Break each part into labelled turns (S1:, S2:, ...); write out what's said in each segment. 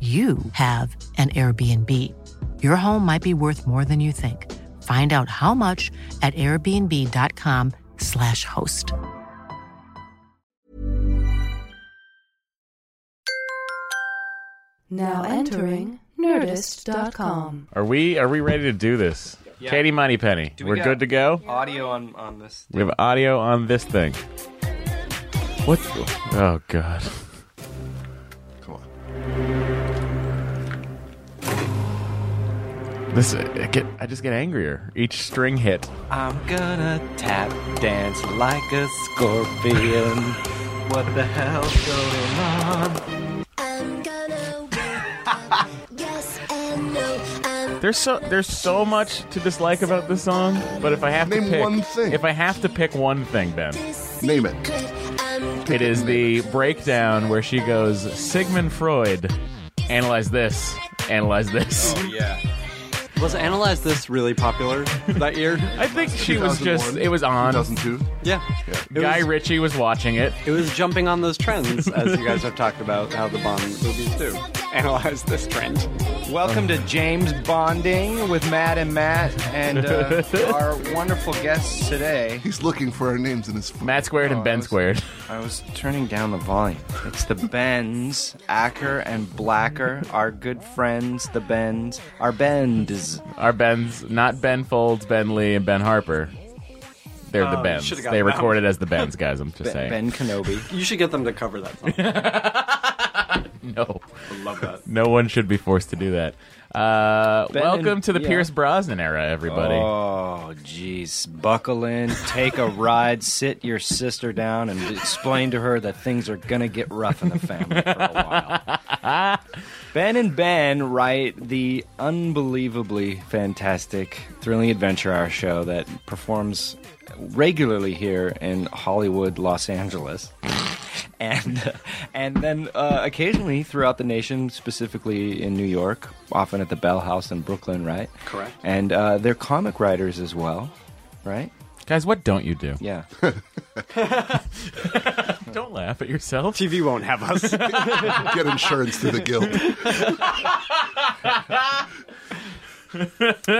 S1: you have an Airbnb. Your home might be worth more than you think. Find out how much at airbnb.com/slash host.
S2: Now entering nerdist.com.
S3: Are we are we ready to do this?
S4: Yeah.
S3: Katie Moneypenny,
S4: Do we
S3: we're
S4: got-
S3: good to go.
S4: audio on on this.
S3: We have audio on this thing. What? Oh god.
S5: Come on.
S3: This I get I just get angrier each string hit.
S4: I'm gonna tap dance like a scorpion. What the hell's going on?
S6: I'm gonna wake up. yes and no. I'm
S3: There's so there's so much to dislike about this song, but if I have to
S5: Name
S3: pick
S5: one thing.
S3: if I have to pick one thing, Ben,
S5: Name it.
S6: good. I'm
S3: it is the breakdown where she goes Sigmund Freud, analyze this, analyze this.
S4: Yeah. Was Analyze This really popular that year?
S3: I think she was just
S5: 2001,
S3: it was on.
S5: 2002.
S4: Yeah. It
S3: Guy
S4: was,
S3: Ritchie was watching it.
S4: it was jumping on those trends, as you guys have talked about how the Bond movies do. Analyze this trend. Welcome to James Bonding with Matt and Matt and uh, our wonderful guests today.
S5: He's looking for our names in his phone.
S3: Matt squared and Ben
S4: was-
S3: squared.
S4: I was turning down the volume. It's the Bens, Acker and Blacker, our good friends, the Bens, our Bends.
S3: Our Ben's not Ben Folds, Ben Lee, and Ben Harper. They're the
S4: Oh,
S3: Bens.
S4: should've
S3: They
S4: gotten that
S3: recorded as the Bens, guys. I'm just
S4: Ben,
S3: saying.
S4: ben Kenobi. You should get them to cover that song.
S3: No,
S4: I love that.
S3: no one should be forced to do that. Uh,
S4: Ben
S3: welcome
S4: and-
S3: to the
S4: yeah.
S3: Pierce Brosnan era, everybody.
S4: Oh, jeez. Buckle in, take a ride, sit your sister down, and explain to her that things are going to get rough in the family for a while. Ben and Ben write the unbelievably fantastic Thrilling Adventure Hour show that performs regularly here in Hollywood, Los Angeles and and then uh, occasionally throughout the nation, specifically in New York, often at the Bell House in Brooklyn, right?
S7: Correct.
S4: And uh, they're comic writers as well, right?
S3: Guys, what don't you do?
S4: Yeah.
S3: Don't laugh at yourself.
S7: TV won't have us.
S5: Get insurance through the guild.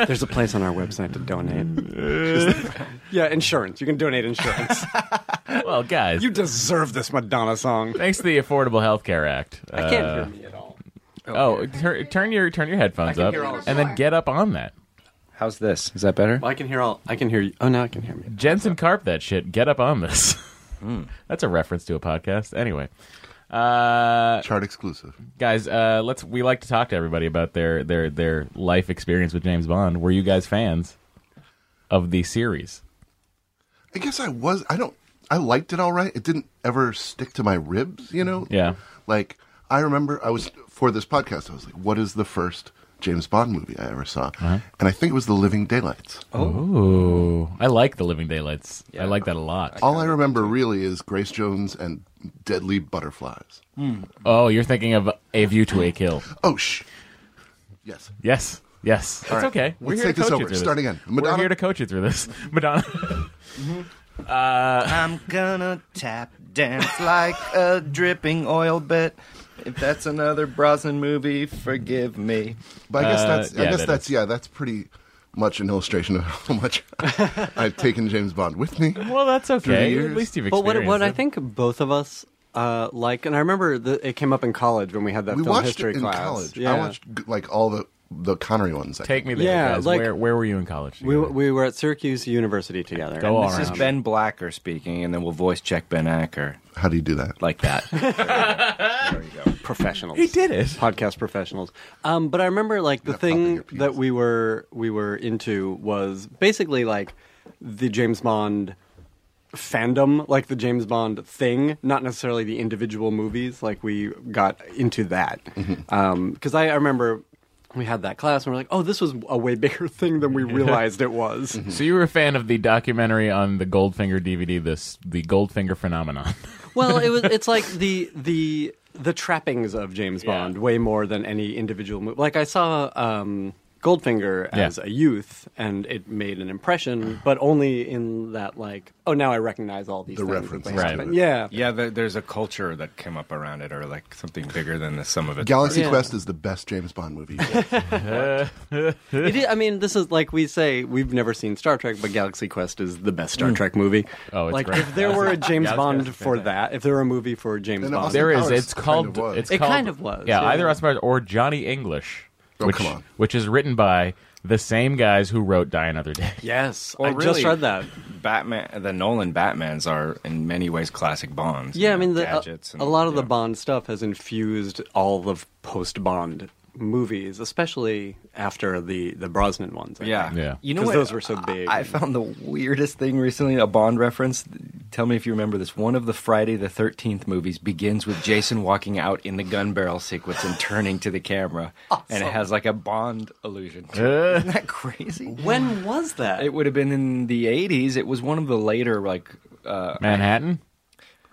S7: There's a place on our website to donate. yeah, insurance. You can donate insurance.
S3: Well, guys,
S7: you deserve this Madonna song.
S3: thanks to the Affordable Health Care Act. uh,
S7: I can't hear me at all.
S3: oh, tur- turn your turn your headphones
S7: can
S3: up,
S7: hear all of
S3: and then get up on that.
S4: How's this? Is that better?
S7: Well, I can hear all. I can hear you. Oh, now I can hear me.
S3: Jensen Carp that shit. Get up on this.
S5: Hmm.
S3: That's a reference to a podcast. Anyway. Uh,
S5: Chart exclusive.
S3: guys uh let's we like to talk to everybody about their their their life experience with james bond were you guys fans of the series
S5: I guess I was. I don't. I liked it all right. It didn't ever stick to my ribs, you know?
S3: yeah
S5: Like, I remember I was, for this podcast, I was like, what is the first James Bond movie I ever saw? And I think it was The Living Daylights.
S3: ooh i like the living daylights i like that a lot
S5: all I remember really is Grace Jones and Deadly Butterflies.
S3: oh you're thinking of a view to a kill
S5: Oh, shh. Yes.
S3: yes yes that's
S5: right.
S3: okay we're
S5: Let's
S3: here
S5: take
S3: to
S5: this
S3: coach
S5: over.
S3: you through
S5: Start
S3: this.
S5: again.
S3: we're
S5: Madonna?
S3: here to coach you through this madonna
S4: I'm gonna tap dance like a dripping oil bit. If that's another Brosnan movie, forgive me.
S5: But I guess
S3: Uh,
S5: that's.
S3: yeah,
S5: I guess
S3: that
S5: that's.
S3: is.
S5: Yeah, that's pretty. much an illustration of how much I've taken James Bond with me.
S3: Well, that's okay.
S5: years.
S3: At least you've
S7: But
S3: experienced
S7: what, what I
S3: it.
S7: think both of us uh, like, and I remember the, it came up in college when we had that
S5: We
S7: film
S5: watched
S7: history
S5: it in
S7: class.
S5: college.
S7: Yeah.
S5: I watched g- like all the the Connery ones. I
S3: Take
S5: think.
S3: me there,
S7: Yeah,
S3: guys.
S7: like-
S3: where, where were you in college?
S7: We,
S3: together?
S7: we were at Syracuse University together.
S3: Go
S7: And
S3: all
S4: This is
S3: around.
S4: Ben Blacker speaking, and then we'll voice check Ben Acker
S5: How do you do that?
S4: like that. there you go.
S7: Professionals.
S3: he did it.
S7: podcast professionals. Um, but I remember like the
S5: Not popping
S7: thing
S5: your penis.
S7: that we were we were into was basically like the James Bond fandom, like the James Bond thing, not necessarily the individual movies. Like we got into that because
S5: Mm-hmm.
S7: I, I remember. We had that class, and we're like, "Oh, this was a way bigger thing than we realized it
S5: Mm-hmm.
S7: was."
S3: So you were a fan of the documentary on the Goldfinger DVD, this the Goldfinger phenomenon.
S7: well, it was. It's like the the the trappings of James Bond way more than any individual movie. Like I saw um, Goldfinger
S3: Yeah.
S7: as a youth, and it made an impression, but only in that like, oh, now I recognize all these
S5: The
S7: things that
S5: references
S7: they
S3: to
S7: happen.
S5: it.
S7: Yeah,
S4: Yeah, there- there's a culture that came up around it, or like something bigger than the sum of its
S5: Galaxy
S7: Yeah.
S5: Quest is the best James Bond movie.
S7: It is, I mean, this is like we say we've never seen Star Trek, but Galaxy Quest is the best Star Trek movie.
S3: Oh, it's
S7: like
S3: great.
S7: if there were a James
S3: Galaxy Quest
S7: Bond
S3: is
S7: for that, if there were a movie for James
S5: And
S7: Bond,
S5: also-
S3: there is.
S5: Powers
S3: It's
S5: kind
S3: called.
S5: of was.
S3: it's
S7: It
S3: called-
S7: kind of was,
S3: Yeah,
S7: yeah.
S3: either Austin Powers or Johnny English.
S5: Oh,
S3: which,
S5: come on.
S3: Which is written by the same guys who wrote Die Another Day.
S7: yes,
S4: Well,
S7: I just
S4: really,
S7: read that.
S4: Batman, the Nolan Batmans are in many ways classic Bonds.
S7: Yeah, I
S4: you know,
S7: mean, the, uh, a,
S4: gadgets
S7: a lot of
S4: yeah.
S7: the Bond stuff has infused all of post Bond movies, especially after the the Brosnan ones. I
S4: Yeah,
S7: think.
S3: Yeah.
S4: You know
S7: 'Cause
S4: what?
S7: those were so big.
S4: I, I found the weirdest thing recently. A Bond reference. Tell me if you remember this. One of the Friday the Thirteenth movies begins with Jason walking out in the gun barrel sequence and turning to the camera, and it has like a Bond illusion. to it. Isn't that crazy?
S7: When was that?
S4: It would have been in the '80s. It was one of the later like. Uh,
S3: Manhattan.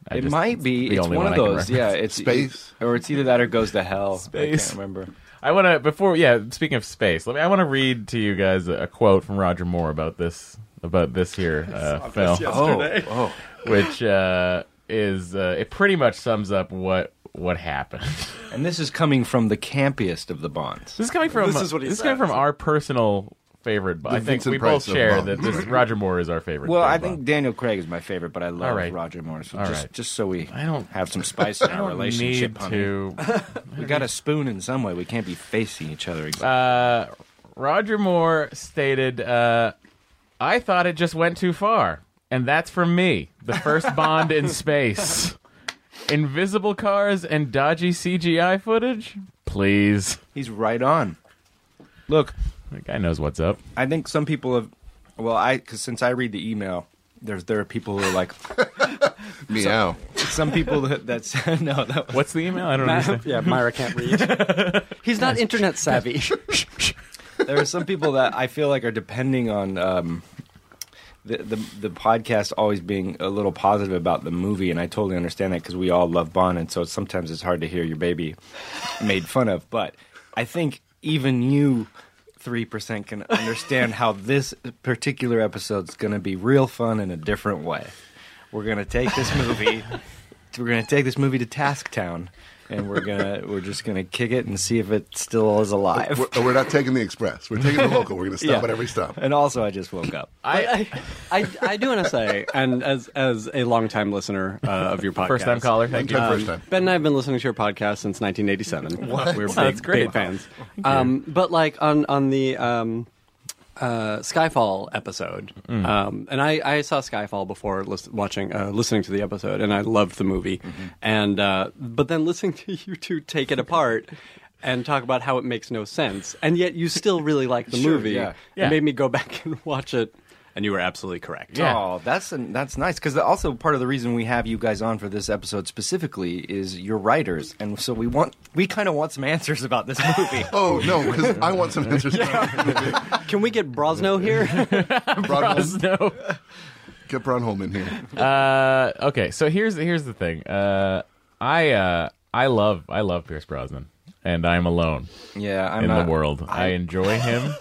S3: I
S4: it
S3: just-
S4: might be.
S3: the
S4: It's
S3: only
S4: one of
S3: I can
S4: those. Yeah,
S3: remember.
S4: it's e
S5: Space.
S4: or it's either that or goes to hell. I
S3: Space.
S4: can't remember.
S3: I want to before yeah. Speaking of space, let me. I want to read to you guys a, a quote from Roger Moore about this about this here uh, film,
S4: Oh, oh.
S3: which uh, is uh, it pretty much sums up what what happened.
S4: And this is coming from the campiest of the Bonds.
S3: This is coming from
S7: This is what he
S3: this is coming
S7: says.
S3: from our personal favorite. But I
S5: The
S3: think
S5: Vincent
S3: we
S5: Price
S3: both
S5: of
S3: share
S5: Bond.
S3: that this Roger Moore is our favorite.
S4: Well, I
S3: James
S4: think
S3: Bond.
S4: Daniel Craig is my favorite, but I love
S3: right.
S4: Roger Moore. So
S3: All
S4: just,
S3: right.
S4: just so we
S3: I don't-
S4: have some spice in
S3: I
S4: our
S3: don't
S4: relationship,
S3: need
S4: honey.
S3: to.
S4: We got a spoon in some way. We can't be facing each other. Exactly.
S3: Uh, Roger Moore stated, uh, I thought it just went too far. And that's from me, the first Bond in space. Invisible cars and dodgy CGI footage? Please.
S4: He's right on. Look,
S3: The guy knows what's up.
S4: I think some people have. Well, I because since I read the email, there's there are people who are like
S5: Meow.
S4: some people that that's no that was,
S3: What's the email? I don't
S7: Ma-
S3: understand.
S7: yeah, Myra can't read. He's not internet savvy.
S4: there are some people that I feel like are depending on um, the, the the podcast always being a little positive about the movie, and I totally understand that because we all love Bond, and so sometimes it's hard to hear your baby made fun of. But I think even you. 3% can understand how this particular episode's going to be real fun in a different way. We're going to take this movie we're going to take this movie to Tasktown and we're going to we're just going to kick it and see if it still is alive.
S5: We're, we're not taking the express. We're taking the local. We're going to stop
S4: Yeah.
S5: at every stop.
S4: And also, I just woke up.
S7: I, I, I, I do want to say, and as as a longtime listener uh, of your podcast,
S3: First time caller. Thank you. Uh,
S5: Time, first time.
S7: Ben and I have been listening to your podcast since 1987. We're big,
S3: That's great.
S7: big fans. Um, but like on on the um, uh, Skyfall episode, um, and I, I saw Skyfall before lis- watching uh, listening to the episode, and I loved the movie. And uh, but then listening to you two take it apart. And talk about how it makes no sense, and yet you still really like the
S4: Sure,
S7: movie.
S4: yeah.
S3: Yeah.
S7: It made me go back and watch it, and you were absolutely correct.
S3: Yeah.
S4: Oh, that's an, that's nice because also part of the reason we have you guys on for this episode specifically is you're writers, and so we want we kind of want some answers about this movie.
S5: Oh no, because I want some answers.
S7: Can we get Brosno here?
S5: Bronholm,
S3: No.
S5: get Bronholm in here.
S3: Uh, okay, so here's here's the thing. Uh, I uh, I love I love Pierce Brosnan, and I'm alone
S4: yeah, I'm
S3: in
S4: not-
S3: the world. I enjoy him.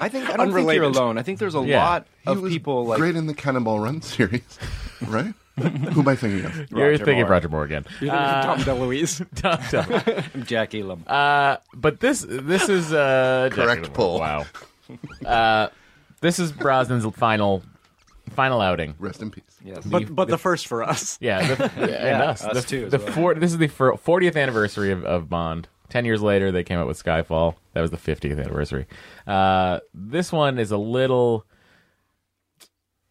S4: I think I don't think
S7: Unrelated.
S4: you're alone. I think there's a
S3: Yeah.
S4: lot
S5: He
S4: of
S5: was
S4: people like
S5: great in the Cannonball Run series, right? Who am I thinking of?
S3: You're
S4: Roger
S3: thinking
S4: Moore.
S3: Roger Moore again.
S7: Tom DeLuise.
S3: Tom- Tom.
S4: Jack Elam.
S3: Uh, but this this is uh,
S5: Correct
S3: Jack-
S5: pull.
S3: Wow. Uh, This is Brosnan's final final outing.
S5: Rest in peace.
S4: Yes.
S7: But but the first for us.
S3: Yeah, the, and us.
S4: us
S3: the,
S4: too, as
S3: the
S4: well.
S3: four, this is the fortieth anniversary of, of Bond. Ten years later, they came out with Skyfall. That was the fiftieth anniversary. Uh, this one is a little.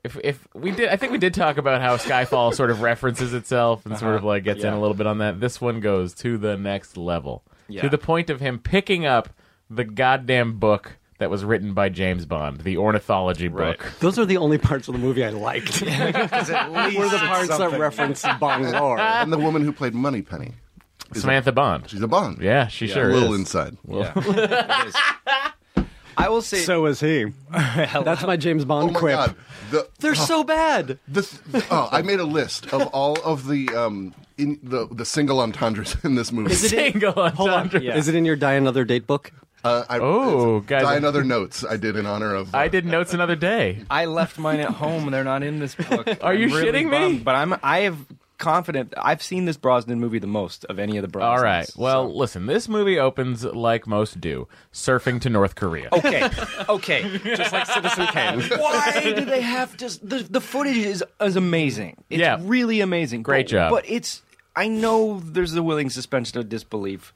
S3: If if we did, I think we did talk about how Skyfall sort of references itself and sort of like gets in
S4: Uh-huh. Yeah.
S3: a little bit on that. This one goes to the next level,
S4: Yeah.
S3: to the point of him picking up the goddamn book that was written by James Bond, the ornithology
S4: Right.
S3: book.
S7: Those are the only parts of the movie I liked. Were the parts that reference Bond lore.
S5: And the woman who played Moneypenny.
S3: Samantha Bond.
S5: She's a Bond.
S3: Yeah, she
S5: A
S3: sure
S5: little
S3: is.
S5: inside.
S4: I will say.
S7: So is he. That's my Oh. James
S5: oh
S7: Bond
S5: my
S7: quip.
S5: god. The,
S7: They're so bad.
S5: This, oh, I made a list of all of the um in the the single entendres in this movie.
S3: Single entendre.
S4: Yeah.
S7: Is it in your Die Another Date book?
S5: Uh, I,
S3: Oh,
S5: it's-
S3: guys.
S5: die another notes I did in honor of. uh,
S3: I did notes another day.
S4: I left mine at home and they're not in this book.
S3: Are you
S4: I'm really
S3: shitting me?
S4: bummed, But I'm I have confident I've seen this Brosnan movie the most of any of the Brosnans.
S3: All right. Well, listen, this movie opens like most do, surfing to North Korea.
S5: Oh.
S4: so- okay. Okay. Just like Citizen Kane. Why do they have just the the footage is is amazing. It's
S3: Yeah.
S4: really amazing.
S3: Great
S4: but,
S3: job.
S4: But it's I know there's a willing suspension of disbelief.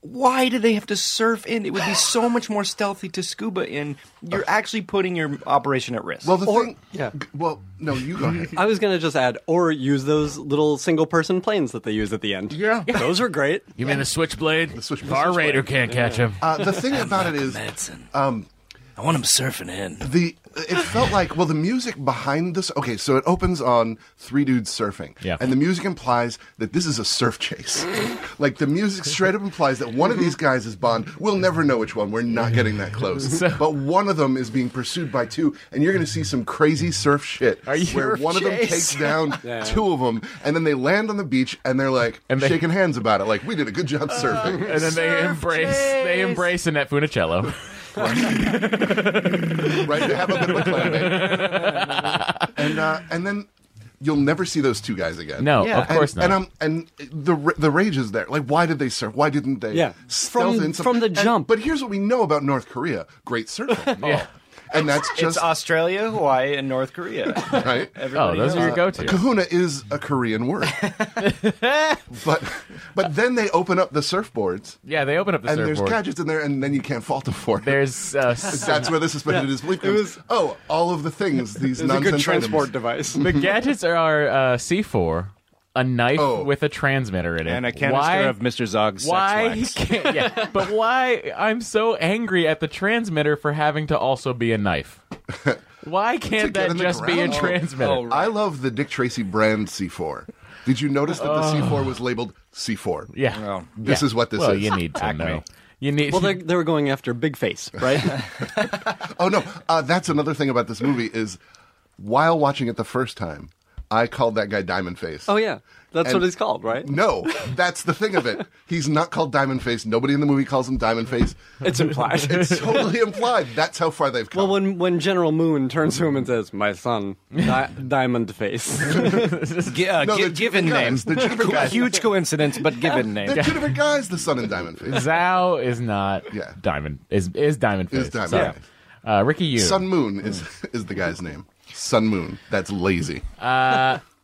S4: Why do they have to surf in? It would be so much more stealthy to scuba in. You're actually putting your operation at risk.
S5: well, the thing.
S7: yeah.
S5: Well, no, you go ahead.
S7: I was gonna just add, or use those little single person planes that they use at the end.
S5: Yeah.
S7: those are great.
S3: You mean the switchblade? The
S5: switch- the
S3: Bar
S5: switchblade.
S3: Raider can't catch him.
S5: Uh, the thing about it is, um,
S4: I want them surfing in.
S5: the it felt like well the music behind this okay so it opens on three dudes surfing
S3: Yeah.
S5: and the music implies that this is a surf chase like the music straight up implies that one of these guys is bond we'll never know which one we're not getting that close but one of them is being pursued by two and you're going to see some crazy surf shit
S3: you-
S5: where
S3: Surf
S5: one of them
S3: chase.
S5: takes down
S7: Yeah.
S5: two of them and then they land on the beach and they're like
S3: And they-
S5: shaking hands about it like we did a good job surfing
S3: And then they embrace. They embrace Annette Funicello.
S5: right? They have a bit of a climate. and uh, and then you'll never see those two guys again.
S3: No,
S4: Yeah.
S3: of course
S5: and,
S3: not.
S5: And, um, and the r- the rage is there. Like, why did they surf? Why didn't they?
S7: Yeah.
S5: stealth
S7: From-
S5: in some-
S7: from the
S5: and-
S7: jump.
S5: But here's what we know about North Korea: great surfing.
S3: Yeah.
S5: And that's just
S4: It's Australia, Hawaii, and North Korea.
S5: right.
S3: oh, those are your go-to.
S5: Kahuna is a Korean word, but but then they open up the surfboards
S3: Yeah, they open up the
S5: and there's
S3: surfboard.
S5: gadgets in there, and then you can't fault them for it.
S3: There's uh, s-
S5: that's where the suspended disbelief comes.
S7: was-
S5: oh, all of the things these
S7: It's a
S5: nonsense
S7: good
S5: items.
S7: transport device.
S3: the gadgets are uh, C4, a knife
S5: Oh.
S3: with a transmitter in it,
S4: And a canister
S3: Why-
S4: of Mr. Zog's
S3: why he
S4: sex wax.
S3: can't yeah but why i'm so angry at the transmitter for having to also be a knife why
S5: To
S3: can't
S5: get
S3: that
S5: in the
S3: just be a
S5: ground.
S3: transmitter
S4: Oh,
S5: I love the Dick Tracy brand C4. Did you notice that the C4 was labeled C4?
S3: yeah
S4: Well,
S5: This
S3: Yeah.
S5: is what this
S3: well,
S5: is.
S3: you need to
S4: Acme.
S3: know you need
S7: Well, they they were going after Big Face, right?
S5: Oh no, uh, that's another thing about this movie is, while watching it the first time, I called that guy Diamond Face.
S7: oh yeah, that's
S5: And-
S7: what it's called, right?
S5: No, that's the thing of it. He's not called Diamond Face. Nobody in the movie calls him Diamond Face.
S7: It's implied.
S5: It's totally implied. That's how far they've come.
S7: well, when when General Moon turns to him and says, "My son, Di- Diamond Face,"
S4: Gi- uh,
S5: No,
S4: gi-
S5: they're
S4: given
S5: different
S4: names.
S5: guys. They're different guys.
S4: Huge coincidence, but given
S5: They're
S4: names.
S5: two different guys. The Sun and Diamond Face.
S3: Zhao is not
S5: Yeah.
S3: diamond is is diamond face
S5: Is Diamond
S3: Sorry.
S5: Face.
S3: uh, Ricky you
S5: Sun Moon is is the guy's name. Sun Moon. That's lazy.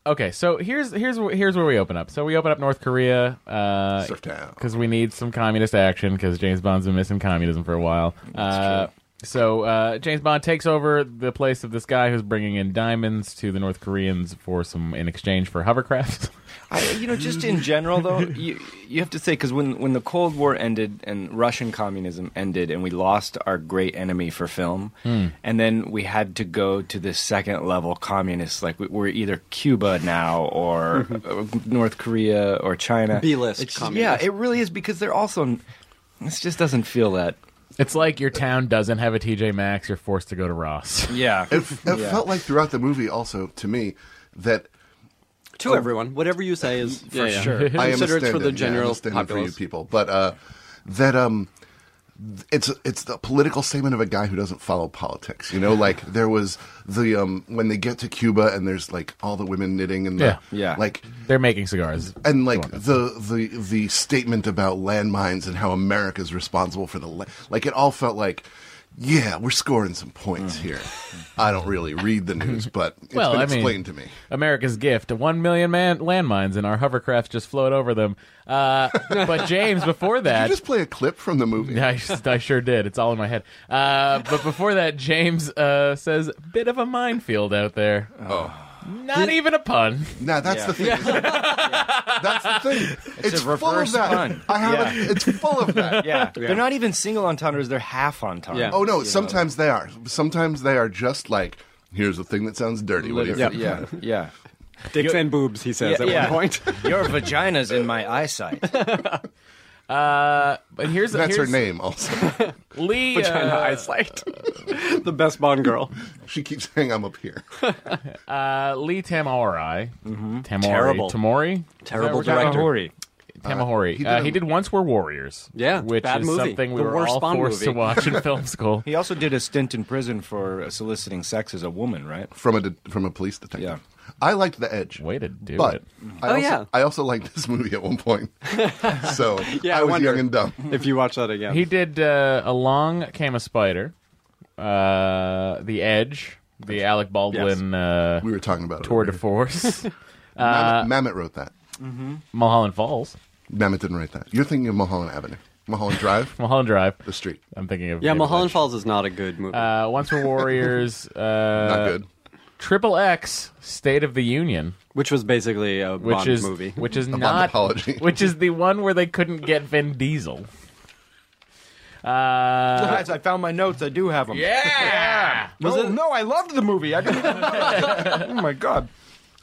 S3: okay so here's here's wh- here's where we open up so we open up North Korea uh
S5: Surf town.
S3: because we need some communist action because James Bond's been missing communism for a while. uh, So uh, James Bond takes over the place of this guy who's bringing in diamonds to the North Koreans for some in exchange for hovercrafts.
S4: I, you know, just in general, though, you, you have to say because when when the Cold War ended and Russian communism ended, and we lost our great enemy for film, and then we had to go to this second level communists, like we, we're either Cuba now or uh, North Korea or China.
S7: B-list
S4: It's-
S7: communists.
S4: Yeah, it really is because they're also. This just doesn't feel that.
S3: it's like your town doesn't have a TJ Maxx, you're forced to go to Ross.
S4: Yeah,
S5: It, f- it
S4: Yeah.
S5: felt like throughout the movie, also to me, that
S7: to everyone, whatever you say is for
S4: sure.
S5: I am
S7: Consider
S5: a
S7: it's for
S5: stand-in.
S7: the
S5: Yeah, I'm a
S7: general
S5: stand-in for you
S7: populace.
S5: people, but uh, that um, th- it's it's the political statement of a guy who doesn't follow politics. You know, like there was the um when they get to Cuba and there's like all the women knitting and the,
S3: Yeah.
S4: Yeah.
S5: like
S3: They're making cigars.
S5: and like the the the statement about landmines and how America's responsible for the la- like it all felt like yeah, we're scoring some points here. I don't really read the news, but it's
S3: Well,
S5: been
S3: I mean-
S5: explained to me.
S3: America's gift. One million man landmines, and our hovercrafts just float over them. Uh, but James, before
S5: Did
S3: that,
S5: you just play a clip from the movie?
S3: Yeah, I, s- I sure did. It's all in my head. Uh, but before that, James uh, says, "Bit of a minefield out there." Oh, not even a pun.
S5: Nah, that's the thing. That's the thing. It's,
S4: a
S5: full of
S4: reverse
S5: that.
S4: pun.
S5: I have it. It's full of that.
S4: Yeah. They're not even single entendres, they're half entendres.
S7: Yeah.
S5: Oh no, sometimes they are. Sometimes they are just like here's a thing that sounds dirty. What do you
S7: Yeah.
S5: think?
S4: Yeah. Yeah.
S7: Dicks and boobs, he says
S4: Yeah,
S7: at
S4: yeah.
S7: one point.
S4: Your vagina's in my eyesight.
S3: Uh, but here's
S5: That's her
S3: here's
S5: name also.
S3: Lee. uh,
S7: Vagina eyesight. the best Bond girl.
S5: she keeps saying I'm up here.
S3: uh, Lee Tamori.
S5: Mm-hmm.
S3: Tamori.
S7: Terrible.
S3: Tamori.
S4: Terrible
S3: Is that what we're
S4: director.
S3: talking about? Tamahori. Uh, he,
S5: he
S3: did
S5: did a-
S3: once were warriors.
S7: Yeah,
S3: which
S7: bad
S3: is
S7: movie.
S3: something we
S7: The
S3: were
S7: worst
S3: all
S7: Bond
S3: forced to
S7: movie.
S3: watch in film school.
S4: He also did a stint in prison for uh, soliciting sex as a woman, right?
S5: From a de- from a police detective.
S4: Yeah.
S5: I liked the edge.
S3: Way to do
S5: but
S3: it.
S5: I
S7: Oh,
S5: also,
S7: yeah.
S5: I also liked this movie at one point. So
S7: Yeah, I
S5: I was
S7: wonder.
S5: young and dumb.
S7: If you watch that again.
S3: He did uh, Along Came a Spider, uh, The Edge, the Alec Baldwin uh,
S5: We were talking about
S3: tour de
S5: it.
S3: force,
S5: Mamet, Mamet wrote that.
S3: Mulholland Falls,
S5: Mamet didn't write that. You're thinking of Mulholland Avenue, Mulholland Drive,
S3: Mulholland Drive.
S5: the street.
S3: I'm thinking of
S7: yeah,
S3: David
S7: Mulholland
S3: Lynch.
S7: Falls is not a good movie.
S3: Uh, Once Were Warriors. Uh,
S5: Not good.
S3: Triple X, State of the Union,
S7: which was basically a
S3: which
S7: Bond
S3: is
S7: movie.
S3: which is
S5: Bond
S3: not
S5: apology.
S3: which is the one where they couldn't get Vin Diesel. Uh,
S4: Guys, I found my notes. I do have them.
S3: yeah.
S4: No, no, I loved the movie. I didn't even Oh my god.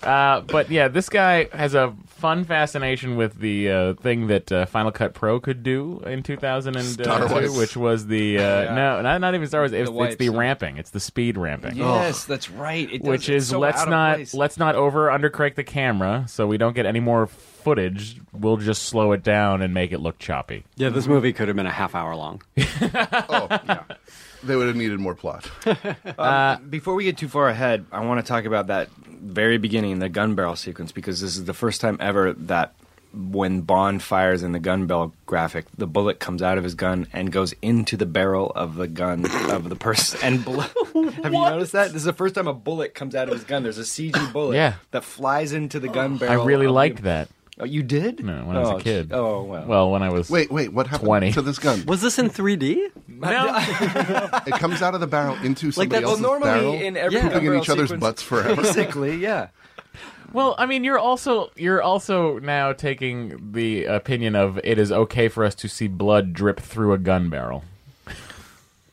S3: Uh, but yeah, this guy has a fun fascination with the uh, thing that uh, Final Cut Pro could do in 2002,
S5: Star Wars.
S3: uh, which was the uh, no, not, not even Star Wars. It's,
S4: The
S3: it's the
S4: wipes.
S3: ramping. It's the speed ramping.
S4: Yes, that's right. It does-
S3: Which
S4: it's
S3: is
S4: so
S3: let's
S4: out of
S3: not
S4: place.
S3: let's not over undercorrect the camera so we don't get any more footage. We'll just slow it down and make it look choppy.
S7: yeah, this movie could have been a half hour long.
S5: Oh, they would have needed more plot.
S4: Um,
S3: Uh,
S4: Before we get too far ahead, I want to talk about that very beginning, the gun barrel sequence, because this is the first time ever that when Bond fires in the gun barrel graphic, the bullet comes out of his gun and goes into the barrel of the gun of the person. And bl- have you noticed that? This is the first time a bullet comes out of his gun. There's a CG bullet
S3: Yeah.
S4: that flies into the gun
S3: I
S4: barrel.
S3: really
S4: of the-
S3: liked that.
S4: Oh, you did?
S3: No, when I was
S4: Oh,
S3: a kid.
S4: Oh well.
S3: Well, when I was
S5: Wait, wait, what happened
S3: 20.
S5: to this gun?
S7: Was this in 3D?
S3: no,
S5: It comes out of the barrel into somebody
S7: that's-
S4: well,
S5: else's
S4: normally
S5: barrel,
S4: in every
S7: Yeah.
S4: gun
S5: pooping in
S4: barrel
S5: each other's
S4: sequence-
S5: butts forever.
S4: Basically, yeah.
S3: Well, I mean, you're also you're also now taking the opinion of it is okay for us to see blood drip through a gun barrel.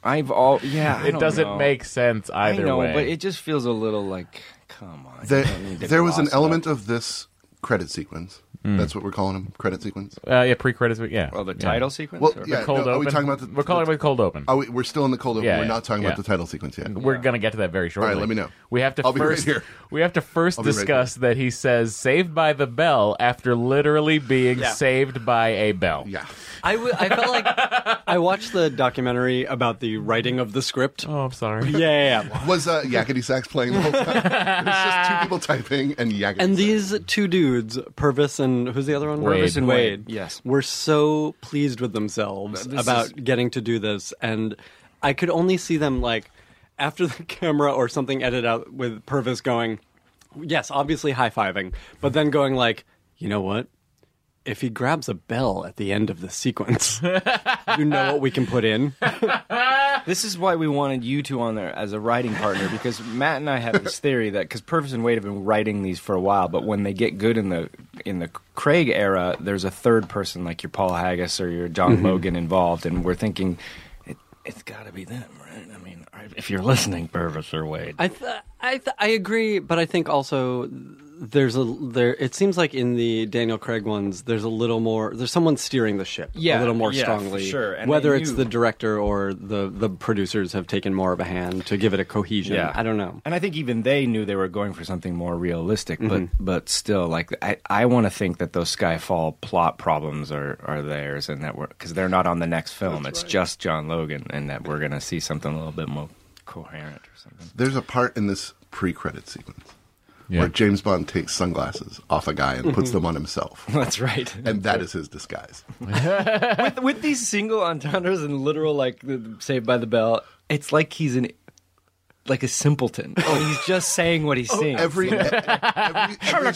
S4: I've all yeah. I
S3: It
S4: don't
S3: doesn't
S4: know.
S3: make sense either
S4: I know,
S3: way.
S4: but it just feels a little like, come on.
S5: there, there was an element of this credit sequence.
S3: Mm.
S5: That's what we're calling them, credit sequence.
S3: uh, yeah, pre-credits, but yeah.
S4: Well, the
S3: Yeah.
S4: title sequence.
S5: Well,
S4: or-
S5: yeah,
S3: cold
S5: no,
S3: open.
S5: are we talking about the-
S3: We're calling about cold open.
S5: Oh, wait, we're still in the cold open.
S3: Yeah,
S5: we're
S3: yeah,
S5: not talking
S3: yeah.
S5: about the title sequence yet.
S3: We're gonna get to that very shortly.
S5: All right, let me know.
S3: We have to
S5: I'll be right
S3: first.
S5: here.
S3: We have to 1st
S5: I'll be right
S3: discuss that he says "saved by the bell" after literally being saved by a bell.
S5: Yeah.
S7: I, w- I felt like I watched the documentary about the writing of the script.
S3: Oh, I'm sorry.
S7: Yeah, yeah, yeah.
S5: Was uh, Yakety Sax playing the whole time? It's just two people typing and Yakety
S7: And
S5: Sax.
S7: these two dudes, Purvis and who's the other one?
S3: Wade.
S7: Purvis and Wade.
S4: Wade, yes.
S7: were so pleased with themselves
S4: This
S7: about
S4: is-
S7: getting to do this, and I could only see them like after the camera or something edited out with Purvis going, yes, obviously high fiving, but then going like, you know what? If he grabs a bell at the end of the sequence, you know what we can put in.
S4: This is why we wanted you two on there as a writing partner because Matt and I have this theory that because Purvis and Wade have been writing these for a while, but when they get good in the in the Craig era, there's a third person like your Paul Haggis or your John
S5: Mm-hmm.
S4: Logan involved, and we're thinking it, it's got to be them, right? I mean, if you're listening, Purvis or Wade,
S7: I th- I th- I agree, but I think also there's a there. It seems like in the Daniel Craig ones, there's a little more. There's someone steering the ship a
S4: Yeah,
S7: little more
S4: yeah, for
S7: strongly.
S4: sure, and
S7: whether
S4: they
S7: it's
S4: knew.
S7: the director or the the producers have taken more of a hand to give it a cohesion. I don't know.
S4: And I think even they knew they were going for something more realistic, but but still, like I, I want to think that those Skyfall plot problems are, are theirs, and that we're because they're not on the next film. it's just John Logan, and that we're gonna see something a little bit more coherent or something.
S5: There's a part in this pre-credit sequence
S3: Yeah. Mm-hmm.
S5: where James Bond takes sunglasses off a guy and puts them on himself,
S4: That's right.
S5: and that is his disguise.
S4: with, with these single entendres and literal like the- the Saved by the Bell it's like he's an like a simpleton. Oh, he's just saying what he's seeing.
S5: Every, every, every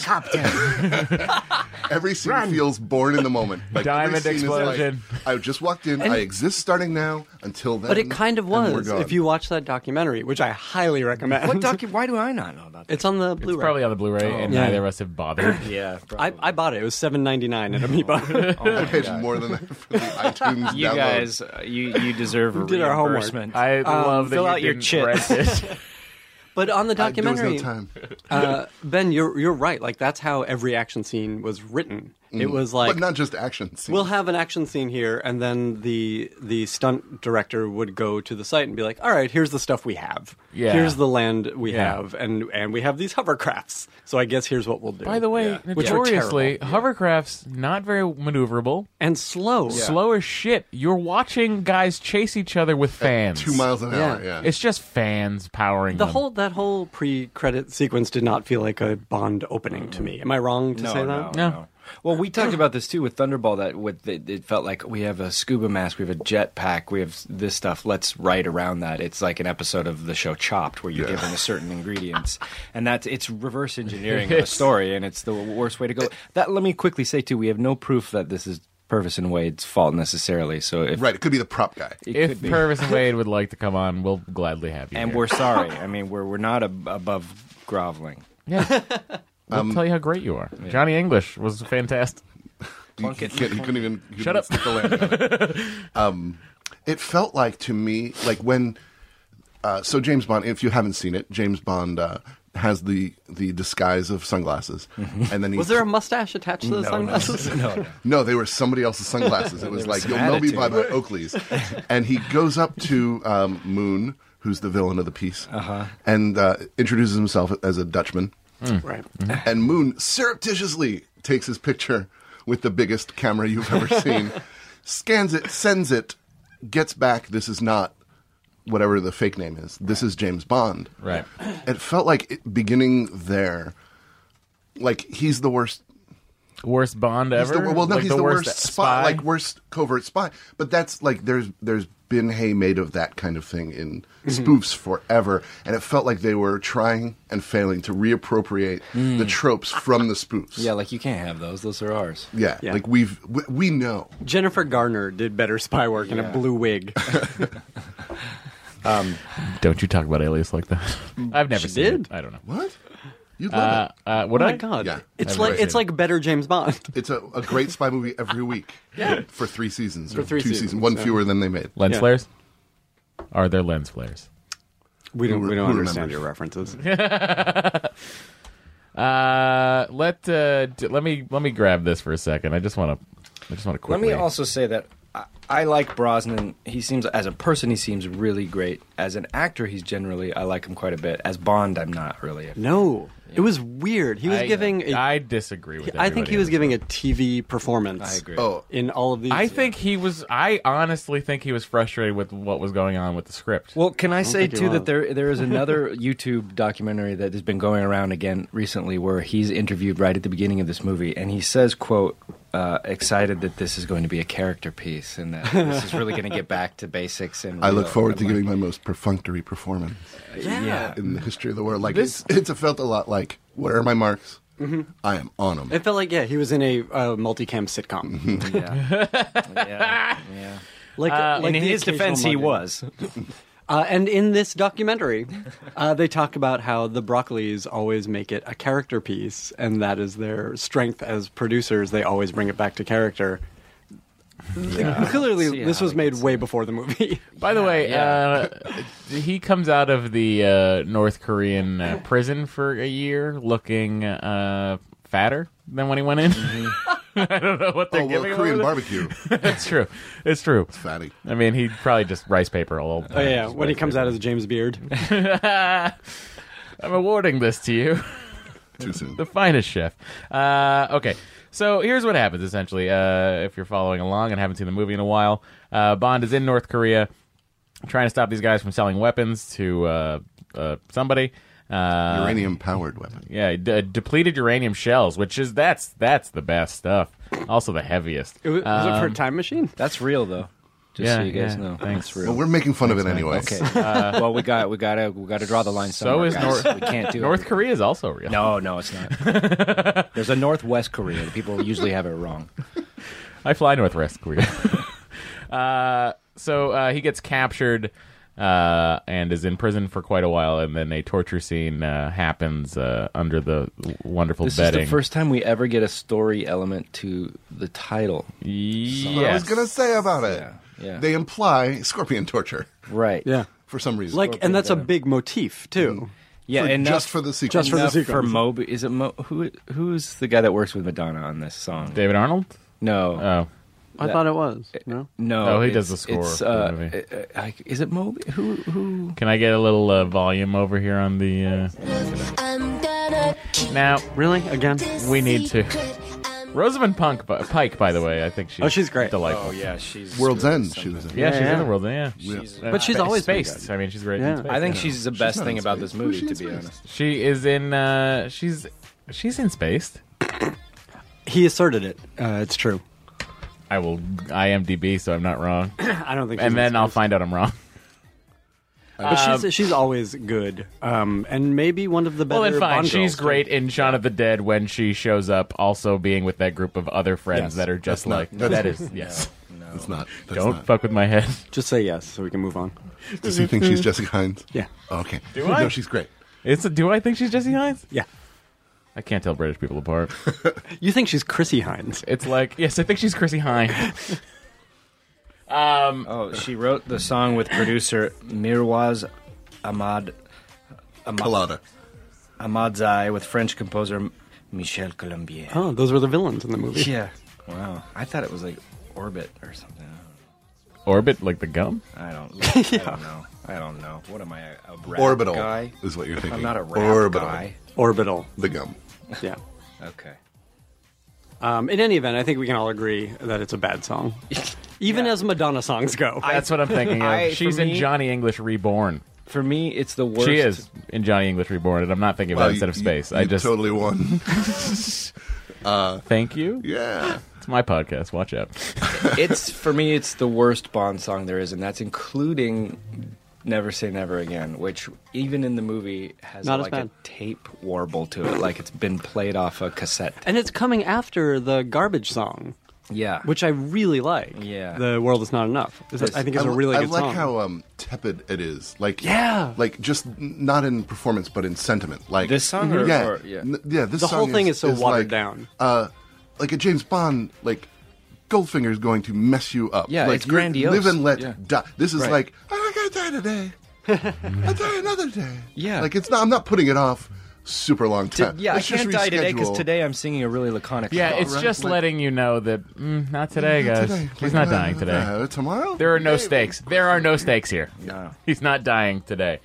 S5: every scene feels born in the moment. Like every
S3: Diamond
S5: scene is like,
S3: explosion.
S5: I just walked in. I exist starting now until then.
S7: But it kind of
S5: and we're
S7: was.
S5: gone.
S7: If you watch that documentary, which I highly recommend,
S4: what docu- Why do I not know about that?
S7: it's on the Blu-ray.
S3: Probably on the Blu-ray,
S5: Oh,
S3: and
S7: Yeah.
S3: neither of us have bothered.
S4: yeah,
S7: I, I bought it. It was seven ninety nine at Amoeba.
S5: I paid more than that for the iTunes
S4: you
S5: download.
S4: guys, uh, you you deserve a
S7: did our homework.
S4: reimbursement.
S3: I love that
S4: Um, fill
S3: you
S4: out your
S3: didn't
S4: chit.
S3: rent it.
S7: but on the
S5: I- there was
S7: documentary,
S5: no time.
S7: uh, Ben, you're you're right. Like that's how every action scene was written. It was like
S5: but not just action scenes.
S7: We'll have an action scene here, and then the the stunt director would go to the site and be like, "All right, here's the stuff we have.
S3: Yeah.
S7: Here's the land we
S3: Yeah.
S7: have, and and we have these hovercrafts. So I guess here's what we'll do."
S3: By the way,
S7: Which were
S3: notoriously,
S7: terrible.
S3: hovercrafts not very maneuverable,
S7: and slow.
S3: slow as shit. You're watching guys chase each other with fans.
S5: two miles an hour.
S7: Yeah.
S5: Yeah.
S3: It's just fans powering
S7: The
S3: them.
S7: whole that whole pre-credit sequence did not feel like a Bond opening to me. Am I wrong to
S4: no,
S7: say
S4: no,
S7: that?
S3: Mm. No.
S4: no, Well, we talked about this too with Thunderball. That with it, it felt like we have a scuba mask, we have a jet pack, we have this stuff. Let's write around that. It's like an episode of the show Chopped, where you're given a certain ingredients, and that's it's reverse engineering of a
S3: Yes.
S4: story, and it's the worst way to go. That let me quickly say too, we have no proof that this is Purvis and Wade's fault necessarily. So if
S5: Right. It could be the prop guy.
S4: it
S3: if
S4: could be.
S3: Purvis and Wade would like to come on, we'll gladly have you.
S4: and
S3: here.
S4: we're sorry. I mean, we're we're not ab- above groveling.
S3: yeah. we'll
S5: Um,
S3: tell you how great you are. Johnny English was fantastic.
S5: He, he
S4: Plunkett.
S5: can't- he couldn't even. he
S3: Shut
S5: couldn't
S3: up.
S5: stick the landing on it. Um, it felt like to me, like when. Uh, so James Bond, if you haven't seen it, James Bond uh, has the the disguise of sunglasses,
S3: Mm-hmm.
S5: and then he
S7: Was there a mustache attached to the sunglasses?
S5: No, they were somebody else's sunglasses. It was
S4: There was
S5: like,
S4: some
S5: you'll know me
S4: attitude.
S5: by my Oakleys. and he goes up to um, Moon, who's the villain of the piece,
S3: Uh-huh.
S5: and uh, introduces himself as a Dutchman.
S7: right.
S3: Mm.
S5: And Moon surreptitiously takes his picture with the biggest camera you've ever seen, scans it, sends it, gets back. This is not whatever the fake name is. This is James Bond.
S3: Right.
S5: It felt like it, beginning there, like he's the worst
S3: Worst Bond
S5: He's
S3: ever.
S5: the, well, no,
S3: Like
S5: he's the, worst, spy,
S3: spy.
S5: like worst covert spy. But that's like there's there's been hay made of that kind of thing in spoofs forever, and it felt like they were trying and failing to reappropriate the tropes from the spoofs.
S4: Yeah, like you can't have those. Those are ours.
S5: yeah,
S7: Yeah.
S5: like we've we, we know.
S7: Jennifer Garner did better spy work in a blue wig. Oh
S3: Don't you talk about Alias like that?
S5: Mm,
S3: I've never
S7: She
S3: seen
S7: did.
S3: it. I don't know.
S5: What you'd
S3: Uh,
S5: love
S3: uh, what
S7: oh
S3: I
S7: my god!
S5: yeah,
S7: it's
S5: I've
S7: like
S5: rated
S7: it's like better James Bond.
S5: it. It's a, a great spy movie every week for three seasons or
S7: For three
S5: two seasons,
S7: seasons,
S5: one
S7: yeah.
S5: fewer than they made.
S3: Lens
S7: Yeah.
S3: flares? Are there lens flares?
S7: We don't.
S5: Who-
S7: we don't
S5: who
S7: understand
S5: remembers?
S7: your references.
S3: Uh, let uh, d- let me let me grab this for a second. I just want to. I just want to
S4: Let
S3: quickly.
S4: me also say that I, I like Brosnan. He seems as a person, he seems really great. As an actor, he's generally I like him quite a bit. As Bond, I'm not really. A,
S7: No, it was weird. He was
S4: uh,
S3: I,
S7: giving. a-
S3: I disagree with.
S7: I think he
S3: everybody
S7: was
S3: on
S7: giving
S3: this
S7: a TV performance.
S4: I agree.
S5: Oh,
S7: In all of these,
S3: one. I think he was. I honestly think he was frustrated with what was going on with the script.
S4: Well, can I say
S7: think he
S4: too
S7: was.
S4: that there there is another YouTube documentary that has been going around again recently, where he's interviewed right at the beginning of this movie, and he says, "quote uh, Excited that this is going to be a character piece, and that this is really going to get back to basics." And
S5: I look
S4: real-
S5: forward to
S4: like,
S5: giving my most perfunctory performance
S4: Yeah.
S5: in the history of the world. Like
S3: This-
S5: it's, it's felt a lot like where are my marks? I am on them.
S7: it felt like yeah, he was in a uh, multicam sitcom.
S4: Yeah. yeah. yeah.
S7: Like, Uh, like
S4: Uh, in
S7: the
S4: his
S7: occasional
S4: defense, he
S7: multi-
S4: was.
S7: Uh, and in this documentary, uh, they talk about how the Broccoli's always make it a character piece, and that is their strength as producers. They always bring it back to character. Uh, Clearly,
S4: See
S7: this
S4: how
S7: was
S4: it
S7: made
S4: gets
S7: way before the movie.
S3: By the way,
S4: yeah.
S3: uh, he comes out of the uh, North Korean uh, prison for a year looking uh, fatter than when he went in.
S7: Mm-hmm.
S3: I don't know what they're
S5: Oh well,
S3: giving
S5: Korean
S3: him.
S5: barbecue,
S3: It's true. It's true.
S5: fatty.
S3: I mean, he probably just rice paper all.
S7: Oh, yeah, when he comes out as James Beard.
S3: I'm awarding this to you.
S5: Too soon.
S3: the finest chef. Uh, okay, so here's what happens essentially. Uh, if you're following along and haven't seen the movie in a while, uh, Bond is in North Korea trying to stop these guys from selling weapons to uh, uh, somebody. Uh,
S5: Uranium powered weapon.
S3: Yeah, d- uh, depleted uranium shells, which is that's that's the best stuff. Also the heaviest. Um,
S7: It was, was it for a time machine?
S4: That's real though. Just so
S3: Yeah,
S4: you guys
S3: yeah,
S4: know,
S3: thanks.
S4: It's real.
S5: Well, we're making fun of it anyway.
S4: Okay. uh, well, we got we got to we got to draw the line
S3: So
S4: somewhere.
S3: is
S4: guys.
S3: North-
S4: we can't do
S3: North
S4: it.
S3: Korea is also real.
S4: No, no, it's not. There's a Northwest Korea. People usually have it wrong.
S3: I fly Northwest Korea. uh, so uh, he gets captured uh, and is in prison for quite a while, and then a torture scene uh, happens uh, under the wonderful
S4: This
S3: bedding.
S4: is the first time we ever get a story element to the title.
S3: Yes.
S5: What I was gonna say about it.
S4: Yeah, yeah.
S5: They imply scorpion torture
S4: Right.
S7: Yeah.
S5: for some reason.
S7: Like, and that's a big motif too.
S4: Yeah,
S5: For-
S4: and
S5: just for the sequence.
S7: Just for the
S4: enough For
S7: sequence.
S4: Moby, is it Mo, who? Who's the guy that works with Madonna on this song?
S3: David Arnold.
S4: No,
S3: Oh,
S7: I
S4: That-
S7: thought it was. No.
S4: no.
S3: Oh, he does
S4: it's-
S3: the score
S4: it's,
S3: for the
S4: uh,
S3: movie.
S4: uh, uh, I- is it Moby? Who? Who?
S3: can I get a little uh, volume over here on the? Uh...
S6: I'm gonna keep
S3: Now,
S7: Really? Again?
S6: this
S3: we need to-
S6: secret. I'm
S3: Rosamund Punk, bu- Pike, by the way, I think she's
S7: Oh, she's great. Oh,
S3: delightful. yeah.
S4: she's
S5: World's End. She was in.
S3: she's
S7: yeah.
S3: in the world. Yeah, Uh,
S7: But she's
S3: spa-
S7: always been
S3: spaced.
S7: good.
S3: I mean, she's great.
S7: Yeah.
S3: In space,
S4: I think
S3: yeah.
S4: she's the
S5: She's
S4: best
S5: not
S4: thing
S5: in
S4: about
S5: space.
S4: this
S5: Who's she
S4: movie,
S5: in
S4: to be
S5: space?
S4: honest.
S3: She is in. Uh, she's she's in spaced.
S7: He asserted it. Uh, it's true.
S3: I will IMDb, so I'm not wrong.
S7: I don't think. she's
S3: and then I'll
S7: exposed.
S3: find out I'm wrong.
S7: But she's she's always good. Um, and maybe one of the better.
S3: Um, Well, then fine.
S7: Bond girls,
S3: She's
S7: too.
S3: great in Shaun of the Dead when she shows up, also being with that group of other
S7: Yes.
S3: friends that are just
S5: not-
S3: like
S5: that's-
S3: that is yes.
S5: It's not. That's
S3: Don't
S5: not.
S3: fuck with my head.
S7: Just say yes, so we can move on.
S5: Does he think she's Jessica Hines?
S7: Yeah.
S5: Okay.
S3: Do I?
S5: no, she's great.
S3: It's a, do I think she's Jesse Hines?
S7: Yeah.
S3: I can't tell British people apart.
S7: You think she's Chrissy Hines?
S3: It's like yes, I think she's Chrissy Hines.
S4: Oh, she wrote the song with producer Mirwaz Ahmad
S5: Colada.
S4: Ahmadzai with French composer Michel Colombier.
S7: Oh, those were the villains in the movie.
S4: Yeah. Wow. I thought it was like Orbit or something.
S3: Orbit like the gum.
S4: I don't. I don't know. I don't know. What am I? A rap
S5: Orbital
S4: guy?
S5: is what you're thinking.
S4: I'm not a rap
S5: Orbital.
S4: guy.
S7: Orbital.
S5: The gum.
S7: Yeah.
S4: Okay.
S7: Um, in any event, I think we can all agree that it's a bad song, even as Madonna songs go.
S3: That's what I'm thinking of.
S4: I- for
S3: she's in
S4: me-
S3: Johnny English Reborn.
S4: For me, it's the worst.
S3: She is in Johnny English Reborn, and I'm not thinking of
S5: Well,
S3: that instead of
S5: you-
S3: space.
S5: you
S3: I just
S5: totally won.
S3: thank you.
S5: Yeah.
S3: It's my podcast. Watch out.
S4: It's for me. It's the worst Bond song there is, and that's including "Never Say Never Again," which even in the movie has
S7: Not as
S4: like a
S7: bad.
S4: tape warble to it, like it's been played off a cassette.
S7: and it's coming after the garbage song,
S4: Yeah.
S7: which I really like.
S4: Yeah.
S7: The world is not enough. Is that- I think it's a
S5: I-
S7: really
S5: I
S7: good
S5: like
S7: song.
S5: how um, tepid it is. Like
S7: Yeah.
S5: like just n- not in performance, but in sentiment. Like mm-hmm.
S4: This song or-
S5: yeah,
S4: or- yeah.
S5: N- yeah. This
S7: The whole
S5: song
S7: thing is so watered
S5: like,
S7: down.
S5: Uh, like a James Bond, like Goldfinger is going to mess you up.
S4: Yeah,
S5: like,
S4: it's
S5: you're-
S4: grandiose.
S5: Live and let
S4: Yeah.
S5: die. This is
S4: Right.
S5: like I'm not gonna die today. I'll die another day.
S4: Yeah.
S5: like it's not. I'm not putting it off super long
S4: Di-
S5: time.
S4: yeah, I
S5: Let's just
S4: can't die today because
S5: reschedule.
S4: today I'm singing a really laconic.
S3: Yeah,
S4: song.
S3: it's
S5: right,
S3: just
S5: like-
S3: letting you know that mm, not today, guys.
S5: Today.
S3: He's
S5: Like,
S3: not
S5: uh,
S3: dying today.
S5: uh, tomorrow.
S3: There are no
S5: Maybe.
S3: stakes. There are no stakes here.
S4: No.
S3: He's not dying today.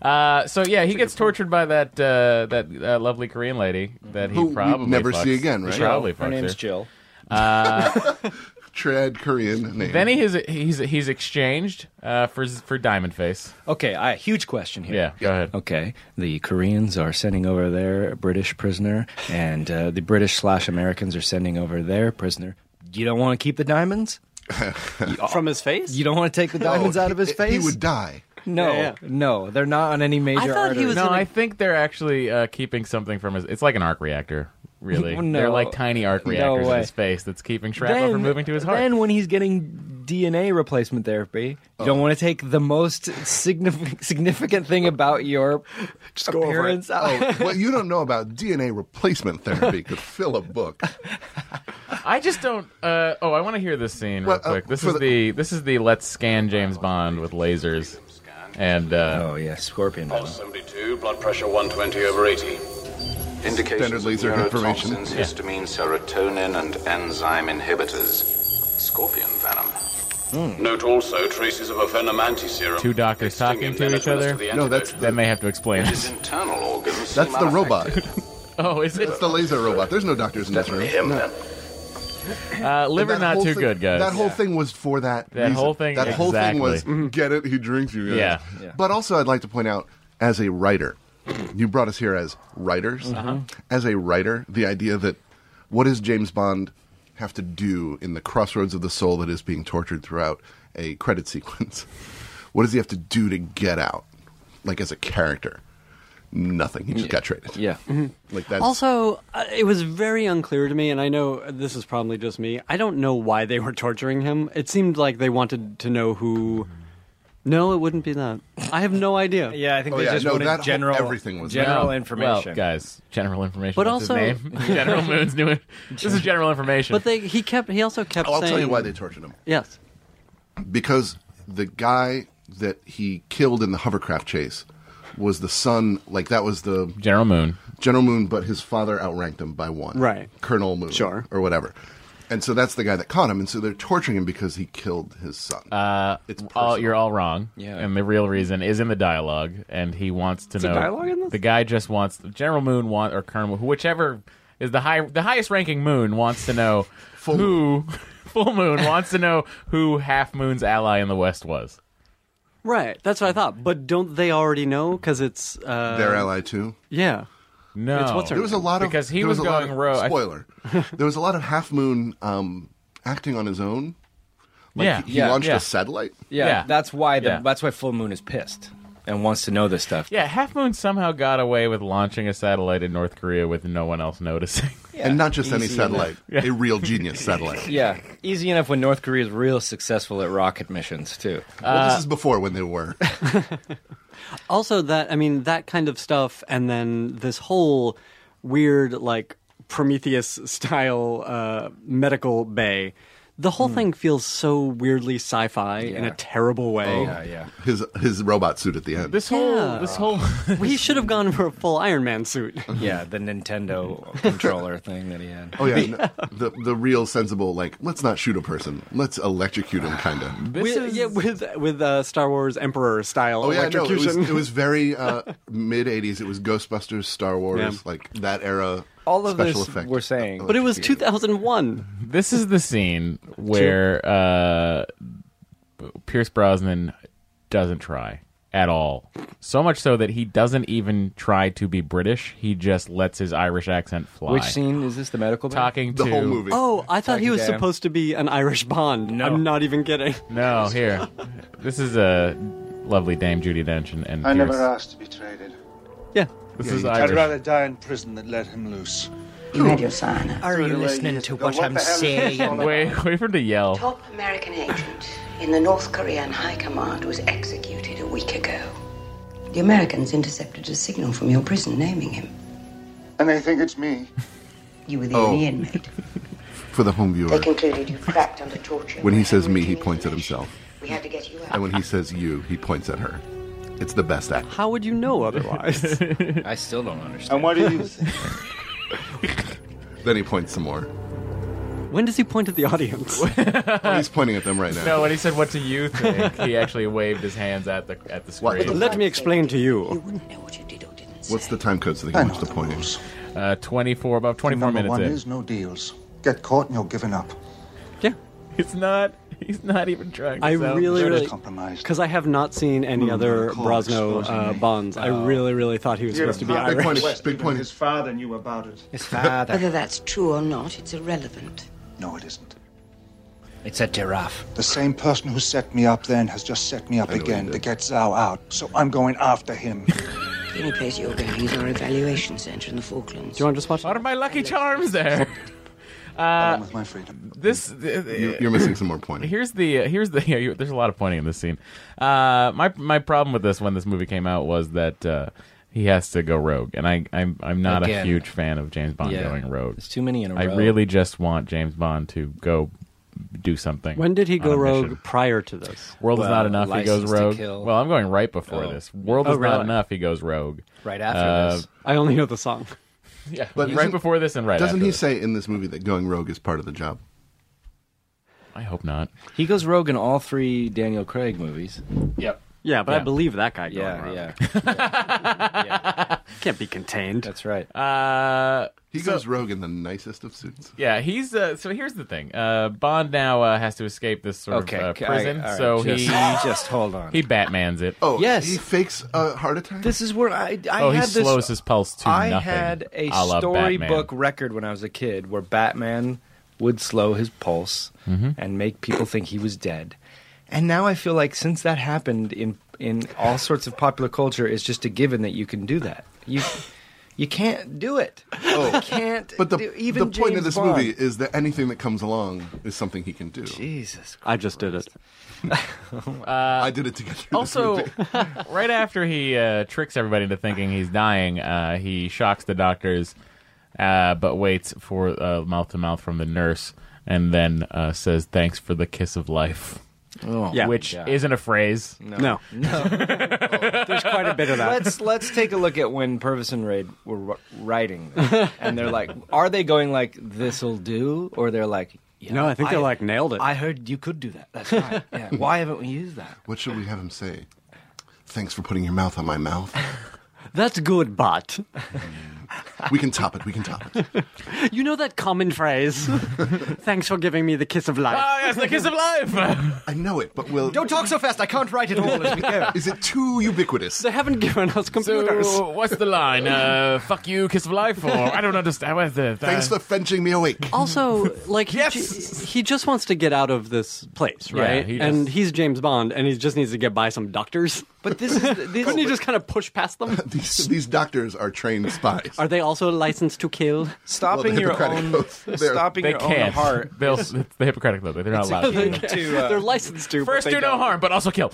S3: Uh, so yeah, he gets tortured by that uh, that uh, lovely Korean lady that he
S5: Who we
S3: probably
S5: never
S3: fucks.
S5: see again, right?
S3: He probably
S4: her
S3: fucks
S4: name's
S3: her.
S4: Jill.
S5: Trad Korean name.
S3: Then he is he's he's exchanged uh, for for Diamond Face.
S4: Okay, I huge question here.
S3: Yeah, go ahead.
S4: Okay, the Koreans are sending over their British prisoner, and uh, the British slash Americans are sending over their prisoner. You don't want to keep the diamonds.
S7: From his face?
S4: You don't want to take the diamonds out of his
S5: He-
S4: face.
S5: He would die.
S4: No,
S7: Yeah, yeah.
S4: Oh, no, they're not on any major.
S7: I thought he was
S3: No,
S7: gonna-
S3: I think they're actually uh, keeping something from his. It's like an arc reactor, really.
S4: No.
S3: They're like tiny arc
S4: No
S3: reactors in
S4: way.
S3: his face that's keeping shrapnel from moving to his heart.
S4: Then when he's getting DNA replacement therapy, you don't want to take the most significant significant thing about your
S7: go over it.
S4: appearance out.
S5: what Oh, you don't know about DNA replacement therapy could fill a book.
S3: I just don't. Uh, oh, I want to hear this scene real
S5: Well, uh,
S3: quick. This
S5: for
S3: is the,
S5: the-
S3: this is the let's scan James Bond with lasers, and uh,
S4: Oh yeah, scorpion.
S8: Pulse 72, blood pressure 120 over 80. Indications
S5: Standard laser
S8: of
S5: information.
S8: neurotoxins, histamine, serotonin, and enzyme inhibitors. Scorpion venom. Note also traces of a venom antiserum.
S3: Hmm. Two doctors
S8: Sting
S3: talking
S8: him,
S3: to
S8: then
S3: each
S8: as well as
S3: other?
S8: to the
S5: No, that's
S8: antidote.
S3: then they have to explain.
S8: His internal organs
S5: That's
S8: seem
S5: the robot.
S8: unaffected.
S3: oh, is it
S5: It's the laser robot. There's no doctors in this room.
S8: Him, then.
S3: uh, liver
S5: That
S3: not
S5: whole
S3: too
S5: thing-
S3: good, guys?
S5: That whole thing was for that.
S3: That
S5: reason.
S3: whole thing-
S5: That whole thing was
S3: exactly.
S5: Mm. get it. He drinks you. guys."
S3: Yeah.
S4: Yeah.
S5: But also, I'd like to point out, as a writer, you brought us here as writers. As a writer, the idea that what does James Bond have to do in the crossroads of the soul that is being tortured throughout, a credit sequence. What does he have to do to get out? Like as a character, nothing. He just got traded.
S4: Yeah.
S5: Like that's
S7: Also, uh, it was very unclear to me, and I know this is probably just me. I don't know why they were torturing him. It seemed like they wanted to know who. No, it wouldn't be that. I have no idea.
S4: Yeah, I think
S5: Oh,
S4: they
S5: yeah,
S4: just
S5: no,
S4: wanted
S5: that whole-
S4: general
S5: everything was-
S4: general
S3: No.
S4: information.
S3: Well, guys, general information.
S7: But
S3: That's his
S7: also-
S3: name. General Moon's new. This is general information.
S7: But they, he kept. He also kept.
S5: Oh, I'll
S7: saying,
S5: tell you why they tortured him.
S7: Yes.
S5: Because the guy that he killed in the hovercraft chase was the son. Like that was the
S3: General Moon.
S5: General Moon, but his father outranked him by one.
S7: Right.
S5: Colonel Moon.
S7: Sure.
S5: Or whatever. And so that's the guy that caught him. And so they're torturing him because he killed his son. Uh, it's
S3: All,
S5: personal.
S3: oh, you're all wrong.
S4: Yeah.
S3: And the real reason is in the dialogue, and he wants to
S7: a
S3: know.
S7: dialogue in this?
S3: The guy just wants General Moon want or Colonel whichever is the high the highest ranking Moon wants to know
S5: Full
S3: who Full Moon wants to know who Half Moon's ally in the West was.
S7: Right. That's what I thought. But don't they already know? Because it's. Uh,
S5: Their ally too.
S7: yeah.
S3: No,
S7: It's what's her-
S5: There was a lot of
S3: because he
S5: there
S3: was,
S5: a lot
S3: going
S5: of-
S3: rogue. I-
S5: Spoiler. there was a lot of Half Moon um, acting on his own. Like
S3: Yeah.
S5: he, he
S3: Yeah.
S5: launched
S3: Yeah.
S5: a satellite.
S4: Yeah,
S3: Yeah.
S4: that's why the
S3: Yeah.
S4: that's why Full Moon is pissed and wants to know this stuff.
S3: Yeah, Half Moon somehow got away with launching a satellite in North Korea with no one else noticing.
S5: and not just any
S4: Easy
S5: satellite, a real genius satellite.
S4: Yeah, easy enough when North Korea is real successful at rocket missions too.
S5: Well,
S3: Uh,
S5: this is before when they were.
S7: Also, that I mean, that kind of stuff, and then this whole weird, like Prometheus style uh, medical bay. The whole
S5: Hmm.
S7: thing feels so weirdly sci-fi in a
S4: Yeah.
S7: terrible
S3: Oh.
S7: way.
S4: Yeah, yeah.
S5: His his robot suit at the end.
S3: This whole, this whole,
S7: He should have gone for a full Iron Man suit.
S4: Yeah, the Nintendo controller thing that he had.
S5: Oh yeah, no, the the real sensible like let's not shoot a person, let's electrocute him, kind of.
S3: this
S7: with,
S3: is
S7: yeah, with with uh, Star Wars Emperor style
S5: Oh yeah, no, it was
S7: electrocution.
S5: it was very uh, mid '80s. It was Ghostbusters, Star Wars,
S7: Yeah.
S5: like that era.
S4: All of
S5: special
S4: this
S5: effect.
S4: we're saying.
S7: but it was 2001.
S3: this is the scene where uh, Pierce Brosnan doesn't try at all. So much so that he doesn't even try to be British. He just lets his Irish accent fly.
S4: Which scene is this? The medical bay?
S3: Talking
S5: the
S3: to
S5: whole movie.
S7: Oh, I thought he was
S4: Talking to him.
S7: supposed to be an Irish Bond.
S4: No.
S7: I'm not even kidding.
S3: No, here. This is a lovely Dame Judy Dench and, and
S9: I never
S3: Pierce.
S9: asked to be traded.
S7: Yeah,
S3: This is
S9: I'd
S3: Irish.
S9: rather die in prison than let him loose.
S10: You had your sign.
S9: Are you listening to what I'm saying?
S3: Wait, wait for him to yell.
S10: Top American agent in the North Korean High Command was executed a week ago. The Americans intercepted a signal from your prison naming him.
S9: And they think it's me.
S10: You were the
S5: Oh.
S10: only inmate.
S5: for the home viewer,
S10: They concluded you cracked under torture.
S5: when he says
S10: and
S5: me, he
S10: routine
S5: points at
S10: mutilation.
S5: himself,
S10: We had to get you out.
S5: and when he says you, he points at her. It's the best act.
S7: how would you know otherwise?
S4: I still don't understand.
S9: And what do you think?
S5: Then he points some more.
S7: when does he point at the audience?
S5: Oh, he's pointing at them right now.
S3: No, when he said, "What do you think?" he actually waved his hands at the at the
S5: What?
S3: screen.
S7: Let me explain to
S10: You
S7: you.
S10: wouldn't know what you did or didn't
S5: What's
S10: say.
S5: the time code so they
S9: I
S5: can
S9: know
S5: watch the
S9: the
S5: pointing?
S9: rules.
S3: Uh, twenty-four, about twenty-four
S9: Number
S3: minutes
S9: one
S3: in.
S9: is no deals. Get caught and you're giving up.
S7: Yeah,
S3: It's not. He's not even trying. To
S7: I
S3: sound-
S7: really,
S9: They're
S7: really,
S9: compromised.
S7: because I have Hmm. not seen any other
S9: cold
S7: Brosno
S9: exposing
S7: uh,
S9: me.
S7: Bonds. I really, really thought he was supposed to be
S5: Big
S7: Irish.
S5: point, big point.
S9: His father knew about it.
S4: His father.
S10: Whether that's true or not, it's irrelevant.
S9: No, it isn't.
S4: it's a giraffe.
S9: The same person who set me up then has just set me up
S5: know what
S9: again
S5: he
S9: to
S5: did.
S9: get Zhao out. So I'm going after him.
S10: The only place you're going is our evaluation center in the Falklands.
S7: Do you want to just watch?
S3: What are my lucky charms there?
S9: Along with my freedom.
S3: This. th- th-
S5: You- You're missing some more pointing.
S3: Here's the uh, here's the yeah, you, there's a lot of pointing in this scene. Uh, my my problem with this when this movie came out was that uh, he has to go rogue, and I I'm I'm not
S4: Again.
S3: a huge fan of James Bond
S4: Yeah.
S3: going rogue.
S4: It's too many in a
S3: I
S4: row.
S3: really just want James Bond to go do something.
S7: When did he
S3: on
S7: go
S3: a
S7: rogue
S3: mission.
S7: prior to this?
S3: World is
S4: Well,
S3: not enough. He goes
S4: License to
S3: rogue.
S4: Kill.
S3: Well, I'm going right before
S4: Oh.
S3: this. World
S7: Oh,
S3: is not
S7: really?
S3: enough. He goes rogue.
S4: Right after
S3: Uh,
S4: this.
S7: I only know the song.
S3: Yeah,
S5: But
S3: right
S5: isn't-
S3: before this and right
S5: Doesn't
S3: after
S5: he
S3: this.
S5: say in this movie that going rogue is part of the job?
S3: I hope not.
S4: He goes rogue in all three Daniel Craig movies.
S3: Yep.
S7: Yeah, but
S3: Yeah.
S7: I believe that guy. going
S4: Yeah,
S7: rogue.
S4: yeah.
S7: Can't be contained.
S4: That's right.
S3: Uh,
S5: He goes rogue in the nicest of suits.
S3: yeah, he's uh, so. Here's the thing. Uh, Bond now uh, has to escape this sort
S4: okay.
S3: of
S4: okay,
S3: uh,
S4: all right,
S3: prison,
S4: all right,
S3: so
S4: just,
S3: he
S4: just hold on.
S3: he Batman's it.
S5: Oh,
S4: Yes.
S5: He fakes a heart attack.
S4: This is where I, I
S3: Oh, he
S4: had this.
S3: slows his pulse to
S4: I
S3: nothing,
S4: had a
S3: a la
S4: storybook
S3: Batman.
S4: record when I was a kid
S7: Mm-hmm.
S4: where Batman would slow his pulse and make people think he was dead. And now I feel like since that happened in in all sorts of popular culture, it's just a given that you can do that. You you can't do it.
S5: Oh.
S4: You can't.
S5: But the,
S4: do, even
S5: the point of
S4: James
S5: this
S4: Bond.
S5: movie is that anything that comes along is something he can do.
S4: Jesus.
S7: I just did it.
S4: Uh,
S5: I did it to get through this
S3: Also,
S5: movie.
S3: right after he uh, tricks everybody into thinking he's dying, uh, he shocks the doctors, uh, but waits for uh, mouth to mouth from the nurse, and then uh, says, "Thanks for the kiss of life,"
S4: Oh,
S7: Yeah.
S3: which
S4: Yeah.
S3: isn't a phrase.
S7: No. There's quite a bit of that.
S4: Let's let's take a look at when Purvis and Raid were wr- writing, this. and they're like, are they going like this'll do, or they're like, yeah,
S7: No, I think they're like nailed it.
S4: I heard you could do that. That's right. Yeah. Why haven't we used that?
S5: What should we have him say? Thanks for putting your mouth on my mouth.
S7: That's good, but
S5: We can top it. We can top it.
S7: you know that common phrase. Thanks for giving me the kiss of life.
S3: Oh, yes, the kiss of life.
S5: I know it, but we'll.
S4: Don't talk so fast. I can't write it all as we go.
S5: Is it too ubiquitous?
S7: They haven't given us computers.
S3: so, what's the line? Uh, "Fuck you, kiss of life," or I don't understand. What's the,
S5: Thanks for fetching me awake.
S7: also, like he,
S3: Yes!
S7: ju- he just wants to get out of this place,
S3: Yeah,
S7: right?
S3: he
S7: and
S3: just-
S7: he's James Bond, and he just needs to get by some doctors.
S4: But this is the- this,
S7: Couldn't he just kind of push past them?
S5: These, these doctors are trained spies.
S7: Are they also licensed to kill?
S4: stopping
S5: Well, the
S4: your
S5: Hippocratic
S4: own
S5: Oath. They're-
S4: stopping
S3: They
S4: your own
S3: can't.
S4: heart.
S3: They'll, it's the Hippocratic Oath. They're not allowed. to.
S4: to, uh,
S7: They're licensed to. but
S3: First,
S7: they
S3: do no
S7: don't.
S3: harm, but also kill.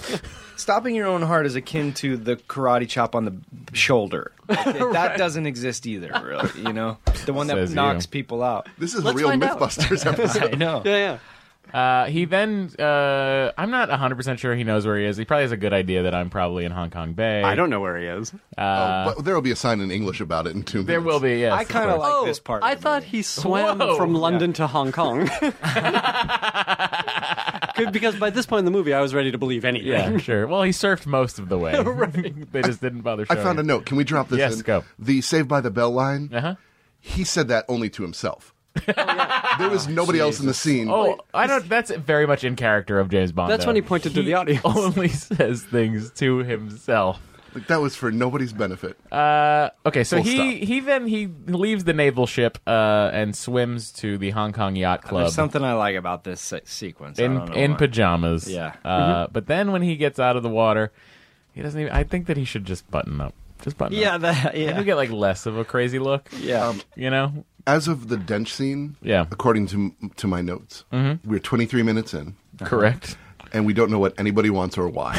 S4: Stopping your own heart is akin to the karate chop on the shoulder. Like, That doesn't exist either, really. You know, the one that
S3: Says you.
S4: knocks people out.
S5: This is a
S7: Let's
S5: real
S7: find out.
S5: MythBusters episode.
S4: I know.
S7: Yeah, yeah.
S3: Uh, he then, uh, I'm not 100% sure he knows where he is. He probably has a good idea that I'm probably in Hong Kong Bay.
S7: I don't know where he is.
S5: oh, but there will be a sign in English about it in two minutes.
S3: Uh, There will be, yes.
S4: I kind of like this part.
S7: Oh, I
S4: of the
S7: thought
S4: movie.
S7: he swam
S3: Whoa.
S7: from London to Hong Kong. Good, because by this point in the movie, I was ready to believe anything.
S3: Yeah, sure. Well, he surfed most of the way. they just didn't bother
S5: I
S3: showing.
S5: found a note. Can we drop this
S3: Yes,
S5: in?
S3: go.
S5: The Saved by the Bell line.
S3: Uh-huh.
S5: He said that only to himself. There was nobody else in the scene.
S3: Oh, I don't. That's very much in character of James Bond.
S7: That's
S3: though.
S7: when he pointed to the audience.
S3: Only says things to himself.
S5: Like, that was for nobody's benefit.
S3: Uh, okay, so
S5: Full
S3: he
S5: stop.
S3: he then he leaves the naval ship uh, and swims to the Hong Kong Yacht Club
S4: There's something I like about this se- sequence. I
S3: in
S4: don't know
S3: in
S4: why.
S3: pajamas.
S4: Yeah. Mm-hmm.
S3: Uh, But then when he gets out of the water, he doesn't even. I think that he should just button up. Just button up.
S4: Yeah, that,
S3: You
S4: yeah,
S3: get like less of a crazy look,
S4: yeah.
S3: you know?
S5: As of the Dench scene,
S3: Yeah. Mm-hmm.
S5: according to to my notes, we're 23 minutes in,
S3: Correct.
S5: and we don't know what anybody wants or why.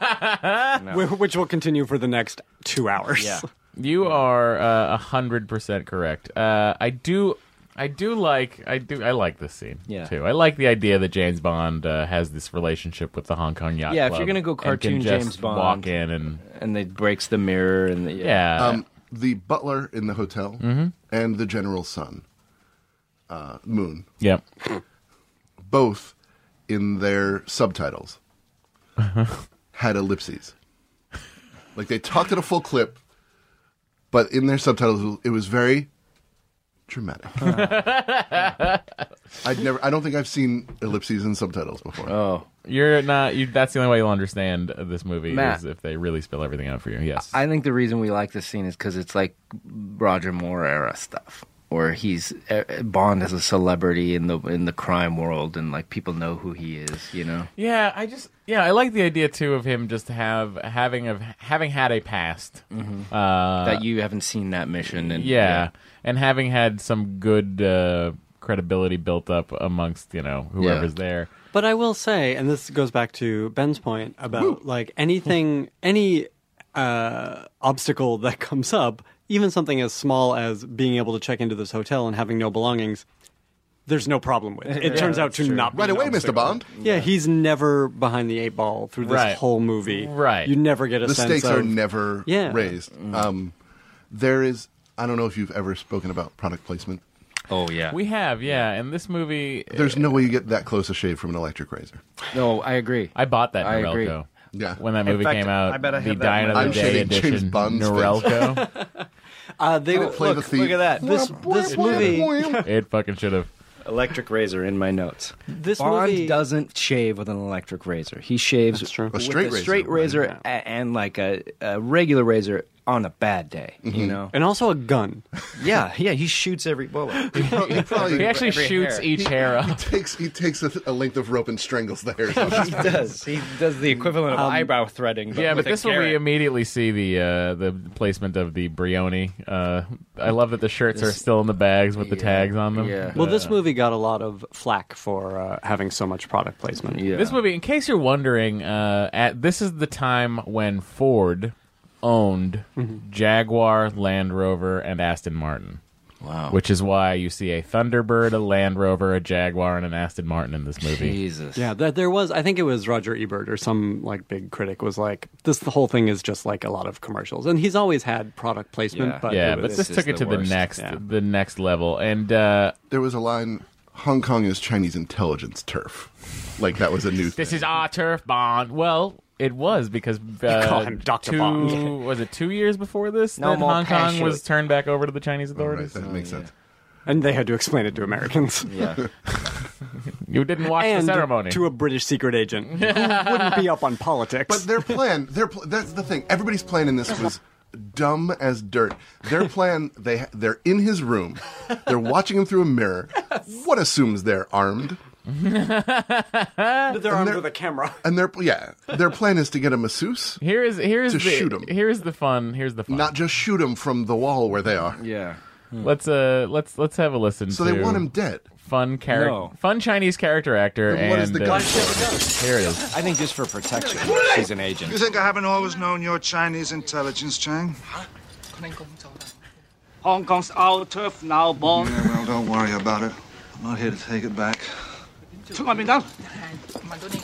S3: Uh,
S7: Wh- Which will continue for the next two hours.
S4: Yeah.
S3: You are uh, a hundred percent correct. Uh, I do, I do like, I do, I like this scene
S4: Yeah.
S3: too. I like the idea that James Bond uh, has this relationship with the Hong Kong yacht.
S4: Yeah, if
S3: Club
S4: you're gonna go
S3: and can
S4: cartoon
S3: just
S4: James Bond-
S3: walk in and
S4: and they breaks the mirror and the,
S3: yeah,
S5: um, the butler in the hotel
S3: Mm-hmm.
S5: and the general's son, uh, Moon,
S3: yep.
S5: both in their subtitles
S7: Uh-huh.
S5: had ellipses. Like they talked at a full clip, but in their subtitles it was very dramatic. I'd never. I don't think I've seen ellipses in subtitles before.
S4: Oh,
S3: You're not. You, that's the only way you'll understand this movie
S4: Matt.
S3: is if they really spill everything out for you. Yes.
S4: I think the reason we like this scene is because it's like Roger Moore era stuff, where he's eh, Bond is a celebrity in the in the crime world, and like people know who he is. You know,
S3: Yeah, I just yeah, I like the idea too of him just have having of having had a past. Uh,
S4: that you haven't seen that mission, and
S3: yeah, and having had some good uh, credibility built up amongst you know whoever's there.
S7: But I will say, and this goes back to Ben's point about like anything, any uh, obstacle that comes up, even something as small as being able to check into this hotel and having no belongings, there's no problem with. It turns out to not be
S5: Right
S7: an
S5: away, Mr.
S7: obstacle.
S5: Bond.
S7: Yeah, he's never behind the eight ball through this
S3: Right.
S7: whole movie.
S3: Right.
S7: you never get a
S5: the
S7: sense
S5: stakes
S7: of
S5: are never
S7: Yeah. Mm.
S5: raised. Um, there is. I don't know if you've ever spoken about product placement.
S4: Oh yeah.
S3: We have yeah, and this movie
S5: There's no way you get that close a shave from an electric razor.
S4: no, I agree.
S3: I bought that
S4: I agree.
S3: Norelco.
S5: Yeah.
S3: When that movie
S4: fact,
S3: came out,
S4: I bet I
S3: the
S4: have that
S3: Dine
S4: in
S3: of
S4: my
S3: the
S4: house.
S5: I'm
S3: Day
S5: shading James
S3: edition
S5: Bond's face.
S3: Norelco.
S7: Uh, they
S5: Don't play the
S7: look,
S5: thief.
S4: Look at that.
S7: This- this movie-
S3: it fucking should have.
S4: Electric razor in my notes.
S7: This
S4: Bond
S7: movie-
S4: doesn't shave with an electric razor. He shaves
S7: That's true. A
S4: with
S5: straight
S4: a straight
S5: razor,
S4: razor a- and like a, a regular razor on a bad day, you know.
S7: and also a gun.
S4: Yeah, yeah, he shoots every bullet.
S5: He probably-
S3: He actually
S4: Every
S3: shoots
S4: hair.
S3: each
S5: he-
S3: hair
S5: He
S3: up.
S5: takes he takes a, a length of rope and strangles the hairs. off.
S4: he does. He does the equivalent of eyebrow threading.
S3: Yeah, but
S4: with a
S3: this one we
S4: carrot.
S3: immediately see the uh, the placement of the Brioni. Uh, I love that the shirts are
S4: This-
S3: still in the bags with the
S4: Yeah,
S3: tags on them.
S4: yeah.
S7: Well, this movie got a lot of flack for uh, having so much product placement.
S4: Yeah.
S3: This movie, in case you're wondering, uh, at this is the time when Ford owned
S4: Mm-hmm.
S3: Jaguar, Land Rover, and Aston Martin.
S4: Wow.
S3: Which is why you see a Thunderbird, a Land Rover, a Jaguar, and an Aston Martin in this movie.
S4: Jesus.
S7: Yeah, that there was. I think it was Roger Ebert or some like big critic was like, "This the whole thing is just like a lot of commercials." And he's always had product placement,
S4: Yeah.
S7: but
S3: yeah,
S7: it
S3: but
S7: was-
S3: this,
S4: is
S3: took it
S4: the
S3: to
S4: worst.
S3: the next
S7: Yeah.
S3: the next level, and uh,
S5: There was a line: "Hong Kong is Chinese intelligence turf." Like that was a new.
S3: this
S5: thing.
S3: is our turf bond. Well. It was because uh,
S7: call him Dr.
S3: two
S7: Bond.
S3: was it two years before this
S4: No
S3: that
S4: more
S3: Hong Kong
S4: parachute.
S3: was turned back over to the Chinese
S5: All right,
S3: authorities.
S5: that makes sense.
S7: and they had to explain it to Americans
S4: Yeah.
S3: You didn't watch
S7: and
S3: the ceremony.
S7: to a British secret agent who wouldn't be up on politics.
S5: But their plan, their pl- that's the thing. Everybody's plan in this was dumb as dirt. Their plan, they ha- they're in his room. They're watching him through a mirror. What assumes they're armed?
S7: they're armed
S5: they're-
S7: with a camera.
S5: And their yeah, their plan is to get a masseuse,
S3: Here is here's
S5: To
S3: the
S5: shoot 'em.
S3: here's the fun. Here's the fun.
S5: not just shoot him from the wall where they are.
S4: Yeah.
S3: let's uh let's let's have a listen.
S5: So
S3: to
S5: they want him dead.
S3: Fun character,
S4: No.
S3: fun Chinese character actor,
S5: Then
S3: and
S5: what is the
S3: uh,
S5: gun?
S3: here it is.
S4: I think just for protection, she's an agent.
S9: You think I haven't always known your Chinese intelligence, Chang?
S11: Hong Kong's our turf now, boy.
S9: Yeah, well, don't worry about it. I'm not here to take it back.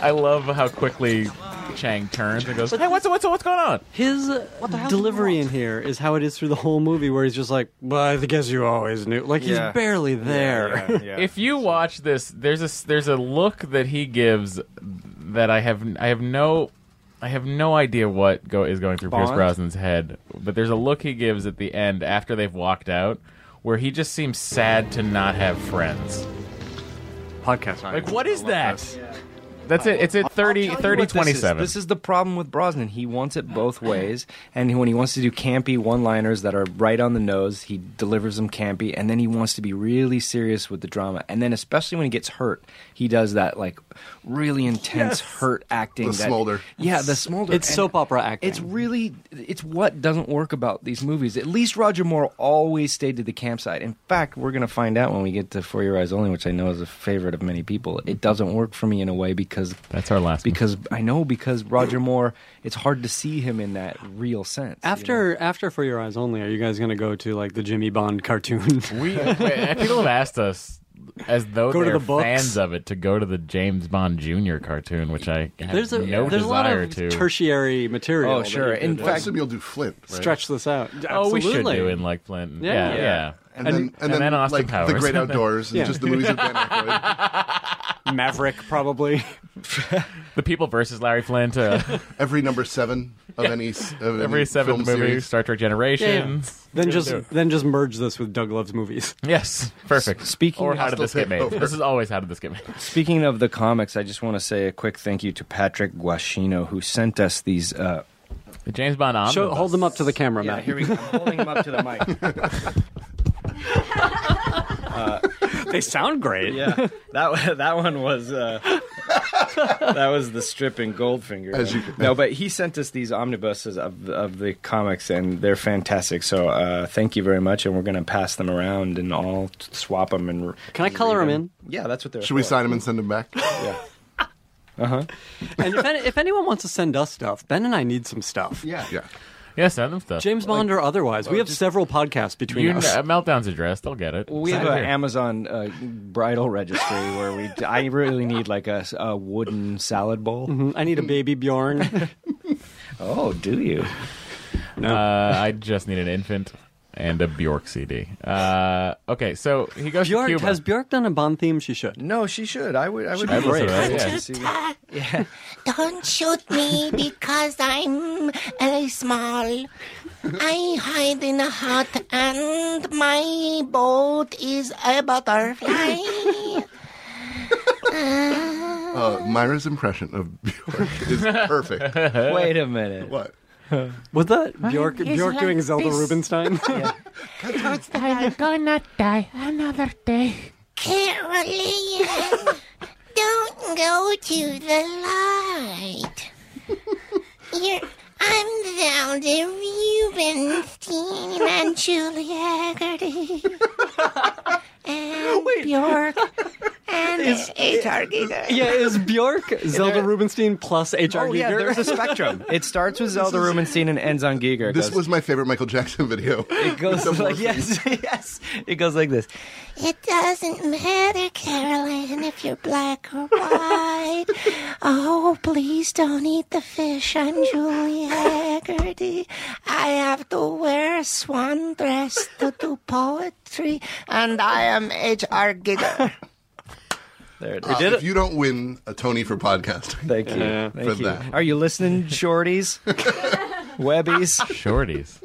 S3: I love how quickly Chang turns and goes, "Hey, what's what's what's going on?"
S7: His delivery in here is how it is through the whole movie, where he's just like, "Well, I guess you always knew." Like
S4: Yeah.
S7: he's barely there.
S3: If you watch this, there's a s- there's a look that he gives that I have I have no I have no idea what go, is going through Pierce
S4: Bond?
S3: Brosnan's head, but there's a look he gives at the end after they've walked out where he just seems sad to not have friends.
S7: Podcast. on.
S3: Like what is that? That's it. It's at 30 30
S4: What this is-
S3: 27.
S4: This is, the problem with Brosnan. He wants it both ways, and when he wants to do campy one-liners that are right on the nose, he delivers them campy, and then he wants to be really serious with the drama. And then, especially when he gets hurt, he does that like really intense hurt acting.
S5: The
S4: that-
S5: smolder.
S4: Yeah, the smolder.
S7: It's soap opera acting.
S4: It's really it's what doesn't work about these movies. At least Roger Moore always stayed to the campsite. In fact, we're gonna find out when we get to For Your Eyes Only, which I know is a favorite of many people. It doesn't work for me in a way because
S3: That's our last one.
S4: because I know because Roger Moore. It's hard to see him in that real sense. you know?
S7: After after For Your Eyes Only, are you guys gonna go to like the Jimmy Bond cartoon?
S3: We wait, people have asked us as though
S7: Go to
S3: they're
S7: the books.
S3: fans of it to go to the James Bond Jr. cartoon, which I have
S7: there's a
S3: no
S7: there's a lot
S3: desire
S7: of
S3: to.
S7: tertiary material.
S4: Oh,
S7: that
S4: sure.
S7: you could
S4: In
S5: Well, I
S4: fact-
S5: assume you'll do Flint. Right?
S7: stretch this out.
S3: oh, we should
S7: Absolutely.
S3: do in like Flint.
S7: Yeah.
S3: Yeah, yeah.
S7: Yeah.
S5: and, then and, then,
S3: then Austin
S5: like the
S3: Powers.
S5: Great Outdoors and
S7: Yeah.
S5: just the movies of Ben Aykroyd.
S7: Maverick probably.
S3: The People versus Larry Flint. Uh,
S5: Every number seven of any s- of any
S3: every seventh
S5: film
S3: movie,
S5: series.
S3: Star Trek Generations.
S7: then just then just merge this with Doug Love's movies.
S3: Yes, perfect.
S4: speaking
S3: or
S4: of-
S3: how did this get
S5: take
S3: made?
S5: over.
S3: This is always how did this get made?
S4: Speaking of the comics, I just want to say a quick thank you to Patrick Guashino who sent us these. Uh,
S3: The James Bond omnibus.
S7: Show, hold them up to the camera, Matt.
S4: we go. I'm holding him up to the mic.
S7: they sound great.
S4: Yeah, that wa- that one was uh, that was the strip in Goldfinger.
S5: As you could-
S4: no, but he sent us these omnibuses of of the comics, and they're fantastic. So uh, thank you very much, and we're gonna pass them around and all t- swap them and. re-
S7: Can I color
S4: read
S7: them in?
S4: Yeah, that's what they're.
S5: Should we
S4: for. Uh-huh.
S5: sign him and send him back?
S4: Yeah.
S7: And if, any, if anyone wants to send us stuff, Ben and I need some stuff.
S4: Yeah.
S5: Yeah.
S3: Yeah, send them stuff.
S7: James Bond or otherwise, we have several podcasts between
S3: you know,
S7: us.
S3: meltdown's address. They'll get it.
S4: Well, we
S3: Send
S4: have
S3: it
S4: an
S3: here.
S4: Amazon uh, bridal registry where we. d- I really need like a, s- a wooden salad bowl.
S7: I need a baby Bjorn.
S4: Oh, do you?
S3: Uh, I just need an infant and a Bjork CD. Uh, okay, so he goes to
S7: Bjork
S3: Cuba.
S7: has Bjork done a Bond theme? She should.
S4: No, she should. I would. I would
S3: I'd
S4: be
S3: listen to
S4: grateful
S3: that,
S4: to
S3: yeah.
S4: see-
S6: Don't shoot me because I'm uh, small. I hide in a hut and my boat is a butterfly.
S5: Uh, Myra's impression Uh, of Bjork is perfect.
S4: Wait a minute.
S5: What?
S7: Was that
S12: Mine
S7: Bjork,
S12: is
S7: Bjork
S12: like
S7: doing Zelda
S12: this.
S7: Rubinstein?
S12: I'm gonna die another day.
S6: Caroline, don't go to the light. You're, I'm Zelda Rubinstein and Julie Haggerty. And Bjork. And
S7: Is-
S6: HR Giger.
S7: yeah, is Bjork Zelda Rubinstein plus H.R.
S4: Oh, yeah,
S7: Giger?
S4: there's a spectrum. It starts with
S7: This
S4: Zelda
S7: is-
S4: Rubinstein and ends on Giger. It
S5: This
S4: goes-
S5: was my favorite Michael Jackson video.
S4: it goes like yes, yes. It goes like this.
S6: It doesn't matter, Caroline, if you're black or white. oh, please don't eat the fish. I'm Julie Haggerty. I have to wear a swan dress to do poetry, and I am H.R. Giger.
S4: There it
S5: Uh, if you don't win a Tony for podcasting,
S4: thank you.
S5: for
S4: Thank you.
S5: that.
S4: Are you listening, shorties? Webbies?
S3: Shorties.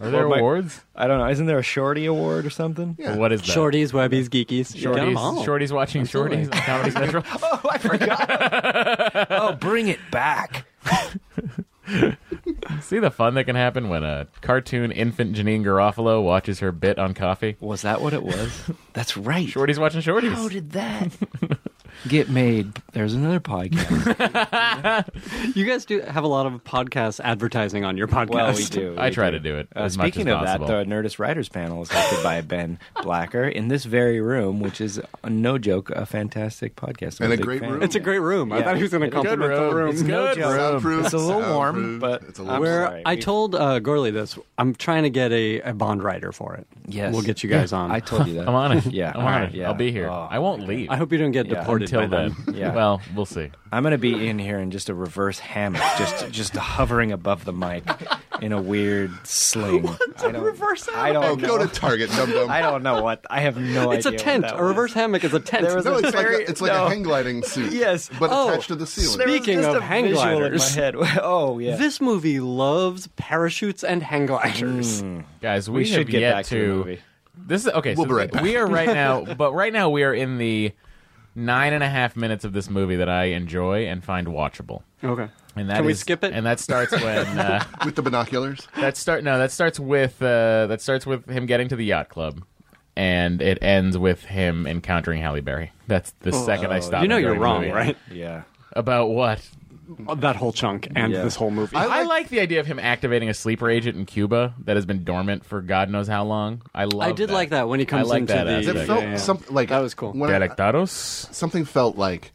S3: Are there awards?
S4: I don't know. Isn't there a shorty award or something?
S5: Yeah.
S3: What is that?
S7: Shorties, Webbies, Geekies. You got 'em
S3: Shorties,
S7: all.
S3: shorties watching shorties on Comedy Central.
S4: Oh, bring it back.
S3: See the fun that can happen when a cartoon infant Janine Garofalo watches her bit on coffee.
S4: Was that what it was? That's right.
S3: Shorties watching shorties.
S4: How did that get made? There's another podcast.
S7: You guys do have a lot of podcast advertising on your podcast.
S4: Well, we do.
S3: I
S4: we
S3: try to do it
S4: Uh,
S3: as much
S4: speaking
S3: as
S4: of
S3: possible.
S4: that, the Nerdist Writers Panel is hosted by Ben Blacker in this very room, which is uh, no joke, a fantastic podcast. I'm
S5: And a
S4: big
S5: great
S4: fan.
S5: room.
S7: It's a great room. I
S4: Yeah.
S7: thought he was going to
S3: It's a good
S7: compliment the
S3: room.
S7: room.
S3: It's No good joke. room.
S5: Soundproof,
S4: It's a little warm,
S5: soundproof.
S4: but
S5: It's a little-
S7: Where
S4: sorry,
S7: I
S4: we-
S7: told uh, Gurley this. I'm trying to get a, a bond writer for it.
S4: Yes.
S7: We'll get you guys on.
S4: I told you that.
S3: I'm on it.
S4: Yeah,
S3: I'm
S4: all
S3: on
S4: right,
S3: it.
S4: yeah.
S3: I'll be here.
S4: Oh,
S3: I won't leave
S7: I hope you don't get
S4: Yeah.
S7: deported
S3: until
S7: by
S3: then.
S7: then.
S4: Yeah.
S3: Well, we'll see.
S4: I'm gonna be in here in just a reverse hammock, just just hovering above the mic in a weird sling. I don't, reverse hammock? I don't
S5: Oh,
S4: know.
S5: go to Target, dum dum.
S4: I don't know what. I have no
S7: It's
S4: idea.
S7: a
S4: what
S7: tent.
S4: that
S7: A
S4: was.
S7: reverse hammock is a tent.
S4: There was
S5: No, it's like
S4: Very-
S5: a, it's like
S4: no.
S5: a hang gliding suit.
S4: Yes.
S5: but
S7: Oh,
S5: attached to the
S4: There
S5: ceiling.
S4: was
S7: Speaking
S4: just
S7: of
S4: a
S7: hang
S4: visual
S7: gliders.
S4: in my head. Oh yeah.
S7: This movie loves parachutes and hang gliders.
S3: Mm. Guys, we,
S4: we
S3: have
S4: should get
S3: yet
S4: back to,
S3: to
S4: the movie.
S3: This is okay.
S5: We'll
S3: so
S5: be right back.
S3: We are right now, but right now we are in the nine and a half minutes of this movie that I enjoy and find watchable.
S7: Okay.
S3: And that
S7: Can we
S3: is-
S7: skip it?
S3: And that starts when uh,
S5: with the binoculars.
S3: that start. No, that starts with uh, that starts with him getting to the yacht club, and it ends with him encountering Halle Berry. That's the second I stop.
S7: Oh, you know you're
S3: enjoying the
S7: wrong,
S3: movie.
S7: right?
S4: Yeah.
S3: About what?
S7: That whole chunk and
S4: Yeah.
S7: this whole movie.
S3: I like, the idea of him activating a sleeper agent in Cuba that has been dormant for God knows how long. I love.
S7: I did like that when he comes
S3: I like
S7: into
S3: that
S7: the-
S3: aspect.
S5: That
S7: Yeah,
S5: felt
S7: yeah, yeah.
S5: something like
S7: That was cool.
S5: when I-
S3: Delectados?
S5: something felt like,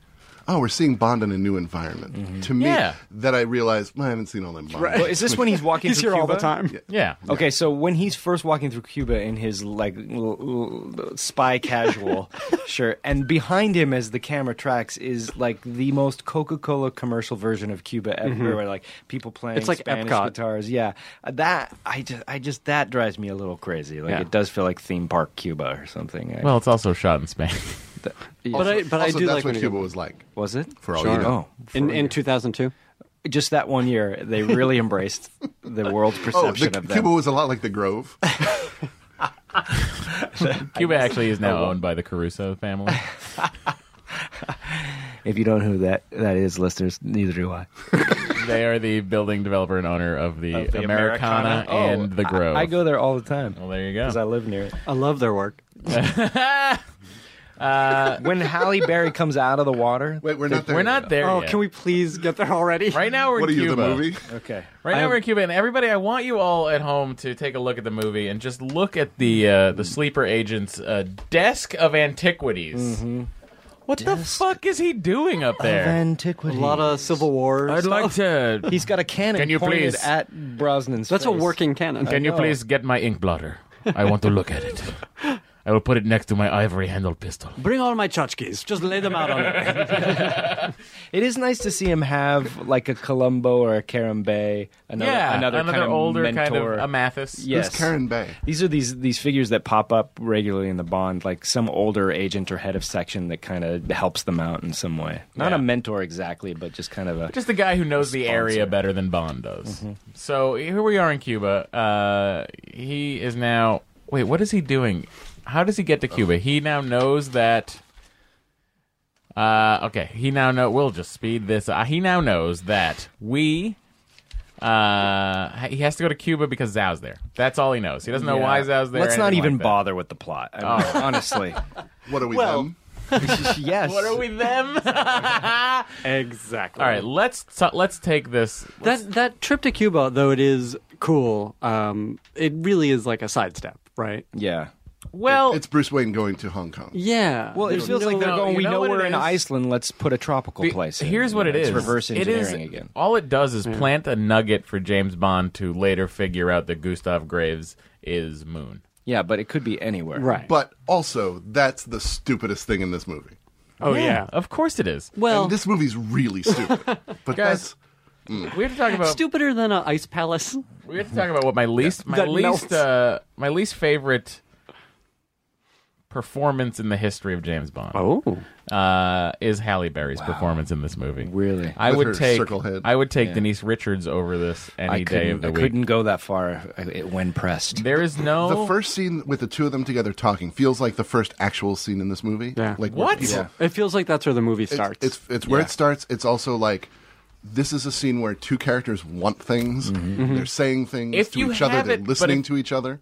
S5: oh, we're seeing Bond in a new environment. To me,
S3: Yeah.
S5: that I realized well, I haven't seen all them Bond.
S4: Well, is this when he's walking
S7: He's
S4: through
S7: here all the
S4: Cuba?
S7: time.
S3: Yeah.
S4: Okay, so when he's first walking through Cuba in his like l- l- spy casual shirt, and behind him as the camera tracks is like the most Coca Cola commercial version of Cuba ever, where like people playing
S7: Mm-hmm. It's like
S4: Spanish
S7: Epcot.
S4: guitars. Yeah, Uh, that I just I just that drives me a little crazy. Like
S7: Yeah.
S4: it does feel like theme park Cuba or something. I-
S3: Well, it's also shot in Spain.
S7: but I, but
S5: also,
S7: I do
S5: that's
S7: like
S5: what
S7: when he-
S5: Cuba was like.
S4: was it
S5: For all you
S4: Oh,
S5: know.
S4: for
S7: in
S4: all
S7: in
S4: you-
S7: 2002.
S4: just that one year, they really embraced the world's
S5: Oh,
S4: perception
S5: the,
S4: of them.
S5: Cuba was a lot like the Grove.
S3: Cuba actually is
S7: Oh,
S3: now owned by the Caruso family.
S4: If you don't know who that that is, listeners, neither do I.
S3: they are the building developer and owner of the,
S4: of the
S3: Americana,
S4: Oh,
S3: and the
S4: I-
S3: Grove.
S4: I, go there all the time
S3: Well, there you
S4: because I
S3: go.
S4: live near it.
S7: I love their work.
S4: Uh, When Halle Berry comes out of the water,
S5: Wait, we're not there.
S3: We're
S5: yet.
S3: not there.
S7: Oh,
S3: yet.
S7: can we please get there already?
S3: Right now we're
S5: What are
S3: in
S5: you,
S3: Cuba.
S5: the movie?
S4: okay,
S3: Right now we're in Cuba, and everybody, I want you all at home to take a look at the movie and just look at the uh, the sleeper agent's uh, desk of antiquities. What the
S4: Desk
S3: fuck is he doing up there?
S7: A lot of Civil War.
S3: I'd
S7: stuff.
S3: like to.
S4: He's got a cannon
S3: Can you
S4: pointed
S3: please-
S4: at Brosnan's.
S7: That's a
S4: face.
S7: working cannon.
S3: Can you
S4: know.
S3: please get my ink blotter? I want to look at it. I will put it next to my ivory handled pistol.
S7: Bring all my tchotchkes. Just lay them out on it.
S4: It is nice to see him have like a Columbo or a Carambay, another
S3: yeah,
S4: another, kind of
S3: older kind
S4: mentor.
S3: of Amathus.
S4: Yes.
S5: It's Karen Bay.
S4: These are these these figures that pop up regularly in the Bond, like some older agent or head of section that kind of helps them out in some way. Not
S3: Yeah.
S4: a mentor exactly, but just kind of a
S3: Just the guy who knows the
S4: Sponsor. Mm-hmm.
S3: area better than Bond does. So here we are in Cuba. Uh, he is now. Wait, what is he doing? How does he get to Cuba? He now knows that. Uh, okay, he now know. We'll just speed this. Uh, he now knows that we Uh, he has to go to Cuba because Zhao's there. That's all he knows. He doesn't know
S4: Yeah.
S3: why Zhao's there.
S4: Let's
S3: or
S4: not
S3: anything
S4: even
S3: like that.
S4: bother with the plot. I mean,
S3: Oh.
S4: honestly,
S5: what are we them?
S4: yes.
S3: What are we them?
S7: exactly.
S3: All right, let's t- let's take this.
S7: That that trip to Cuba, though it is cool, um, it really is like a sidestep, right?
S4: Yeah.
S3: Well,
S5: it's Bruce Wayne going to Hong Kong.
S7: Yeah.
S4: Well, it
S7: There's
S4: feels
S7: no-
S4: like they're
S7: no,
S4: going.
S7: you
S4: we
S7: know
S4: know,
S7: what
S4: we're
S7: it
S4: in
S7: is?
S4: Iceland. Let's put a tropical
S3: Be-
S4: place. in.
S3: Here's what it
S4: It's
S3: is.
S4: reverse
S3: It is-
S4: engineering again.
S3: All it does is plant a nugget for James Bond to later figure out that Gustav Graves is Moon.
S4: Yeah, but it could be anywhere.
S5: But also, that's the stupidest thing in this movie.
S3: Oh, Yeah, yeah. of course it is.
S5: Well, and this movie's really stupid. but
S3: Guys,
S5: that's mm.
S3: we have to talk about
S7: stupider than an ice palace.
S3: We have to talk about what my least my
S7: That
S3: least
S7: melts.
S3: uh, my least favorite performance in the history of James Bond. Oh, uh, is Halle Berry's performance in this movie?
S4: Really?
S3: I
S4: With
S3: would
S4: her
S3: take
S4: circle head.
S3: I would take
S4: Yeah.
S3: Denise Richards over this any
S4: I
S3: day of
S4: couldn't,
S3: the
S4: I
S3: week.
S4: couldn't go that far uh, when pressed.
S3: There is no
S5: The first scene with the two of them together talking feels like the first actual scene in this movie. Yeah. Like where people-
S7: It feels like that's where the movie
S5: It's-
S7: starts.
S5: It's it's, where
S7: Yeah.
S5: it starts. It's also like this is a scene where two characters want things.
S3: Mhm.
S5: They're saying things
S3: If
S5: to
S3: you
S5: each other.
S3: have
S5: They're
S3: it, but
S5: listening
S3: if-
S5: to each other.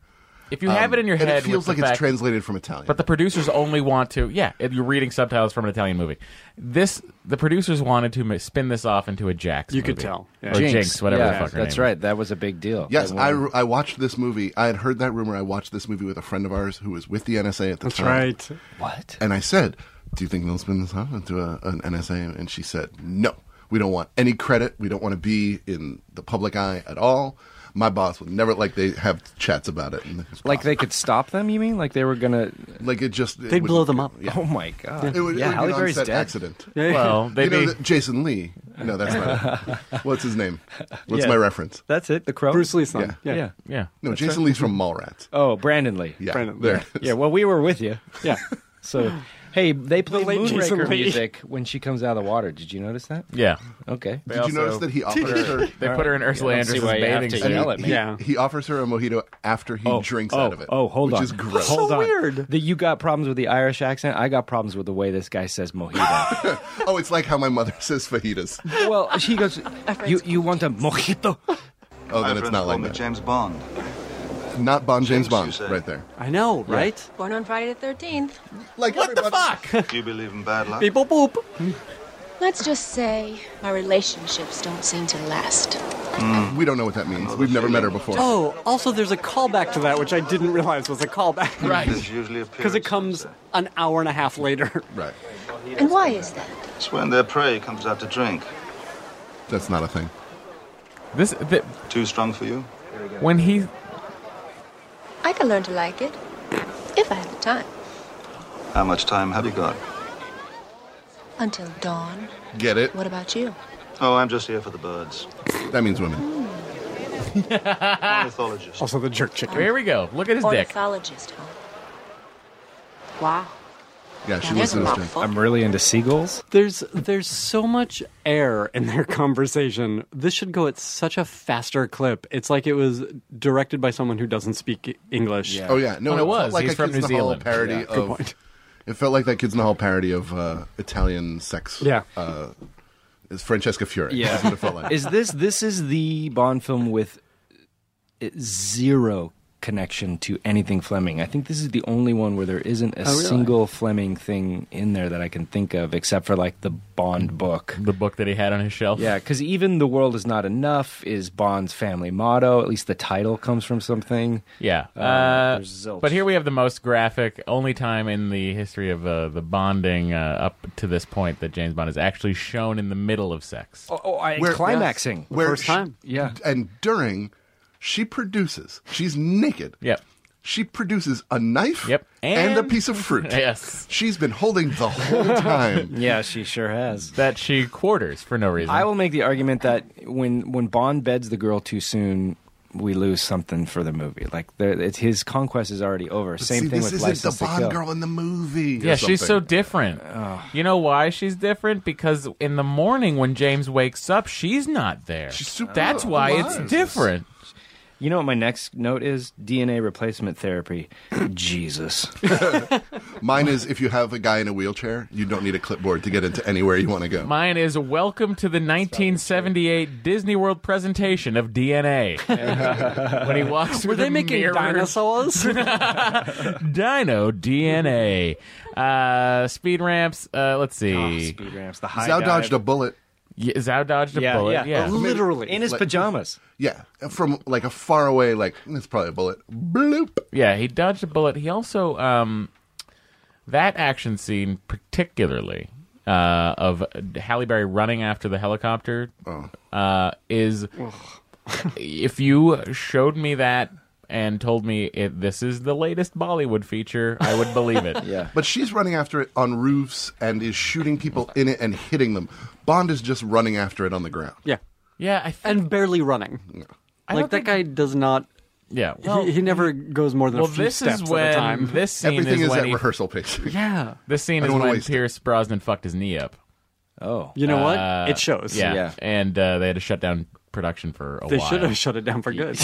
S3: If you
S5: Um,
S3: have it in your
S5: and
S3: head,
S5: it feels
S3: with the
S5: like it's
S3: fact-
S5: translated from Italian.
S3: But the producers only want to, yeah, if you're reading subtitles from an Italian movie. This the producers wanted to ma- spin this off into a Jax.
S5: You could
S3: movie.
S5: tell.
S3: or Jinx, whatever the fuck.
S4: That's
S3: her name is.
S4: right. That was a big deal.
S5: Yes,
S4: That
S5: I,
S4: one-
S5: I watched this movie. I had heard that rumor. I watched this movie with a friend of ours who was with the NSA at the
S7: That's
S5: time.
S7: right.
S4: What?
S5: And I said, "Do you think they'll spin this off into a, an NSA?" And she said, "No, we don't want any credit. We don't want to be in the public eye at all." My boss would never like they have chats about it. And
S4: Like they could stop them? You mean like they were gonna?
S5: Like it just it
S4: They'd
S5: would-
S4: blow them up.
S5: Yeah.
S4: Oh my god!
S5: It would,
S4: yeah,
S5: it would
S4: Halle
S5: be an
S4: Berry's
S5: onset
S4: dead.
S5: accident.
S3: Well,
S5: you
S3: they'd
S5: know,
S3: be-
S5: that Jason Lee. No, that's not it. What's his name? What's
S4: Yeah.
S5: my reference?
S4: That's it. The crow.
S7: Bruce Lee's son.
S5: Yeah.
S7: Yeah.
S4: Yeah.
S3: Yeah.
S5: No,
S4: That's
S5: Jason
S4: right.
S5: Lee's from Mallrats.
S4: Oh, Brandon Lee.
S5: Yeah,
S4: Brandon
S5: there
S4: Yeah.
S5: it
S4: Yeah, well, we were with you.
S7: Yeah.
S4: So, hey, they play
S7: late Jason
S4: Moonraker
S7: Lee.
S4: music when she comes out of the water. Did you notice that?
S3: Yeah.
S4: Okay.
S5: Did you notice that he offers her?
S3: They put her in Ursula
S4: I don't see
S3: Andress's
S4: why you have
S3: bathing
S4: to
S3: suit.
S4: yell at me.
S5: He, he offers her a mojito after he drinks
S4: oh,
S5: out of it.
S4: Oh, hold
S5: which
S4: on.
S5: Which is gross.
S4: Hold on. weird. The, you got problems with the Irish accent. I got problems with the way this guy says mojito.
S5: oh, it's like how my mother says fajitas.
S4: well, she goes, you, you want a mojito?
S5: Oh, then it's not like that.
S9: James Bond.
S5: Not Bond, James, Bond, right there.
S7: I know,
S5: Yeah. right?
S13: Born on Friday the 13th.
S5: Like
S9: what
S5: the
S9: fuck? Do you believe in bad luck?
S7: People boop.
S13: Let's just say our relationships don't seem to last.
S5: We don't know what that means. We've never met her before.
S7: Oh, also there's a callback to that which I didn't realize was a callback. Right. Because it comes an hour and a half later.
S5: Right.
S13: And why is that?
S9: It's when their prey comes out to drink.
S5: That's not a thing.
S3: This the,
S9: Too strong for you?
S3: when he
S13: I can learn to like it if I have the time.
S9: How much time have you got?
S13: Until dawn.
S5: Get it?
S13: What about you?
S9: Oh, I'm just here for the birds.
S5: That means women.
S9: Ornithologist.
S7: Also the jerk chicken.
S3: Here we go. Look at his dick.
S13: Ornithologist, huh? Wow.
S5: Yeah,
S13: she There's listens a to mouthful. him.
S4: I'm really into
S5: Oh,
S4: seagulls.
S7: There's there's so much air in their conversation. This should go at such a faster clip. It's like it was directed by someone who doesn't speak English.
S5: Oh yeah, no,
S3: Well, it
S5: felt
S3: was.
S5: Like
S3: He's
S5: a
S3: from
S5: Kids
S3: New
S5: in the Hall
S3: Zealand.
S5: Parody
S3: Yeah. Good
S5: of.
S3: point.
S5: It felt like that Kids in the Hall parody of uh, Italian sex.
S7: Yeah.
S5: Uh, is Francesca Fiore.
S4: Yeah.
S5: That's what it felt like.
S4: Is this this is the Bond film with zero connection to anything Fleming? I think this is the only one where there isn't a
S7: Oh, really?
S4: single Fleming thing in there that I can think of, except for like the Bond book.
S3: The book that he had on his shelf.
S4: Yeah, because even the world is not enough is Bond's family motto. At least the title comes from something.
S3: Yeah.
S4: Uh,
S3: Uh,
S4: there's zilch.
S3: but here we have the most graphic, only time in the history of uh, the bonding uh, up to this point that James Bond is actually shown in the middle of sex.
S4: Oh, oh I,
S5: Where-
S4: climaxing.
S5: Where she-
S4: yeah.
S5: And during, she produces. She's naked.
S3: Yep.
S5: She produces a knife.
S3: Yep.
S5: And, a
S3: And-
S5: piece of fruit.
S3: Yes.
S5: She's been holding the whole time.
S4: Yeah, she sure has.
S3: That she quarters for no reason.
S4: I will make the argument that when when Bond beds the girl too soon, we lose something for the movie. Like there- it's, his conquest is already over.
S5: But
S4: Same
S5: see,
S4: thing
S5: this
S4: with
S5: isn't
S4: License
S5: the Bond
S4: to Kill.
S5: girl in the movie.
S3: yeah, she's so different. You know why she's different? Because in the morning when James wakes up, she's not there.
S5: She's super
S3: That's why it's
S5: alive.
S3: different.
S4: You know what my next note is? DNA replacement therapy. Jesus.
S5: Mine is if you have a guy in a wheelchair, you don't need a clipboard to get into anywhere you want to go.
S3: Mine is welcome to the 1978 Disney World presentation of DNA. when he walks through
S7: Were they
S3: the
S7: making
S3: mirror.
S7: dinosaurs?
S3: Dino DNA. Uh, speed ramps. Uh, let's see.
S4: speed ramps. The high
S5: Zao dodged a bullet.
S3: Yeah, Zao dodged a bullet. Yeah,
S5: Oh,
S4: literally in his pajamas.
S5: Yeah, from like a far away, like it's probably a bullet. Bloop.
S3: Yeah, he dodged a bullet. He also um, that action scene particularly uh, of Halle Berry running after the helicopter
S7: Oh.
S3: uh, is if you showed me that and told me it, this is the latest Bollywood feature, I would believe it. yeah.
S5: But she's running after it on roofs and is shooting people in it and hitting them. Bond is just running after it on the ground.
S7: Yeah.
S3: Yeah, I
S7: and barely running.
S3: I
S7: like that
S3: don't
S7: guy does not.
S3: Yeah,
S5: well-
S7: he, he never goes more than
S3: Well,
S7: a few
S3: this
S7: steps
S3: is when
S7: at a time.
S3: this scene
S5: Everything is
S3: when
S5: at
S3: he-
S5: rehearsal pace.
S7: Yeah.
S3: This scene
S5: I
S3: is
S5: don't wanna
S3: when
S5: waste it.
S3: Pierce Brosnan fucked his knee up.
S4: Oh,
S7: You know what? It shows.
S3: Uh, Yeah,
S7: Yeah.
S3: and uh, they had to shut down production for a
S7: They
S3: while.
S7: should have shut it down for good.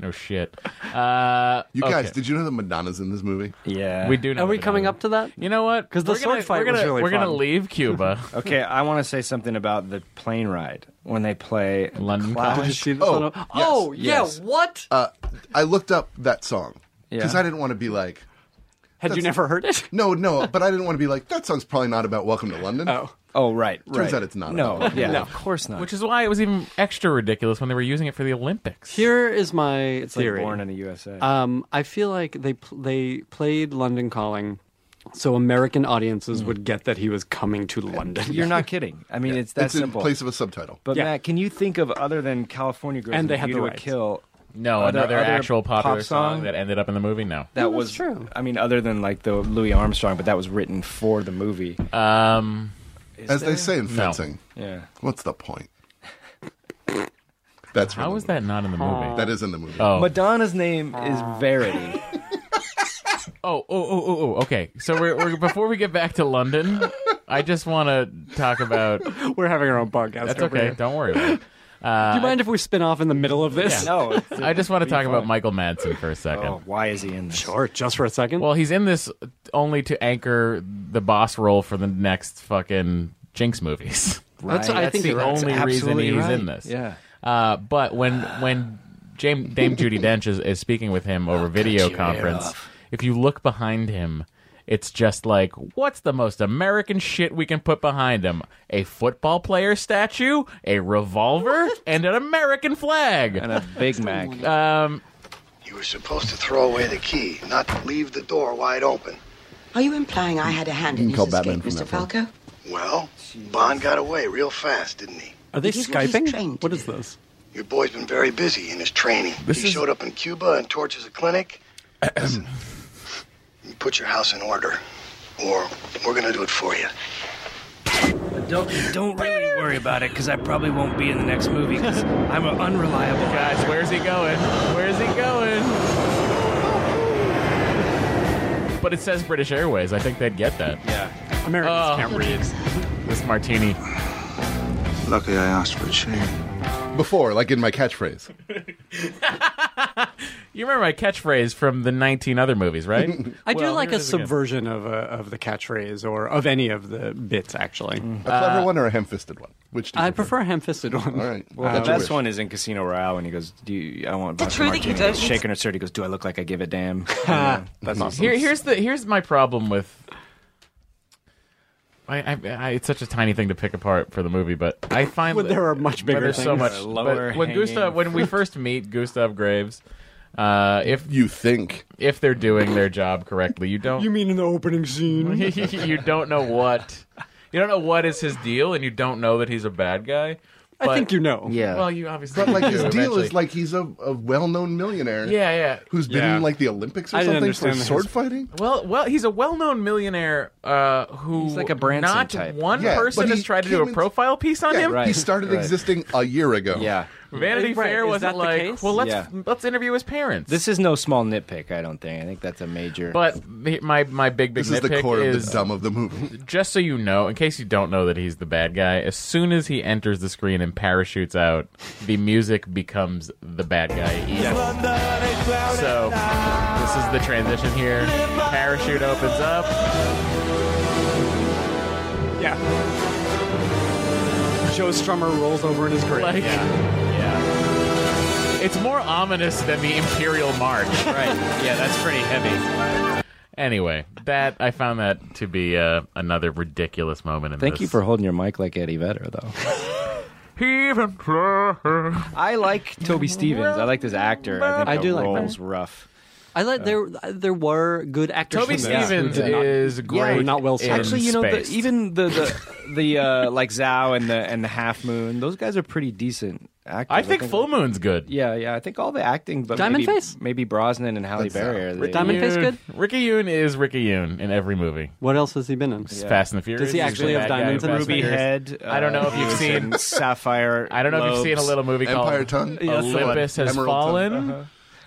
S3: no shit. Uh,
S5: You guys,
S3: okay.
S5: did you know that Madonna's in this movie?
S4: Yeah.
S3: We do know.
S7: Are we coming up to that?
S3: You know what?
S7: Because the
S3: We're
S7: sword
S3: gonna-
S7: fight
S3: we're gonna-
S7: was really
S3: we're gonna
S7: fun.
S3: leave Cuba.
S4: Okay, I want to say something about the plane ride when they play
S3: London.
S4: Clash.
S7: Did you see this?
S5: Oh,
S7: on a- oh yeah.
S4: yes.
S7: What?
S5: Uh, I looked up that song because
S4: Yeah.
S5: I didn't want to be like,
S7: Had you
S5: that's-
S7: never heard it?
S5: no, no, but I didn't want to be like, that song's probably not about Welcome to London.
S7: Oh.
S4: Oh, right, right.
S5: Turns out it's not
S4: No,
S5: about
S4: yeah,
S5: London.
S4: of course not.
S3: Which is why it was even extra ridiculous when they were using it for the Olympics.
S7: Here is my
S4: it's like
S7: theory.
S4: born in the USA.
S7: Um, I feel like they pl- they played London Calling, so American audiences would get that he was coming to London.
S4: You're not kidding. I mean, it's that
S5: It's in
S4: simple.
S5: place of a subtitle.
S4: but
S7: Yeah.
S4: Matt, can you think of other than California Girls
S7: And they had
S4: You
S7: the
S4: to a
S7: rights.
S4: Kill?
S3: No,
S4: Other-
S3: another
S4: other
S3: actual popular
S4: pop
S3: song,
S4: song?
S3: that ended up in the movie. No.
S4: That was
S7: true.
S4: I mean, other than like the Louis Armstrong, but that was written for the movie.
S3: Um,
S4: Is
S5: As
S4: there?
S5: they say in
S3: No.
S5: fencing,
S4: Yeah.
S5: what's the point? That's
S3: how
S5: from
S3: was
S5: the
S3: that not in the
S5: movie.
S3: movie?
S5: That is in the movie.
S3: Oh.
S4: Madonna's name is Verity.
S3: oh, oh, oh, oh, oh. Okay. So we're, we're before we get back to London, I just want to talk about.
S7: We're having our own podcast.
S3: That's
S7: over
S3: okay.
S7: here.
S3: Don't worry. About it.
S7: Do you mind if we spin off in the middle of this?
S4: no, it's-
S3: I just want to
S4: Be
S3: talk about
S4: fine.
S3: Michael Madsen for a second.
S4: Oh, why is he in this?
S7: Sure, just for a second.
S3: Well, he's in this only to anchor the boss role for the next fucking Jinx movies.
S7: That's-
S4: Right.
S7: I
S3: That's
S7: think
S3: the
S7: you're right.
S3: only
S4: That's
S3: reason
S4: absolutely
S3: he's
S4: right.
S3: in this.
S4: Yeah.
S3: Uh, but when when Jame, Dame Judy Dench is, is speaking with him over video
S4: your hair
S3: conference,
S4: off.
S3: if you look behind him, it's just like, what's the most American shit we can put behind him? A football player statue, a revolver, and an American flag.
S4: And a Big Mac.
S3: Um,
S14: You were supposed to throw away the key, not leave the door wide open.
S10: Are you implying I had a hand
S5: You can
S10: in his
S5: call
S10: escape,
S5: Batman from
S10: Mr.
S5: that point.
S10: Falco?
S14: Well, Bond got away real fast, didn't he?
S7: Are they
S10: It is what he's
S7: skyping?
S10: trained to
S7: What
S10: do.
S7: is this?
S14: Your boy's been very busy in his training.
S3: This
S14: he
S3: is-
S14: showed up in Cuba and torches a clinic. Listen, you put your house in order, or we're going to do it for you.
S4: Don't don't really worry about it because I probably won't be in the next movie because I'm an unreliable guy.
S3: guys, where's he going? Where's he going? But it says British Airways. I think they'd get that.
S7: Americans
S3: Oh.
S7: can't read.
S3: This martini.
S9: Lucky I asked for a shave.
S5: Before, like in my catchphrase.
S3: You remember my catchphrase from the 19 other movies, right?
S7: I do
S3: Well,
S7: like
S3: here
S7: a
S3: it is again.
S7: subversion of, uh, of the catchphrase or of any of the bits, actually.
S5: A clever one or a ham fisted one? Which do you
S7: Mm-hmm. I prefer a ham fisted one.
S5: All right.
S4: Well,
S5: Well,
S4: the
S5: that's your
S4: best
S5: wish.
S4: one is in Casino Royale when he goes, "Do you, I want
S15: The
S4: vodka
S15: truth that you
S4: martini."
S15: don't-
S4: shaking her shirt. He goes, "Do I look like I give a damn?" That's awesome.
S3: Here, here's the here's my problem with. I, I, I, it's such a tiny thing to pick apart for the movie, but I find
S7: Well,
S3: that-
S7: there are much
S3: but
S7: bigger
S3: there's so
S7: things.
S3: much.
S4: Lower
S3: But when
S4: hanging
S3: Gustav, when we first meet Gustav Graves, uh, if
S5: You think.
S3: if they're doing their job correctly, you don't
S7: You mean in the opening scene?
S3: you don't know what you don't know what is his deal, and you don't know that he's a bad guy. But,
S7: I think you know.
S4: Yeah.
S3: Well, you obviously.
S5: But like his
S3: do
S5: deal
S3: eventually.
S5: is like he's a, a well known millionaire.
S3: Yeah, yeah.
S5: Who's been
S7: Yeah.
S5: in like the Olympics or
S7: I didn't
S5: something for
S7: understand his-
S5: sword fighting?
S3: Well, well, he's a well-known millionaire uh, who
S4: He's like a Branson
S3: not
S4: type.
S3: One
S5: Yeah,
S3: person
S5: but
S3: has
S5: he
S3: tried to do
S5: came
S3: a
S5: in-
S3: profile piece on
S5: Yeah,
S3: him.
S4: right.
S5: He started
S4: right.
S5: existing a year ago.
S4: Yeah.
S3: Vanity
S7: Right,
S3: Fair
S7: is
S3: wasn't
S7: that the
S3: like,
S7: case?
S3: well, let's
S4: Yeah.
S3: let's interview his parents.
S4: This is no small nitpick, I don't think. I think that's a major.
S3: But the- my my big big
S4: This is the
S3: nitpick
S4: core of the
S3: is-
S4: dumb of
S5: the movie.
S3: Just so you know, in case you don't know that he's the bad guy, as soon as he enters the screen and parachutes out, the music becomes the bad guy. So this is the transition here. Parachute opens up.
S7: Yeah. Joe Strummer rolls over in his grave.
S3: Like, It's more ominous than the Imperial March.
S4: right. Yeah, that's pretty heavy.
S3: Anyway, that I found that to be uh, another ridiculous moment in
S4: Thank
S3: this.
S4: you for holding your mic like Eddie Vedder, though.
S3: Even I
S4: like Toby Stevens. I like this actor. I think
S7: I
S4: the
S7: do like
S4: role
S7: that.
S4: is rough.
S7: I like there there were good actors.
S4: Toby
S7: in this who
S4: Stevens
S7: did not-
S4: is
S7: who
S4: great
S7: were not well
S4: in
S7: served.
S4: Actually, you know, the- Spaced. even the the, the uh, like Zhao and the and the Half Moon. Those guys are pretty decent actors.
S3: I think Full Moon's good.
S4: Yeah, yeah. I think all the acting, but
S3: Diamond
S4: maybe,
S3: Face?
S4: maybe Brosnan and Halle Berry. Are the,
S3: Ricky Yoon is Ricky Yoon in every movie.
S7: What else has he been in?
S4: Yeah.
S3: Fast and the Furious.
S7: Does he
S3: He's
S7: actually
S3: the
S7: have
S3: bad guy
S7: diamonds in
S3: in
S7: his
S3: Fast and
S7: mouth?
S3: the Furious. I don't know if you've seen.
S4: Sapphire.
S3: I don't know if you've seen a
S4: Lobes.
S3: little movie called
S5: Empire Tongue?
S4: Yes.
S3: Olympus Has
S5: Emerald Tongue.
S3: Fallen.
S5: Uh-huh.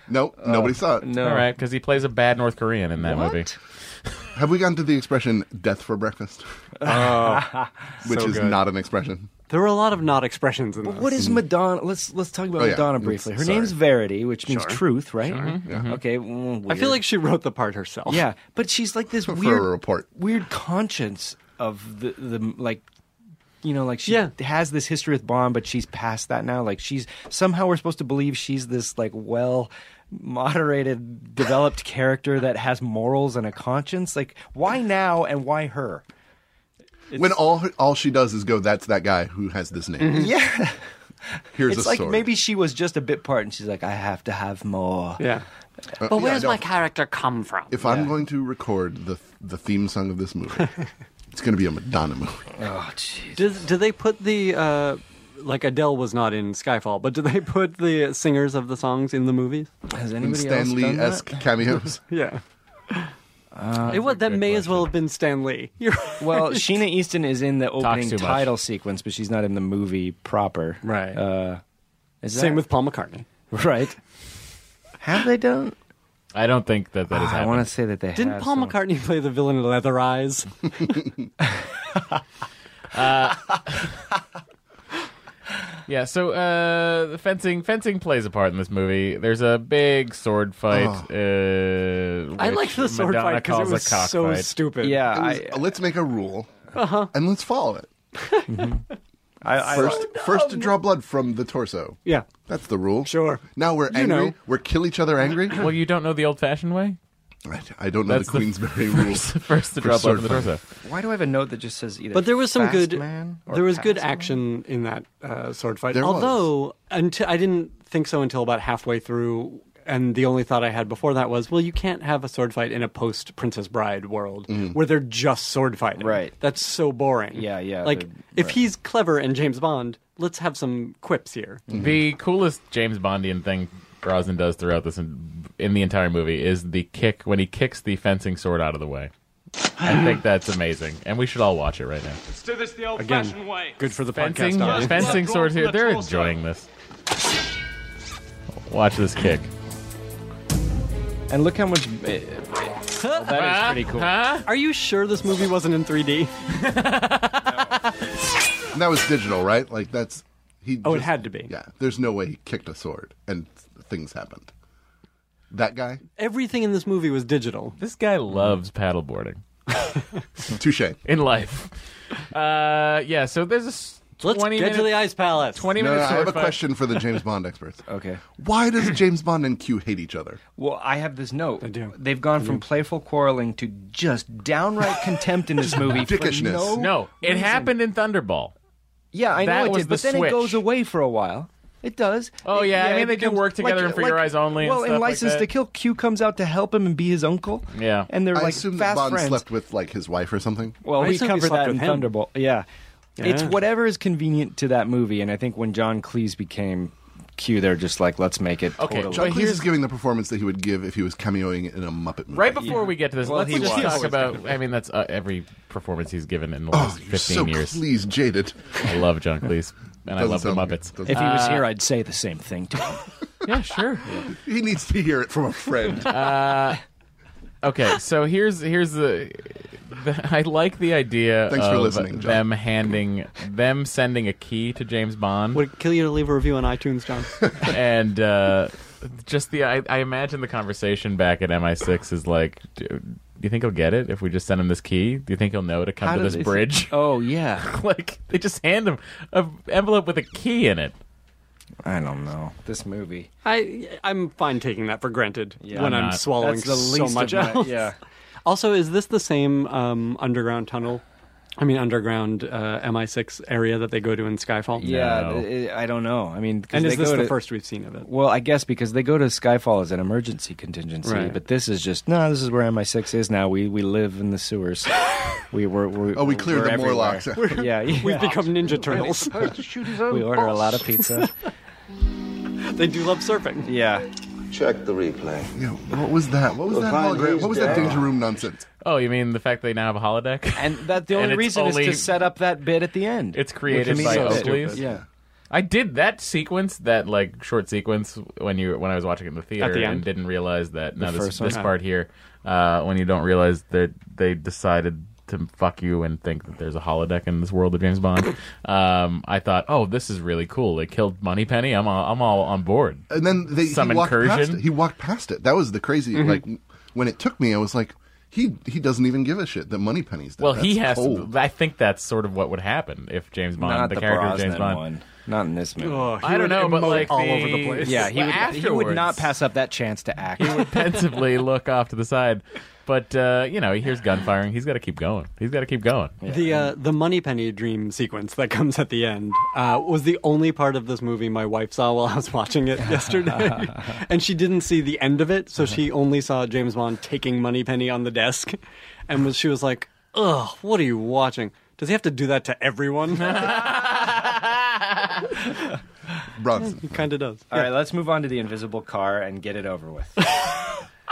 S5: Nope, nobody saw it.
S3: All right, because he plays a bad North Korean in that movie.
S5: Have we gotten to the expression "death for breakfast"?
S7: Oh.
S5: which
S7: So
S5: is
S7: good.
S5: not an expression.
S7: There were a lot of not expressions in this.
S4: What is Madonna? Let's let's talk about
S7: Oh, yeah.
S4: Madonna briefly. Her
S7: Sorry.
S4: name's Verity, which means
S7: Sure.
S4: truth, right?
S7: Sure. Mhm. Yeah.
S4: Okay. mm,
S7: I
S4: weird.
S7: feel like she wrote the part herself.
S4: Yeah, but she's like this
S7: For
S4: weird
S7: a
S5: report.
S4: weird conscience of the the like you know like she has this history with Bond, but she's past that now. Like she's somehow we're supposed to believe she's this like well moderated developed character that has morals and a conscience. Like why now and why her?
S5: when all her, all she does is go, "That's that guy who has this name."
S4: Yeah.
S5: Here's
S4: it's
S5: a
S4: like
S5: sword.
S4: maybe she was just a bit part and she's like I have to have more.
S7: Yeah.
S5: Uh, But yeah, where's no. my
S7: character come from?
S5: If I'm going to record the the theme song of this movie, it's going to be a Madonna movie.
S4: Oh, jeez.
S7: Does do they put the uh, like Adele was not in Skyfall, but do they put the singers of the songs in the movies?
S4: Has
S5: anybody Stan else done Lee-esque that? cameos?
S7: yeah. Uh, it was, that may as well have been Stan Lee. You're right.
S4: Well, Sheena Easton is in the opening
S7: too much.
S4: title sequence, but she's not in the movie proper.
S7: Right.
S4: Uh, is
S7: Same
S4: that-
S7: with Paul McCartney.
S4: Right. Have they done?
S3: I don't think that that
S4: Ah,
S3: has
S4: I
S3: happened.
S4: want to say that they
S7: Didn't
S4: have
S7: Paul
S4: some-
S7: McCartney play the villain in Leather Eyes?
S3: Yeah, so uh, the fencing fencing plays a part in this movie. There's a big sword fight. Uh,
S7: I
S3: which
S7: liked the sword
S3: Madonna
S7: fight 'cause it
S3: calls a
S7: was
S3: cock
S7: so
S3: fight.
S7: stupid.
S4: Yeah,
S5: It was, let's make a rule
S7: Uh-huh.
S5: and let's follow it.
S4: I, I
S5: first, first to draw blood from the torso.
S7: Yeah,
S5: that's the rule.
S7: Sure.
S5: Now we're
S3: You
S5: angry.
S3: know.
S5: We're kill each other angry.
S3: Well, you don't know the old-fashioned way.
S5: I, I don't know
S3: That's
S5: the
S3: the
S5: Queensberry
S3: first-
S5: rules.
S3: first to
S5: for
S3: draw blood
S5: sword
S3: from the
S5: fight.
S3: torso.
S4: Why do I have a note that just says either?
S7: but there was some
S4: Fast
S7: good
S4: Man or
S7: there was good
S4: Fast
S7: action in that uh, sword fight
S4: There was.
S7: although until i didn't think so until about halfway through and the only thought i had before that was well you can't have a sword fight in a post princess bride world where they're just sword fighting
S4: Mm-hmm. Right.
S7: that's so boring
S4: Yeah, yeah,
S7: like
S4: they're-
S7: if
S4: right.
S7: he's clever and james bond let's have some quips here
S15: Mm.
S3: The coolest James Bondian thing Brosnan does throughout this in, in the entire movie is the kick when he kicks the fencing sword out of the way. I think that's amazing, and we should all watch it right now.
S15: Let's do this the old-fashioned way.
S7: good for the
S3: Fencing,
S7: podcast audience.
S3: fencing swords here. They're enjoying this. Watch this kick.
S4: Man? And look how much. Oh, that is pretty cool.
S7: are you sure this movie wasn't in 3d
S5: And that was digital, right? Like that's he.
S7: Oh, it
S5: just-
S7: had to be.
S5: Yeah, there's no way he kicked a sword and things happened. That guy,
S7: everything in this movie was digital
S3: This guy loves paddleboarding.
S5: touche.
S3: in life. Uh, yeah. So there's a s-
S7: Let's
S3: twenty
S7: get to
S3: minute-
S7: the ice palace.
S3: Twenty
S5: No, no,
S3: minutes.
S5: I have a question for the James Bond experts.
S4: Okay.
S5: Why does James Bond and Q hate each other?
S4: Well, I have this note. I do. They've gone from playful quarreling to just downright contempt in this movie. for
S5: Dickishness.
S4: No,
S3: No, it
S4: reason.
S3: happened in Thunderball.
S4: Yeah, I
S3: That
S4: know it
S3: was
S4: did, but
S3: the
S4: then it
S3: switch.
S4: goes away for a while. It does.
S3: Oh,
S4: It-
S3: yeah, I mean,
S4: it
S3: they do work together in For Your Eyes Only and
S4: Well, in
S3: stuff like
S4: License
S3: that.
S4: to Kill, Q comes out to help him and be his uncle.
S3: Yeah.
S4: and they're
S5: I
S4: like
S5: assume that
S4: fast
S5: Bond
S4: friends.
S5: slept with like his wife or something.
S4: Well,
S7: I
S4: we
S7: assume he
S4: covered
S7: slept
S4: that in
S7: with him.
S4: Thunderbolt. Yeah. it's
S7: Yeah.
S4: whatever is convenient to that movie. And I think when John Cleese became Q, they're just like, let's make it.
S3: Okay,
S4: totally.
S5: John Cleese is giving the performance that he would give if he was cameoing in a Muppet movie.
S3: Right before we get to this,
S4: Well,
S3: let's
S4: he
S3: just
S4: was.
S3: talk about. I mean, that's uh, every performance he's given in the last
S5: Oh, You're
S3: fifteen
S5: so
S3: years.
S5: Cleese jaded.
S3: I love John Cleese. and I love the
S4: Doesn't sound-
S3: Muppets.
S4: If he was
S3: Uh,
S4: here, I'd say the same thing to him.
S3: yeah, sure.
S5: He needs to hear it from a friend.
S3: Uh, okay, so here's here's the, the- I like the idea.
S5: Thanks for
S3: of
S5: listening, John.
S3: Them handing them sending a key to James Bond.
S7: Would it kill you to leave a review on iTunes, John?
S3: and uh, just the I, I imagine the conversation back at MI6 is like, do, do you think he'll get it if we just send him this key? Do you think he'll know to come
S4: How
S3: to
S4: do
S3: this
S4: they-
S3: bridge?
S4: Oh yeah,
S3: like they just hand him a envelope with a key in it.
S4: I don't know this movie.
S7: I I'm fine taking that for granted
S4: Yeah,
S7: when
S4: I'm
S7: I'm,
S4: not.
S7: swallowing
S4: That's the
S7: so
S4: least
S7: much
S4: of my-
S7: else.
S4: yeah.
S7: Also, is this the same um, underground tunnel? I mean, underground uh, MI6 area that they go to in Skyfall.
S4: Yeah, th- I don't know. I mean, 'cause
S7: and is
S4: they
S7: this
S4: go
S7: the
S4: to-
S7: first we've seen of it?
S4: Well, I guess because they go to Skyfall as an emergency contingency,
S7: Right.
S4: but this is just no. This is where MI6 is now. We we live in the sewers. we were we
S5: Oh, we cleared the Morlocks.
S4: yeah, yeah,
S7: We've become Ninja Turtles.
S4: we order a lot of pizza.
S7: they do love surfing.
S4: Yeah.
S9: Check the replay.
S5: Yeah, what was that? What was
S9: You'll
S5: that
S9: find
S5: hologram?
S9: he's
S5: What was that
S9: dead.
S5: danger room nonsense?
S3: Oh, you mean the fact they now have a holodeck?
S4: And that the only
S3: it's
S4: reason
S3: only-
S4: is to set up that bit at the end.
S3: It's created
S4: Which
S3: by
S4: is so
S3: Oakley's.
S4: stupid. Yeah.
S3: I did that sequence, that like short sequence when you when I was watching it in the theater
S7: the
S3: and
S7: end?
S3: didn't realize that. No,
S4: The
S3: this,
S4: first one?
S3: this part here, uh, when you don't realize that they decided to fuck you and think that there's a holodeck in this world of James Bond. um, I thought, oh, this is really cool. They killed Moneypenny. I'm all, I'm all on board.
S5: And then they
S3: some
S5: he walked Past
S3: incursion. Mm-hmm.
S5: it. He walked past it. That was the crazy. Like when it took me, I was like, he he doesn't even give a shit that Money Penny's there.
S3: well, he
S5: That's
S3: has.
S5: cold.
S3: To, I think that's sort of what would happen if James Bond,
S4: Not
S3: the,
S4: the
S3: character of
S4: Brosnan
S3: James Bond,
S4: one. Not in this movie.
S7: Oh, he
S3: I don't
S7: would
S3: know, but
S7: emote
S3: like
S7: all over the place.
S4: Yeah, he would, he would not
S3: Afterwards.
S4: pass up that chance to act.
S3: pensively look off to the side. But uh, you know, he hears gun firing. He's got to keep going. He's got to keep going.
S7: The uh, the money penny dream sequence that comes at the end uh, was the only part of this movie my wife saw while I was watching it yesterday, and she didn't see the end of it, so she only saw James Bond taking money penny on the desk, and was she was like, "Ugh, what are you watching? Does he have to do that to everyone?"
S5: Bronson.
S7: kind of does,
S4: All right, let's move on to the invisible car and get it over with.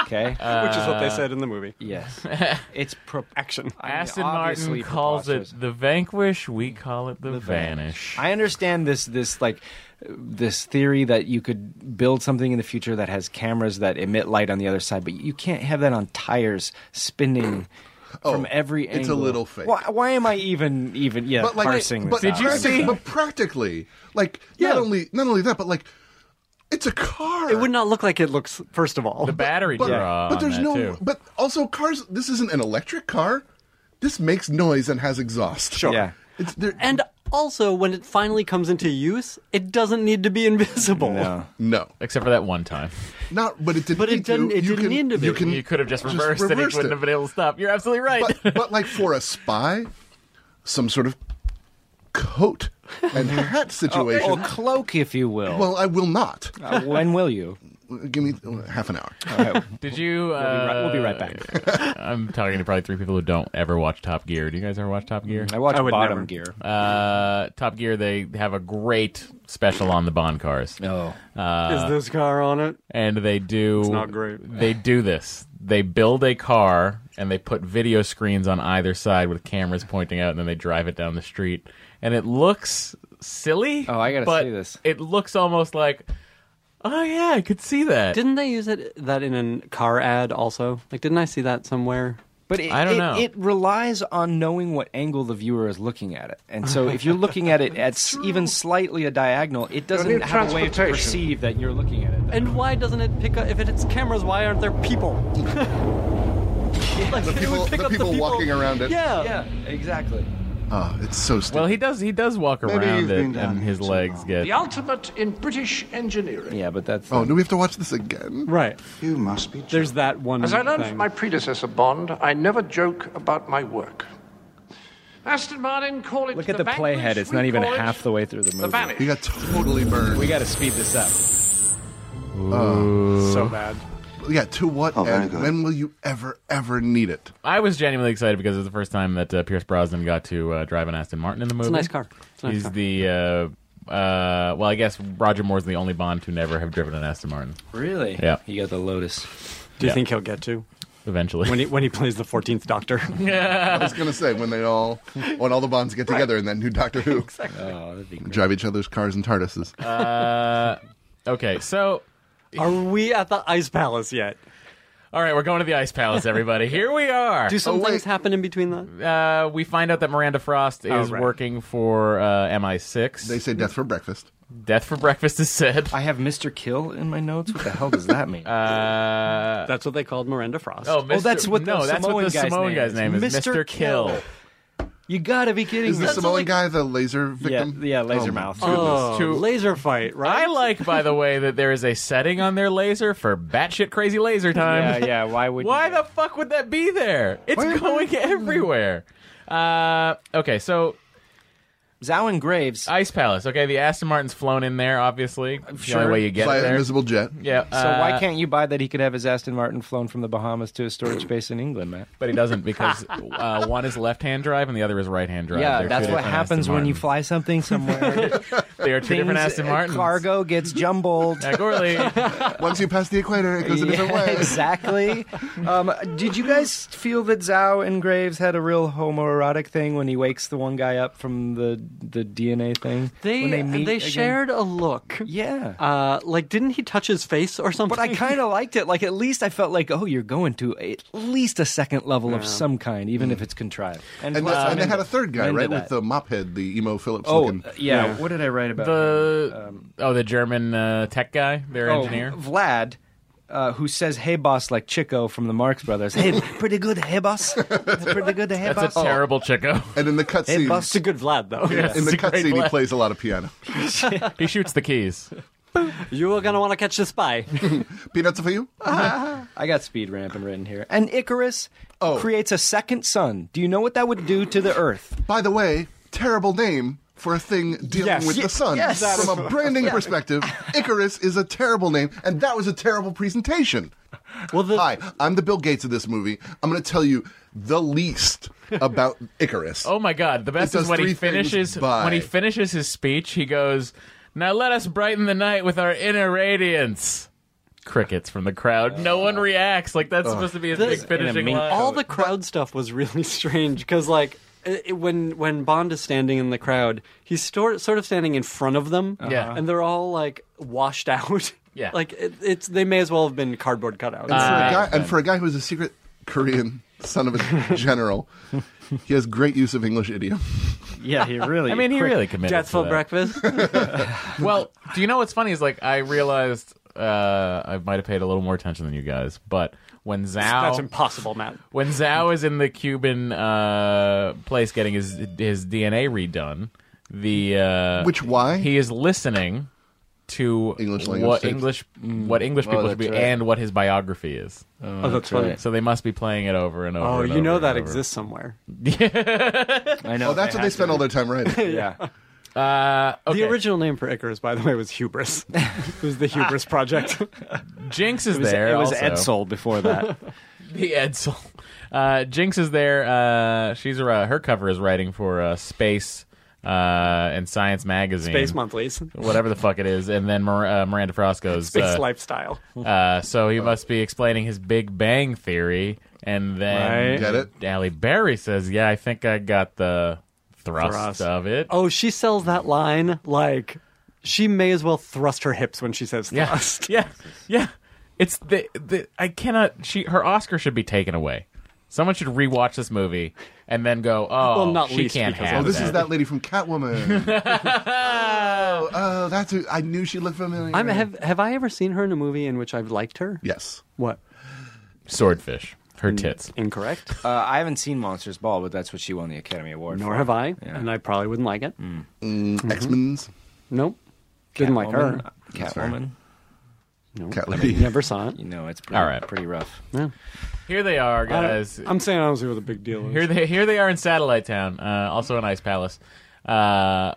S4: okay?
S3: Uh,
S7: which is what
S4: uh,
S7: they said in the movie.
S4: yes. It's pro-
S7: Action.
S4: I mean,
S3: Aston
S4: obviously
S3: Martin calls it
S4: preposterous.
S3: the Vanquish. We call it the, Vanish.
S4: I understand this this like uh, this theory that you could build something in the future that has cameras that emit light on the other side, but you can't have that on tires spinning from every
S5: it's a
S4: angle.
S5: little fake.
S4: Why, why am I even even yeah
S5: but like,
S4: parsing
S5: but,
S4: this? out?
S5: practic- But practically, like not only not only that, but like it's a car.
S7: It would not look like it looks. First of all,
S3: The battery
S5: but,
S3: draw.
S5: but
S3: on
S5: there's
S3: that,
S5: no.
S3: too.
S5: But also, cars. This isn't an electric car. This makes noise and has exhaust.
S7: Sure.
S4: Yeah.
S5: It's, there-
S7: and also when it finally comes into use, it doesn't need to be invisible.
S4: No.
S5: no,
S3: Except for that one time,
S5: not. But it didn't.
S7: But it
S5: need
S7: didn't-
S5: To.
S7: it
S5: you
S7: didn't
S5: can,
S7: need to be.
S5: You can.
S3: you could have just
S5: just
S3: reversed it. He
S5: reversed
S3: wouldn't
S5: it.
S3: have been able to stop. You're absolutely right.
S5: but, but like for a spy, some sort of coat and hat situation.
S4: or cloak, if you will.
S5: well, I will not.
S4: Uh, when will you?
S5: Give me uh, half an hour.
S3: Did you?
S4: We'll be
S3: Uh,
S4: right, we'll be right back.
S3: I'm talking to probably three people who don't ever watch Top Gear. Do you guys ever watch Top Gear?
S4: I watched
S7: I would
S4: Bottom
S7: never.
S4: Gear.
S3: Uh, Top Gear. They have a great special on the Bond cars.
S4: No.
S3: Uh,
S7: Is this car on it?
S3: and they do
S7: It's not great.
S3: They do this. They build a car and they put video screens on either side with cameras pointing out, and then they drive it down the street, and it looks silly.
S4: Oh, I gotta
S3: but
S4: see this.
S3: It looks almost like, oh yeah, I could see that.
S7: Didn't they use it that in a car ad also? Like, didn't I see that somewhere?
S4: But it,
S3: I don't
S4: it,
S3: know.
S4: it relies on knowing what angle the viewer is looking at it, and so if you're looking at it at s- even slightly a diagonal, it doesn't
S15: need
S4: have a way to
S15: transportation.
S4: perceive that you're looking at it.
S7: And why doesn't it pick up? If it's cameras, why aren't there people? like,
S5: The
S7: it would
S5: people,
S7: pick
S5: the
S7: up
S5: people walking around it.
S7: Yeah.
S4: Yeah, exactly.
S5: Oh, it's so stupid.
S3: well, he does. He does walk
S9: Maybe
S3: around
S9: you've been
S3: it,
S9: down
S3: and
S9: here
S3: his
S9: too
S3: legs
S9: long.
S3: get.
S15: The ultimate in British engineering.
S4: Yeah, but that's
S5: oh, do we have to watch this again?
S7: Right.
S9: You must be.
S7: There's that one.
S15: As I learned
S7: thing.
S15: from my predecessor, Bond, I never joke about my work. Aston Martin, call it
S4: Look at
S15: the
S4: the playhead;
S15: Vanquish,
S4: it's
S15: we
S4: not even
S15: call it
S4: half the way through the
S15: The
S4: movie.
S15: Vanish.
S5: He got totally burned.
S4: we got to speed this up.
S7: so bad.
S5: Yeah, to what
S9: Oh, very
S5: end?
S9: good.
S5: When will you ever, ever need it?
S3: I was genuinely excited because it was the first time that uh, Pierce Brosnan got to uh, drive an Aston Martin in the movie.
S7: It's a nice car. It's a nice
S3: He's
S7: car.
S3: the. Uh, uh, well, I guess Roger Moore's the only Bond to never have driven an Aston Martin.
S4: Really?
S3: Yeah.
S4: You got the Lotus.
S7: Do you
S3: Yeah.
S7: think he'll get to?
S3: eventually.
S7: When he when he plays the fourteenth Doctor.
S5: I was gonna say when they all, when all the Bonds get together in that new Doctor Who, drive each other's cars and TARDISes.
S3: Uh, okay, so
S7: are we at the Ice Palace yet?
S3: All right, we're going to the Ice Palace, everybody. Here we are.
S7: Do some things happen in between that?
S3: Uh, we find out that Miranda Frost
S7: Oh,
S3: is
S7: right.
S3: working for uh, MI6. They
S5: say death for breakfast.
S3: Death for breakfast is said.
S4: I have Mr. Kill in my notes. What the hell does that mean?
S3: Uh,
S7: that's what they called Miranda Frost.
S3: Oh, Mr.
S4: that's what the
S3: no, that's
S4: Samoan
S3: what the
S4: guy's
S3: Samoan
S4: name
S3: guy's
S4: is.
S3: name is.
S4: Mr.
S3: Mr. Kill.
S4: You gotta be kidding
S5: Is
S4: me.
S5: the Samoan guy the laser victim?
S4: Yeah, laser mouth.
S7: Oh, laser fight, right?
S3: I like, by the way, that there is a setting on their laser for batshit crazy laser time.
S4: Yeah, yeah, why would you
S3: Why the fuck would that be there? It's going everywhere. Uh, okay, so
S4: Zowen Graves,
S3: Ice Palace. Okay, the Aston Martin's flown in there. Obviously, It's the only way you get
S5: Fly
S3: it
S5: an
S3: there.
S5: invisible jet.
S3: Yeah.
S4: So why can't you buy that he could have his Aston Martin flown from the Bahamas to a storage base in England, man?
S3: But he doesn't because uh, one is left-hand drive and the other is right-hand drive.
S4: yeah,
S3: They're two
S4: that's what
S3: different
S4: happens
S3: Aston
S4: when you
S3: Martins.
S4: fly something somewhere. uh,
S3: They are two different Aston Martins.
S4: Cargo gets jumbled.
S3: Yeah, Gourley.
S5: Once you pass the equator, it goes a different
S4: Yeah,
S5: way.
S4: exactly. Um, did you guys feel that Zhao and Graves had a real homoerotic thing when he wakes the one guy up from the the DNA thing?
S7: They
S4: when
S7: they,
S4: meet again?
S7: shared a look.
S4: Yeah.
S7: Uh, like didn't he touch his face or something?
S4: But I kind of liked it. Like at least I felt like, oh, you're going to at least a second level of
S7: Yeah.
S4: some kind, even if it's contrived.
S5: And,
S4: plus,
S5: that's-
S4: I'm
S5: and they
S4: into-
S5: had a third guy,
S4: I'm into
S5: right, with
S4: that.
S5: the mop head, the emo Phillips
S4: Oh,
S5: looking.
S4: uh, yeah. What did I write about?
S3: the oh the German uh, tech guy, their
S4: Oh,
S3: engineer.
S4: Vlad, uh, who says "Hey boss" like Chico from the Marx Brothers. Hey, pretty good, hey boss. That's pretty good, hey
S3: That's
S4: boss.
S3: a terrible Chico.
S5: And in the
S4: Hey,
S5: cutscene,
S4: boss.
S7: It's a good Vlad though.
S3: Yes,
S5: in the
S3: it's a great
S5: cutscene, he
S3: plan.
S5: plays a lot of piano.
S3: he shoots the keys.
S7: You are gonna want to catch the spy.
S5: Peanuts for you?
S4: I got speed ramping written here. And Icarus creates a second sun. Do you know what that would do to the Earth?
S5: By the way, terrible name for a thing dealing
S4: Yes.
S5: with
S4: Ye-
S5: the sun.
S4: yes. That is-
S5: From a branding perspective, Icarus is a terrible name, and that was a terrible presentation.
S7: Well, the,
S5: Hi, I'm the Bill Gates of this movie. I'm going to tell you the least about Icarus.
S3: Oh my god, the best
S5: It
S3: is
S5: does
S3: when he
S5: three things
S3: finishes
S5: by-
S3: when he finishes his speech, he goes, "Now let us brighten the night with our inner radiance." Crickets from the crowd. No one reacts. Like that's supposed to be a big
S7: This-
S3: finishing line.
S7: all the crowd stuff was really strange because like i i- when when Bond is standing in the crowd, he's stor- sort of standing in front of them,
S3: Yeah.
S7: and they're all like washed out.
S3: Yeah.
S7: like it, it's they may as well have been cardboard cutouts.
S5: And for,
S3: Uh,
S5: a guy, and for a guy who is a secret Korean son of a general, he has great use of English idiom.
S4: Yeah, he really.
S3: I mean, he really committed.
S7: Death
S3: to
S7: for
S3: that.
S7: breakfast.
S3: Well, do you know what's funny is like I realized uh, I might have paid a little more attention than you guys, but when
S7: That's
S3: Zhao
S7: impossible, Matt.
S3: when Zhao is in the Cuban uh, place getting his his DNA redone, the uh,
S5: Which why?
S3: he is listening to
S5: English language
S3: what
S5: tapes.
S3: English what English
S4: Oh,
S3: people should
S4: that's
S3: be
S4: right.
S3: and what his biography is.
S7: Oh, that's funny.
S3: So they must be playing it over and over.
S7: Oh,
S3: and
S7: you know
S3: over
S7: that
S3: and over.
S7: exists somewhere.
S4: I know.
S5: Oh, that's what they spend all their time writing.
S4: Yeah.
S3: Uh, okay.
S7: The original name for Icarus, by the way, was Hubris. it was the Hubris Project.
S3: Jinx is
S4: It was,
S3: there.
S4: it was
S3: also.
S4: Edsel before that.
S3: The Edsel. Uh, Jinx is there. Uh, she's uh, her cover is writing for uh, Space uh, and Science magazine.
S7: Space Monthlies.
S3: Whatever the fuck it is, and then Mir- uh, Miranda Frost goes.
S7: Space
S3: uh,
S7: lifestyle.
S3: Uh, so he must be explaining his Big Bang theory, and then
S7: Right.
S5: Get it?
S3: Halle Berry says, "Yeah, I think I got the thrust,
S7: Thrust.
S3: of it."
S7: Oh, she sells that line like she may as well thrust her hips when she says
S3: yeah,
S7: thrust.
S3: yeah, yeah. It's the, the I cannot. She her Oscar should be taken away. Someone should rewatch this movie and then go, "Oh,
S7: Well, not
S3: she
S7: least
S3: can't
S7: because
S3: have
S5: Oh, this
S3: that.
S5: is that lady from Catwoman. oh, oh, that's who I knew she looked familiar.
S7: I'm, have have I ever seen her in a movie in which I've liked her?
S5: yes.
S7: What?
S3: swordfish. Her
S7: Mm.
S3: tits.
S7: Incorrect.
S4: uh, I haven't seen Monsters Ball, but that's what she won the Academy Award
S7: Nor
S4: for.
S7: have I,
S4: Yeah.
S7: and I probably wouldn't like it.
S3: Mm-hmm.
S5: X Men's
S7: Nope. Didn't like her.
S4: Catwoman. Catwoman.
S7: Nope.
S5: Cat
S7: I
S5: Lady.
S7: Never saw it.
S4: You know, it's pretty,
S3: All right.
S4: pretty rough.
S7: No.
S3: Here they are,
S7: I don't-
S3: guys.
S7: I'm saying I don't see what the big deal is.
S3: Here they here they are in Satellite Town, uh, also in Ice Palace. Uh,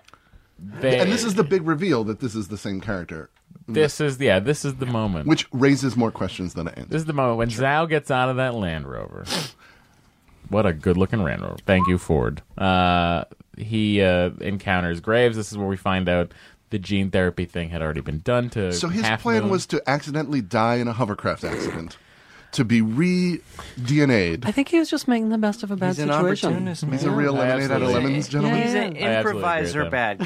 S3: they,
S5: and this is the big reveal that this is the same character,
S3: this is yeah this is the moment.
S5: which raises more questions than it answers.
S3: This is the moment when Zhao gets out of that Land Rover. what a good looking Land Rover. Thank you, Ford. Uh, he uh, encounters Graves. This is where we find out the gene therapy thing had already been done to.
S5: So his
S3: Half
S5: plan
S3: Moon.
S5: was to accidentally die in a hovercraft accident. to be re DNA'd.
S7: I think he was just making the best of a bad
S5: He's an
S7: situation.
S5: opportunist, He's a man. real I lemonade out of absolutely- lemons, gentlemen.
S4: He's an
S3: I absolutely agree with
S4: improviser
S3: that.
S4: bad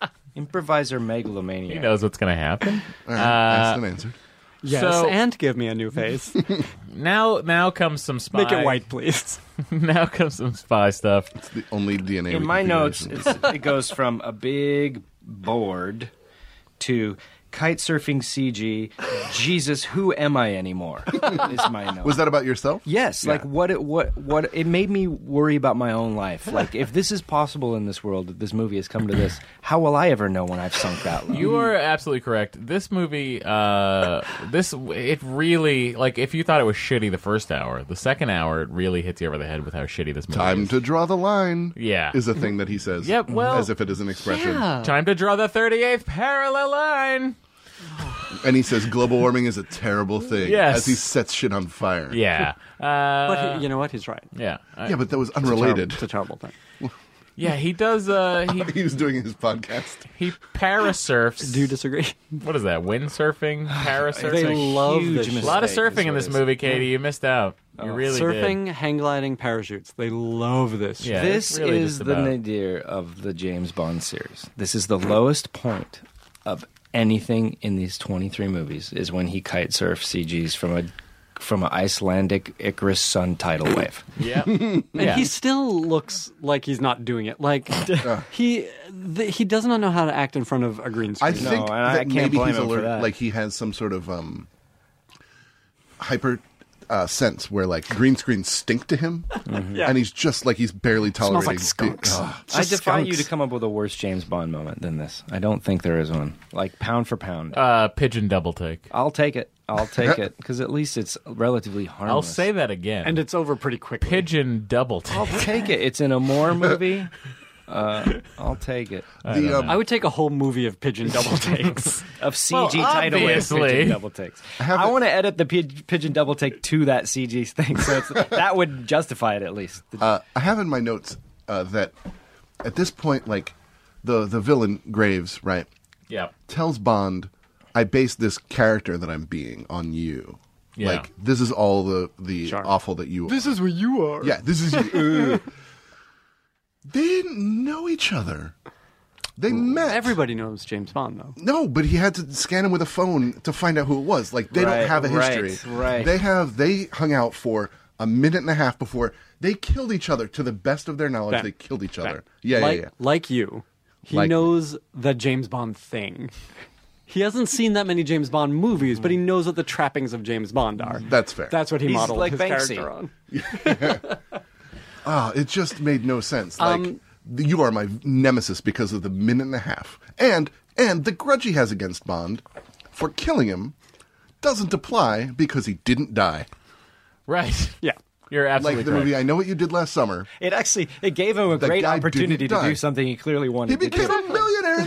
S4: guy. improviser megalomaniac.
S3: He knows what's going to happen.
S4: All right,
S3: Uh,
S4: that's an answer.
S7: Yes, and give me a new face.
S3: now, now comes some spy.
S7: Make it white, please.
S3: now comes some spy stuff. It's
S5: the only DNA.
S4: In my notes, it's, it goes from a big board to kite surfing CG. Jesus, who am I anymore? Is my note.
S5: Was that about yourself?
S4: Yes, like what it what what it made me worry about my own life. Like if this is possible in this world, that this movie has come to this, how will I ever know when I've sunk that low?
S3: You are absolutely correct. This movie, uh, this it really like if you thought it was shitty the first hour, the second hour it really hits you over the head with how shitty this movie
S5: Time
S3: is.
S5: to draw the line.
S3: Yeah.
S5: Is a thing that he says.
S3: Yep, well-
S5: As if it is an expression.
S3: Uh, Time to draw the thirty eighth parallel line.
S5: And he says global warming is a terrible thing.
S3: Yes.
S5: As he sets shit on fire.
S3: Yeah. Uh,
S7: but he, you know what? He's right.
S3: yeah. I-
S5: yeah, but that was
S7: a terrible-
S5: unrelated.
S7: it's a terrible thing.
S3: yeah, he does. Uh, he
S5: he was doing his podcast.
S3: He parasurfs.
S7: Do you disagree?
S3: What is that? Windsurfing, parasurfing.
S7: They love this
S3: a lot
S7: mistake,
S3: of
S7: is
S3: surfing in
S7: what
S3: this
S7: it is. Oh,
S3: movie, Katie. You missed out. You really did.
S7: surfing, hang gliding, parachutes. They love this.
S3: Yeah,
S4: this
S3: it's really
S4: is
S3: just
S4: the
S3: about-
S4: nadir of the James Bond series. This is the lowest point of anything in these 23 movies is when he kite surf CGs from a from an Icelandic Icarus Sun tidal wave.
S3: Yeah.
S7: and
S4: Yeah.
S7: he still looks like he's not doing it. Like he th- he does not know how to act in front of a green
S5: I
S7: screen.
S5: think that maybe he's alert, like he has some sort of um, hyper uh, sense where like green screens stink to him,
S7: Yeah.
S5: and he's just like he's barely
S7: Smells
S5: tolerating.
S7: like skunks.
S5: Ugh.
S4: I defy you to come up with a worse James Bond moment than this. I don't think there is one. Like pound for pound.
S3: Uh, pigeon double take.
S4: I'll take it. I'll take it because at least it's relatively harmless.
S3: I'll say that again.
S7: and uh, Oh. it's over pretty quickly.
S3: pigeon double take.
S4: I'll take it. It's in a Moore movie. Uh, I'll take it.
S3: I don't The,
S5: uh,
S3: um, know.
S7: I would take a whole movie of pigeon double takes.
S4: of CG
S3: Well,
S4: tidal wave
S3: obviously.
S4: pigeon double takes. I want to edit the pi- pigeon double take to that CG thing, so it's, that would justify it at least.
S5: Uh, I have in my notes uh, that at this point, like the the villain Graves, right?
S3: Yeah.
S5: tells Bond, "I base this character that I'm being on you.
S3: Yeah.
S5: Like this is all the the awful that you.
S7: is where you are.
S5: yeah, this is you. Ugh. they didn't know each other. They met.
S7: Everybody knows James Bond though.
S5: No, but he had to scan him with a phone to find out who it was. Like they
S4: Right,
S5: don't have a history.
S4: right, right.
S5: They have they hung out for a minute and a half before they killed each other. To the best of their knowledge,
S7: That-
S5: they killed each
S7: that-
S5: other. Yeah,
S7: like,
S5: yeah, yeah.
S7: Like you, he
S5: Like me.
S7: knows the James Bond thing. He hasn't seen that many James Bond movies, but he knows what the trappings of James Bond are.
S5: That's fair.
S7: That's what he
S4: He's
S7: modeled
S4: like
S7: his
S4: Banksy.
S7: character on.
S5: Ah, it just made no sense. Like
S7: Um,
S5: th- you are my nemesis because of the minute and a half, and and the grudge he has against Bond for killing him doesn't apply because he didn't die.
S3: Right.
S7: Yeah.
S3: You're absolutely
S5: like the
S3: correct.
S5: movie, I know what you did last summer.
S4: It actually it gave him a
S5: The
S4: great
S5: guy
S4: opportunity
S5: didn't
S4: to
S5: die.
S4: do something he clearly
S5: He
S4: wanted to
S5: became
S4: do.
S5: a Mm-hmm. millionaire.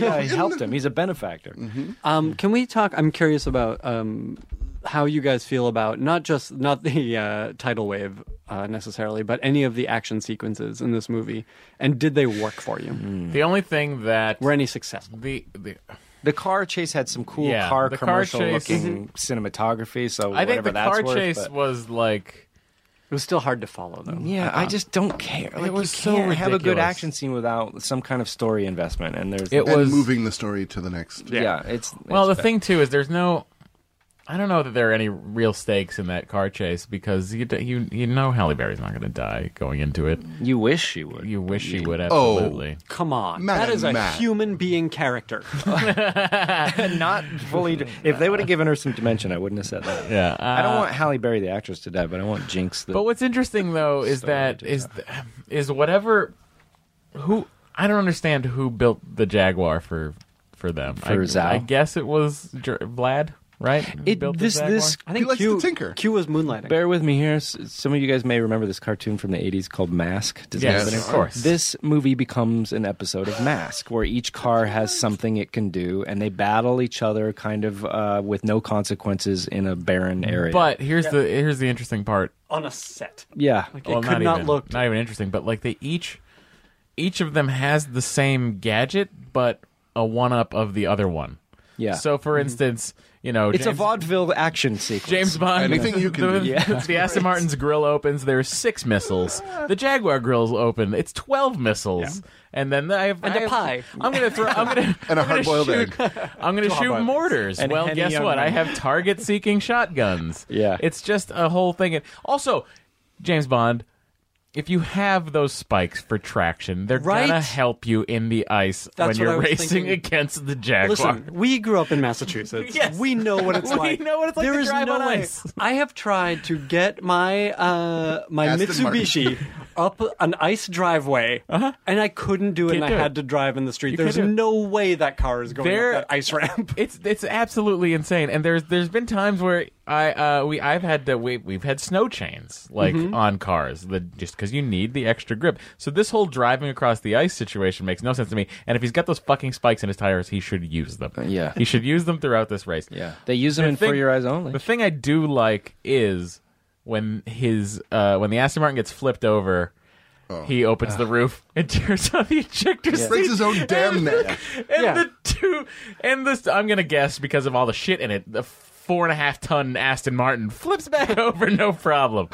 S4: Yeah, he
S5: in
S4: helped
S5: the-
S4: him. He's a benefactor.
S7: Um, can we talk? I'm curious about um, how you guys feel about not just not the uh, tidal wave uh, necessarily, but any of the action sequences in this movie, and did they work for you?
S4: Mm.
S3: The only thing that
S7: Were any successful?
S3: the, the
S4: The car chase had some cool
S3: Yeah,
S4: car
S3: the car
S4: commercial
S3: chase-
S4: looking cinematography. So
S3: I think
S4: whatever
S3: the
S4: that's
S3: car
S4: worth,
S3: chase
S4: but-
S3: was like
S7: It was still hard to follow though.
S4: Yeah, I
S7: thought.
S4: just don't care. Like,
S3: was
S4: you
S3: so
S4: can't have a good
S3: ridiculous.
S4: action scene without some kind of story investment. And there's
S3: It
S5: and
S3: was-
S5: moving the story to the next.
S4: yeah, it's
S3: well. The
S4: it's bad.
S3: thing too is there's no. I don't know that there are any real stakes in that car chase because you d- you you know Halle Berry's not going to die going into it.
S4: you wish she would.
S3: You wish she would
S5: Oh.
S3: absolutely.
S7: Come on,
S5: Madam
S7: that is a
S5: Matt.
S7: human being character.
S4: not fully. If they would have given her some dimension, I wouldn't have said that.
S3: Yeah,
S4: I don't
S3: uh,
S4: want Halle Berry, the actress, to die, but I want Jinx. The,
S3: But what's interesting though is
S4: So
S3: that is th- is whatever who I don't understand who built the Jaguar for for them.
S4: For
S3: I,
S4: Zhao?
S3: I guess it was Jer- Vlad, right? who
S4: It-
S3: built the
S4: this-
S3: Jaguar?
S4: this-
S7: I think
S5: likes
S7: Q,
S5: to tinker.
S7: Q was moonlighting.
S4: bear with me here. S- Some of you guys may remember this cartoon from the '80s called Mask. Does
S3: Yes,
S4: anybody-
S3: of course.
S4: This movie becomes an episode of Mask, where each car has something it can do, and they battle each other, kind of uh, with no consequences in a barren area.
S3: But here's the here's the interesting part.
S7: on a set.
S4: yeah,
S7: Like
S3: Well,
S7: it could not,
S3: even,
S7: look.
S3: not even interesting, but like they each each of them has the same gadget, but a one up of the other one.
S4: yeah.
S7: Mm-hmm.
S3: So, for instance, you know,
S4: it's
S3: James-
S4: a vaudeville action sequence.
S3: James Bond. the,
S4: Yeah.
S3: The Aston Martin's grill opens. There's six missiles. The Jaguar grill's open. It's twelve missiles. And then I have
S7: And
S3: I
S7: a
S3: have-
S7: pie.
S3: I'm gonna throw. I'm gonna
S7: And a
S3: I'm gonna
S7: hard-boiled
S3: shoot- I'm gonna
S7: Two
S3: shoot
S7: hard-boiled
S3: mortars.
S7: eggs.
S3: well,
S7: And
S3: guess
S7: Henny
S3: what?
S7: on
S3: I
S7: them.
S3: have target-seeking shotguns. Yeah. It's just a whole thing. And also, James Bond. If you have those spikes for traction, they're
S7: Right?
S3: gonna help you in the ice when
S7: That's what I
S3: you're
S7: was
S3: racing
S7: thinking.
S3: against the Jaguar.
S7: Listen, we grew up in Massachusetts.
S3: Yes.
S7: We know what it's
S3: We
S7: like.
S3: know what it's like
S7: There
S3: to
S7: is
S3: drive
S7: no
S3: on
S7: way.
S3: ice.
S7: I have tried to get my uh, my
S3: Aston
S7: Mitsubishi up an ice driveway, and I couldn't do it,
S3: Uh-huh. Can't
S7: and
S3: do
S7: I
S3: it.
S7: had to drive in the street.
S3: You
S7: There's
S3: can't do it.
S7: no way that car is going
S3: There-
S7: up that ice ramp.
S3: It's it's absolutely insane. And there's there's been times where I uh we I've had to we we've had snow chains like
S4: Mm-hmm.
S7: Mhm.
S3: on cars the, just because you need the extra grip. So this whole driving across the ice situation makes no sense to me. And if he's got those fucking spikes in his tires, he should use them.
S4: Uh, yeah.
S3: he should use them throughout this race. Yeah,
S4: They use them in For Your Eyes Only.
S3: The thing I do like is when his uh when the Aston Martin gets flipped over.
S4: Oh.
S3: He opens the roof and tears out the ejector
S5: He
S3: seat.
S5: breaks his own damn neck.
S3: And the two, and this, I'm gonna guess because of all the shit in it, the four and a half ton Aston Martin flips back over, no problem.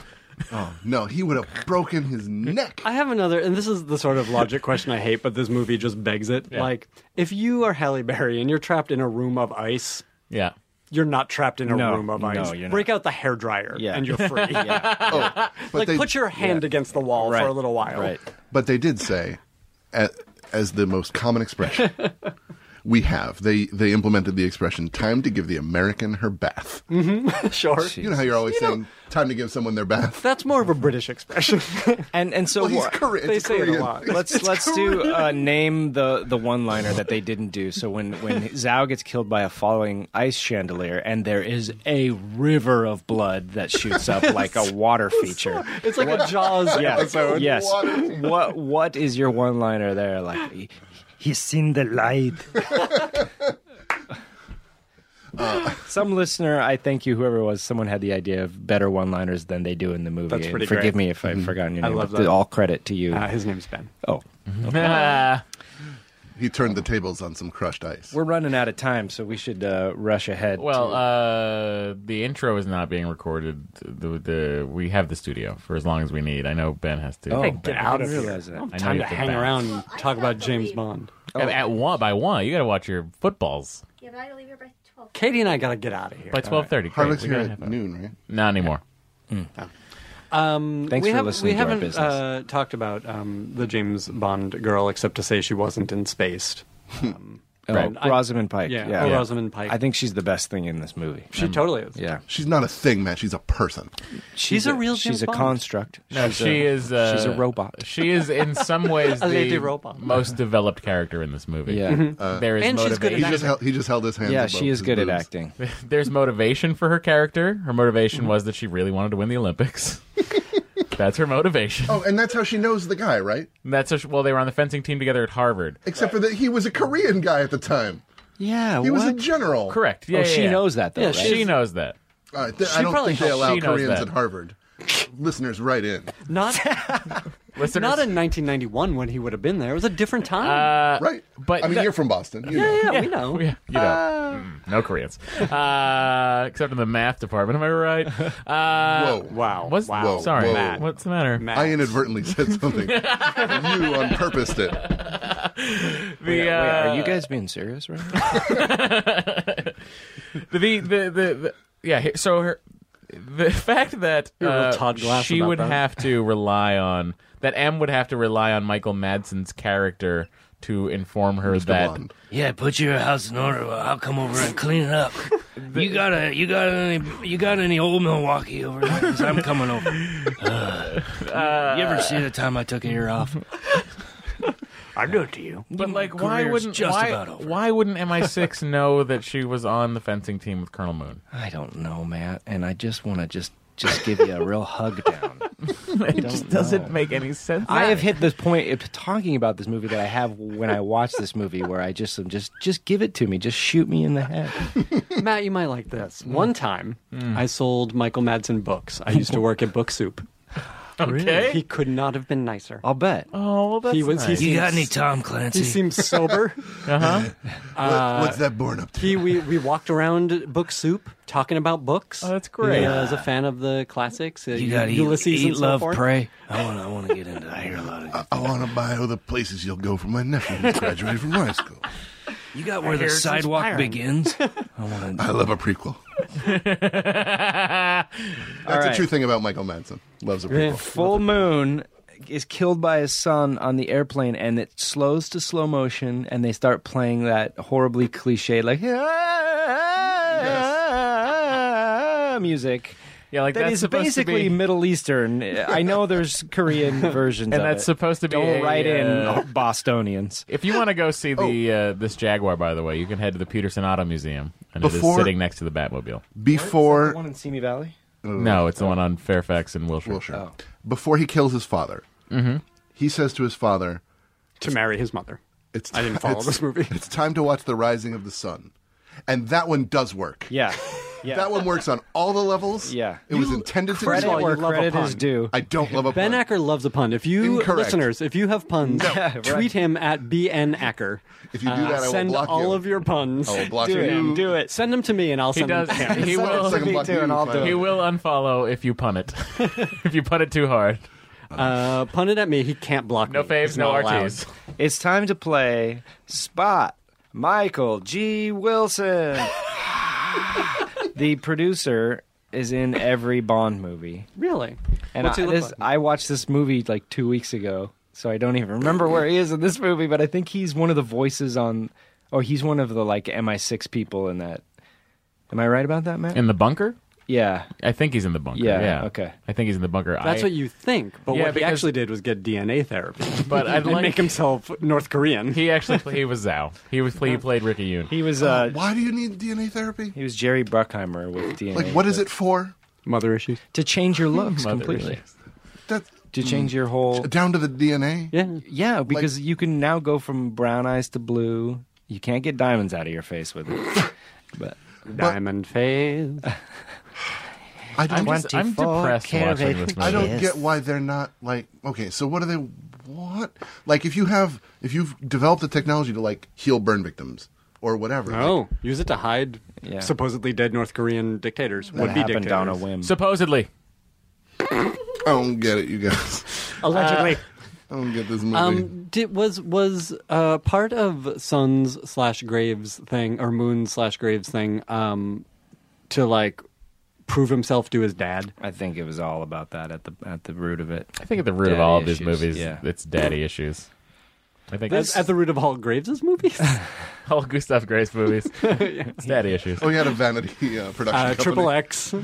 S5: Oh no, he would have broken his neck.
S7: I have another, and this is the sort of logic question I hate, but this movie just begs it.
S3: Yeah.
S7: Like, if you are Halle Berry and you're trapped in a room of ice,
S3: yeah,
S7: you're not trapped in a
S4: No,
S7: room of
S4: no,
S7: ice.
S4: you're not.
S7: Break out the hair dryer,
S4: Yeah.
S7: and you're free. like,
S5: they-
S7: put your hand against the wall for a little while.
S5: But they did say, a- as the most common expression, we have. They they implemented the expression "time to give the American her bath."
S7: Mm-hmm. sure.
S5: You know how you're always saying "time to give someone their bath."
S7: That's more of a British expression.
S4: and and so
S5: Well, he's
S4: what-
S5: Kore- it's They say it a Korean. lot.
S4: Let's
S5: It's
S4: let's do uh, name the the one liner that they didn't do. So when when Zhao gets killed by a falling ice chandelier, and there is a river of blood that shoots up like a water feature.
S7: It's like a Jaws
S4: Yeah.
S7: episode.
S4: Yes.
S7: Water feature.
S4: What what is your one liner there? Like he- he's seen the light. Uh, some listener, I thank you, whoever it was, someone had the idea of better one-liners than they do in the movie.
S7: That's
S4: and
S7: pretty
S4: Forgive
S7: great.
S4: me if I've forgotten your
S7: I
S4: name.
S7: love
S4: but
S7: that.
S4: All credit to you.
S7: Uh, his name's Ben.
S4: Oh.
S5: he turned the tables on some crushed ice.
S4: We're running out of time, so we should uh, rush ahead.
S3: Well, uh, the intro is not being recorded. The, the we have the studio for as long as we need. I know Ben has to.
S7: Hey, get out of here.
S4: I
S7: don't have
S3: I know
S7: time
S3: you
S7: to
S3: have to
S7: hang
S3: bounce.
S7: around and talk about James Bond.
S3: And At one by one, you got to watch your footballs
S16: Yeah, but I gotta leave here by twelve.
S7: Katie and I got to get out of here.
S3: by twelve thirty.
S5: Harley's here at noon, right?
S3: Not anymore.
S7: Um,
S3: Thanks
S7: we
S3: for
S7: haven't-
S3: listening
S7: We
S3: to our
S7: haven't
S3: business.
S7: Uh, talked about um, the James Bond girl, except to say she wasn't in Spaced. Um,
S4: Oh,
S7: and I-
S4: Rosamund Pike.
S7: Yeah,
S4: Yeah,
S7: oh, Rosamund Pike.
S4: I think she's the best thing in this movie.
S7: She totally is.
S4: Yeah,
S5: she's not a thing, man. She's a person.
S4: She's a real James Bond.
S3: No,
S4: She's
S3: she
S4: a-
S3: is. Uh,
S4: she's a robot.
S3: She is in some ways
S7: A
S3: the
S7: lady robot.
S3: most developed character in this movie.
S4: Yeah. Mhm.
S5: Uh,
S3: there is
S5: And she's good at
S3: motivation.
S5: He just acting. held- he just held his hands
S4: Yeah, above she is his good at boobs. acting.
S3: There's motivation for her character. Her motivation was that she really wanted to win the Olympics. That's her motivation.
S5: Oh, and that's how she knows the guy, right?
S3: And That's a, well, they were on the fencing team together at Harvard.
S5: Except for that he was a Korean guy at the time.
S4: Yeah,
S5: he was a general.
S3: Correct.
S4: Oh,
S3: Yeah, yeah, yeah. Yeah, she knows that.
S5: All right, th-
S3: She
S5: I don't
S3: probably
S5: think they
S3: knows-
S5: allow
S3: she knows
S5: Koreans
S3: that.
S5: at Harvard. Listeners, right in.
S7: Not, not in 1991 when he would have been there. It was a different
S17: Uh,
S7: time.
S5: right.
S3: Uh, but
S5: I mean,
S3: that-
S5: you're from Boston. You
S7: yeah,
S5: know.
S7: yeah, we know.
S3: Yeah, you know, Mm, no Koreans, uh, except in the math department. Am I right? Uh,
S5: Whoa.
S7: Wow.
S3: What's,
S5: Whoa,
S3: Sorry,
S5: whoa.
S3: Matt. What's the matter?
S5: I inadvertently said something. you on purpose did.
S3: The,
S4: Wait, are
S3: uh,
S4: you guys being serious right now?
S3: the, the, the, the yeah. he- So her, the fact that
S7: You're a real
S3: uh,
S7: Todd Glass
S3: she
S7: about
S3: would
S7: that.
S3: have to rely on that M would have to rely on Michael Madsen's character to inform her that
S18: Yeah, put your house in order. Well, I'll come over and clean it up. you got a, you got any, you got any old Milwaukee over there? 'Cause I'm coming over. Uh, you ever see the time I took a year off? I do it to you.
S3: But like,
S18: My
S3: why
S18: career's
S3: wouldn't
S18: just
S3: why,
S18: about over?
S3: why wouldn't MI6 know that she was on the fencing team with Colonel Moon?
S4: I don't know, Matt, and I just want to just just give you a real hug down.
S3: it just doesn't make any sense.
S4: I have hit this point of talking about this movie that I have when I watch this movie, where I just am just just give it to me, just shoot me in the head.
S7: Matt, you might like
S5: Mm.
S7: this. One time, I sold Michael Madsen books. I used to work at Book Soup.
S3: Okay.
S7: He could not have been nicer.
S4: I'll bet.
S3: Oh, well, that's
S7: he was.
S3: nice.
S7: He
S18: You got
S7: seems-
S18: any Tom Clancy?
S7: He seems sober.
S3: Uh-huh.
S7: Uh,
S5: what's that born up to?
S7: He we we walked around Book Soup talking about books.
S3: Oh, that's great.
S7: He, uh, is a fan of the classics. Uh,
S18: You got to eat,
S7: Ulysses
S18: eat
S7: and so
S18: love,
S7: forth.
S18: pray. I want to I want to get into I hear a lot of
S5: I want to buy all the places you'll go for my nephew who's graduated from high school.
S18: You got where
S5: I
S18: the
S5: hear it's
S18: sidewalk
S5: inspiring.
S18: begins. I want
S5: I love a prequel. That's a
S4: right.
S5: true thing about Michael Madsen. Loves a
S4: Yeah.
S5: prequel.
S4: Full Moon is killed by his son on the airplane, and it slows to slow motion, and they start playing that horribly cliche like music.
S3: Yeah, like
S4: that
S3: that's
S4: is
S3: supposed to
S4: basically
S3: be-
S4: Middle Eastern. I know there's Korean versions,
S3: And
S4: of
S3: that's
S4: it.
S3: supposed to be
S4: Don't
S3: a,
S4: write in
S3: uh,
S4: Bostonians.
S3: If you want to go see
S5: Oh.
S3: the uh, this Jaguar, by the way, you can head to the Peterson Auto Museum, and it
S5: Before-
S3: is sitting next to the Batmobile.
S5: Before
S4: one in Simi Valley.
S3: No, it's the one on Fairfax and Wilshire.
S5: Oh. Wilshire.
S7: Oh.
S5: Before he kills his father,
S3: Mm-hmm.
S7: Mhm.
S5: he says to his father,
S7: to marry his mother.
S5: "It's
S7: I didn't follow
S5: it's-
S7: this movie.
S5: It's time to watch The Rising of the Sun," and that one does work.
S4: Yeah, yeah.
S5: That one works on all the levels.
S4: Yeah.
S5: it was intended to
S7: Credit
S5: be.
S7: where credit is due.
S5: I don't love a
S7: Ben
S5: pun.
S7: Acker loves a pun. If you
S5: Incorrect.
S7: listeners, if you have puns,
S5: Yeah, right.
S7: tweet him at bn acker. Uh,
S5: If you do that, I will
S7: send
S5: block
S7: all
S5: you.
S7: of your puns.
S5: I will block
S7: do
S5: you.
S7: It. Do it. Send them to me, and I'll
S3: He
S7: send
S3: does.
S7: them. To him.
S3: He will.
S5: Second block you, fine.
S3: He will unfollow if you pun it. if you pun it too hard.
S7: Uh, pun it at me. He can't block
S3: No
S7: me.
S3: faves,
S7: He's
S3: no
S7: not allowed.
S3: RTs.
S4: It's time to play Spot Michael G. Wilson. the producer is in every Bond movie.
S7: Really?
S4: And
S7: What's
S4: I,
S7: he look
S4: this,
S7: like?
S4: I watched this movie like two weeks ago, so I don't even remember where he is in this movie, but I think he's one of the voices on, or he's one of the like MI6 people in that. Am I right about that, Matt?
S3: In the bunker?
S4: yeah.
S3: I think he's in the bunker.
S4: Yeah,
S3: Yeah.
S4: okay.
S3: I think he's in the bunker.
S7: That's
S3: I-
S7: what you think, but
S3: Yeah,
S7: what he
S3: because-
S7: actually did was get DNA therapy.
S3: But I'd
S7: and
S3: like-
S7: make himself North Korean.
S3: He actually play, he was Zhao. He was he played Ricky Yoon.
S4: He was
S5: Uh,
S4: uh,
S5: why do you need DNA therapy?
S4: he was Jerry Bruckheimer with DNA.
S5: Like, what is it for?
S7: Mother issues.
S4: To change your looks
S3: Mother
S4: completely.
S3: issues.
S5: That
S4: To change your whole
S5: down to the DNA.
S7: Yeah.
S4: Yeah, because you can now go from brown eyes to blue. You can't get diamonds out of your face with it. but
S7: Diamond phase.
S5: I don't.
S3: I'm, just, I'm
S4: 24
S3: depressed
S4: carat
S3: watching this movie.
S5: I don't
S4: Yes.
S5: get why they're not like okay. So what do they want? Like if you have if you've developed the technology to like heal burn victims or whatever.
S7: Oh, use it to hide
S4: Yeah.
S7: supposedly dead North Korean dictators.
S4: that
S7: Would be
S4: happened
S7: dictators.
S4: on a whim.
S3: Supposedly.
S5: I don't get it, you guys.
S7: Allegedly.
S5: I don't get this movie.
S7: Uh, um, did, was was uh, part of Sun's slash Graves thing or Moon slash Graves thing um, to like prove himself to his dad?
S4: I think it was all about that at the at the root of it.
S3: I think at the root of
S4: Daddy
S3: all of these
S4: issues,
S3: movies,
S4: yeah.
S3: it's daddy issues. I think
S7: That's
S3: that's
S7: at the root of all Graves' movies. Uh,
S3: all Gustav Grace movies. It's daddy issues.
S5: oh, he had a vanity uh, production.
S7: Uh,
S5: company.
S7: Triple X.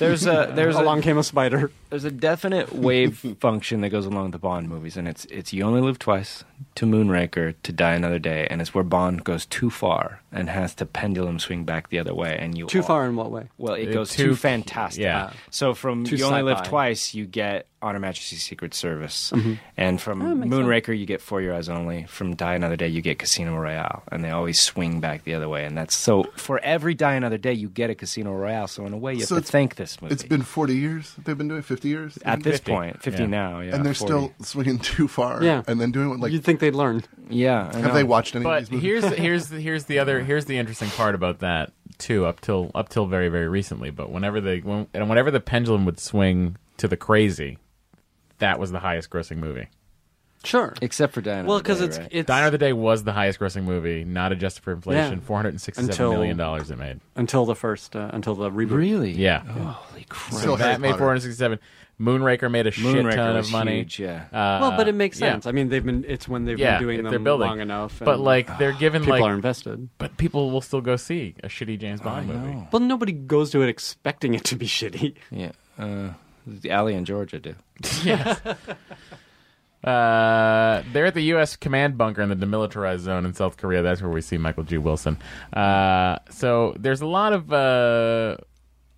S4: There's a there's a
S7: Along came a spider.
S4: there's a definite wave function that goes along with the Bond movies, and it's it's you only live twice to Moonraker to die another day, and it's where Bond goes too far and has to pendulum swing back the other way, and you
S7: Too
S4: all-
S7: far in what way?
S4: Well, it
S3: Uh,
S4: goes
S3: too-
S4: too, fantastic.
S3: yeah.
S4: So from
S7: Too
S4: You Only Live
S7: sci-fi.
S4: Twice, you get On Her Majesty's Secret Service, and from Moonraker, you get For Your Eyes Only. From Die Another Day, you get Casino Royale, and they always swing back the other way. And that's so for every Die Another Day, you get a Casino Royale. So in a way, you have
S5: So
S4: to
S5: it's-
S4: thank this movie.
S5: It's been forty years that they've been doing it, fifty years.
S4: at this
S3: 50,
S4: point, fifty
S3: yeah.
S4: now, yeah,
S5: and they're
S4: 40.
S5: still swinging too far.
S7: Yeah.
S5: and then doing what like
S7: You'd think they'd learn.
S4: yeah. I
S5: have they
S4: know.
S5: watched any
S3: But
S5: of these movies?
S3: here's here's here's the other here's the interesting part about that too. Up till up till very very recently, but whenever the when, and whenever the pendulum would swing to the crazy, that was the highest grossing movie.
S7: Sure.
S4: Except for Die Another
S7: Well, because
S4: Day,
S7: it's
S4: right?
S7: it's
S3: Diner of the Day was the highest grossing movie, not adjusted for inflation.
S7: Yeah.
S3: Four hundred and sixty-seven
S7: Until-
S3: million dollars it made.
S7: until the first uh, until the reboot.
S4: really
S3: Yeah.
S4: Holy crap!
S3: So
S5: Still Harry
S3: that made
S5: Potter.
S3: four hundred sixty-seven. Moonraker made a
S4: Oh, Moonraker
S3: shit ton
S4: was
S3: of money.
S4: huge, yeah.
S3: Uh,
S7: well, but it makes
S3: yeah.
S7: sense. I mean, they've been it's when they've been doing
S3: if
S7: them
S3: they're building.
S7: long enough.
S3: But
S7: and
S3: like they're given
S7: people
S3: like,
S7: are invested.
S3: but people will still go see a shitty James Bond movie.
S4: know.
S7: Well, nobody goes to it expecting it to be shitty.
S4: Yeah. Uh, Allie and Georgia do.
S3: Uh, they're at the U.S. command bunker in the demilitarized zone in South Korea. That's where we see Michael G. Wilson. Uh, so there's a lot of. Uh...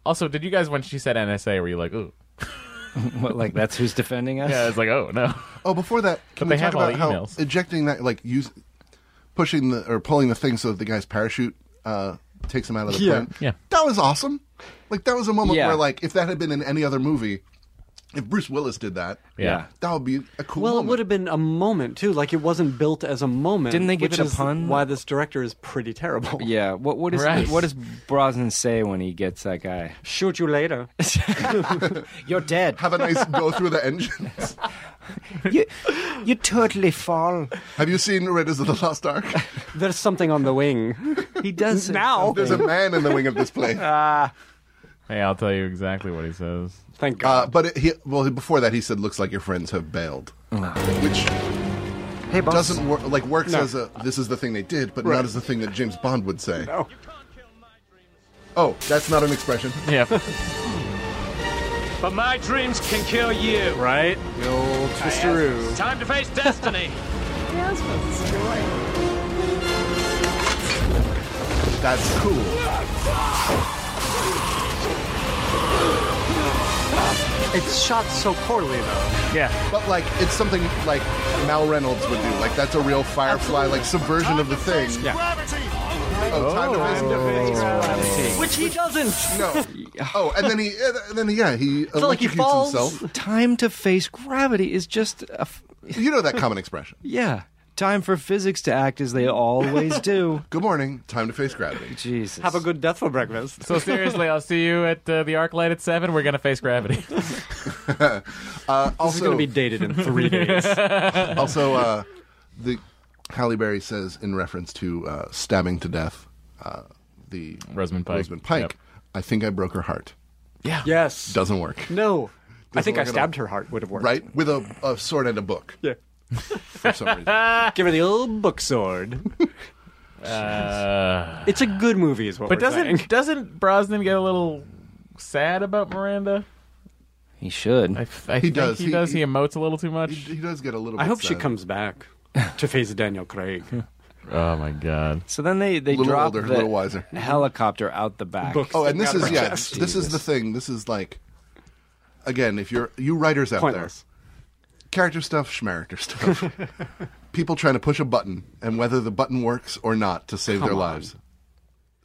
S3: Also, did you guys when she said NSA were you like, ooh?
S4: What, like that's who's defending us?
S3: Yeah, it's like, oh no.
S5: Oh, before that, can
S3: they
S5: we talk
S3: have all
S5: about
S3: the
S5: how
S3: emails.
S5: ejecting that, like, use, pushing the or pulling the thing so that the guy's parachute uh, takes him out of the
S7: Yeah.
S5: plane?
S3: Yeah.
S5: that was awesome. Like, that was a moment
S4: Yeah.
S5: where, like, if that had been in any other movie, If Bruce Willis did that,
S7: Yeah.
S5: that would be a cool.
S7: well,
S5: moment.
S7: it would have been a moment too. Like it wasn't built as a moment.
S4: Didn't they give
S7: which
S4: it a
S7: is
S4: pun?
S7: Why this director is pretty terrible.
S4: Yeah. What what is
S7: Right.
S4: what does Brosnan say when he gets that guy?
S7: Shoot you later.
S4: You're dead.
S5: Have a nice go through the engines.
S4: you, you totally fall.
S5: Have you seen Raiders of the Lost Ark?
S7: There's something on the wing. He does now.
S5: There's a man in the wing of this plane.
S4: Uh,
S3: Hey, I'll tell you exactly what he says.
S7: Thank
S5: God. Uh, but it, he, well, before that, he said, "Looks like your friends have bailed," which
S4: hey,
S5: doesn't work. Like works
S4: No.
S5: as a this is the thing they did, but
S4: Right.
S5: not as the thing that James Bond would say. Oh, that's not an expression.
S3: Yeah.
S16: But my dreams can kill you.
S7: Right? The old twisteroo.
S16: Time to face destiny.
S5: That's cool.
S7: It's shot so poorly though.
S3: Yeah.
S5: But like it's something like Mal Reynolds would do. Like that's a real Firefly like subversion of the thing. Oh, time to face gravity.
S7: Which he doesn't.
S5: No. Oh, and then he and then yeah, he electrocutes himself.
S4: Time to face gravity is just a. F-
S5: You know that common expression.
S4: Yeah. Time for physics to act as they always do.
S5: Good morning. Time to face gravity.
S4: Jesus.
S7: Have a good death for breakfast.
S3: So seriously, I'll see you at uh, the ArcLight at seven. We're gonna face gravity.
S5: uh, also,
S7: this is going to be dated in three days.
S5: also, uh, the Halle Berry says in reference to uh, stabbing to death, uh, the
S3: Rosamund Pike.
S5: Rosamund Pike.
S3: Yep.
S5: I think I broke her heart.
S7: Yeah. Yes.
S5: Doesn't work.
S7: No. I
S5: Doesn't
S7: think I
S5: work at
S7: stabbed
S5: all.
S7: her heart would have worked.
S5: Right with a, a sword and a book.
S7: Yeah.
S5: For some reason.
S7: Give her the old book sword.
S3: Uh,
S7: It's a good movie, is what
S3: but
S7: we're
S3: doesn't
S7: saying.
S3: doesn't Brosnan get a little sad about Miranda?
S4: He should.
S3: I, f- I think He, does. He, emotes a little too much.
S5: He does get a little.
S7: I
S5: bit
S7: hope she
S5: sad.
S7: comes back to face Daniel Craig.
S3: oh my god.
S4: So then they they
S5: Little
S4: drop
S5: older,
S4: the
S5: little wiser.
S4: helicopter out the back.
S7: Books.
S5: Oh, and this is yeah,
S4: Jesus.
S5: this is the thing. This is like, again, if you're you writers out
S7: Pointless.
S5: there, character stuff, schmaracter stuff, people trying to push a button and whether the button works or not to save their
S7: Come on.
S5: lives.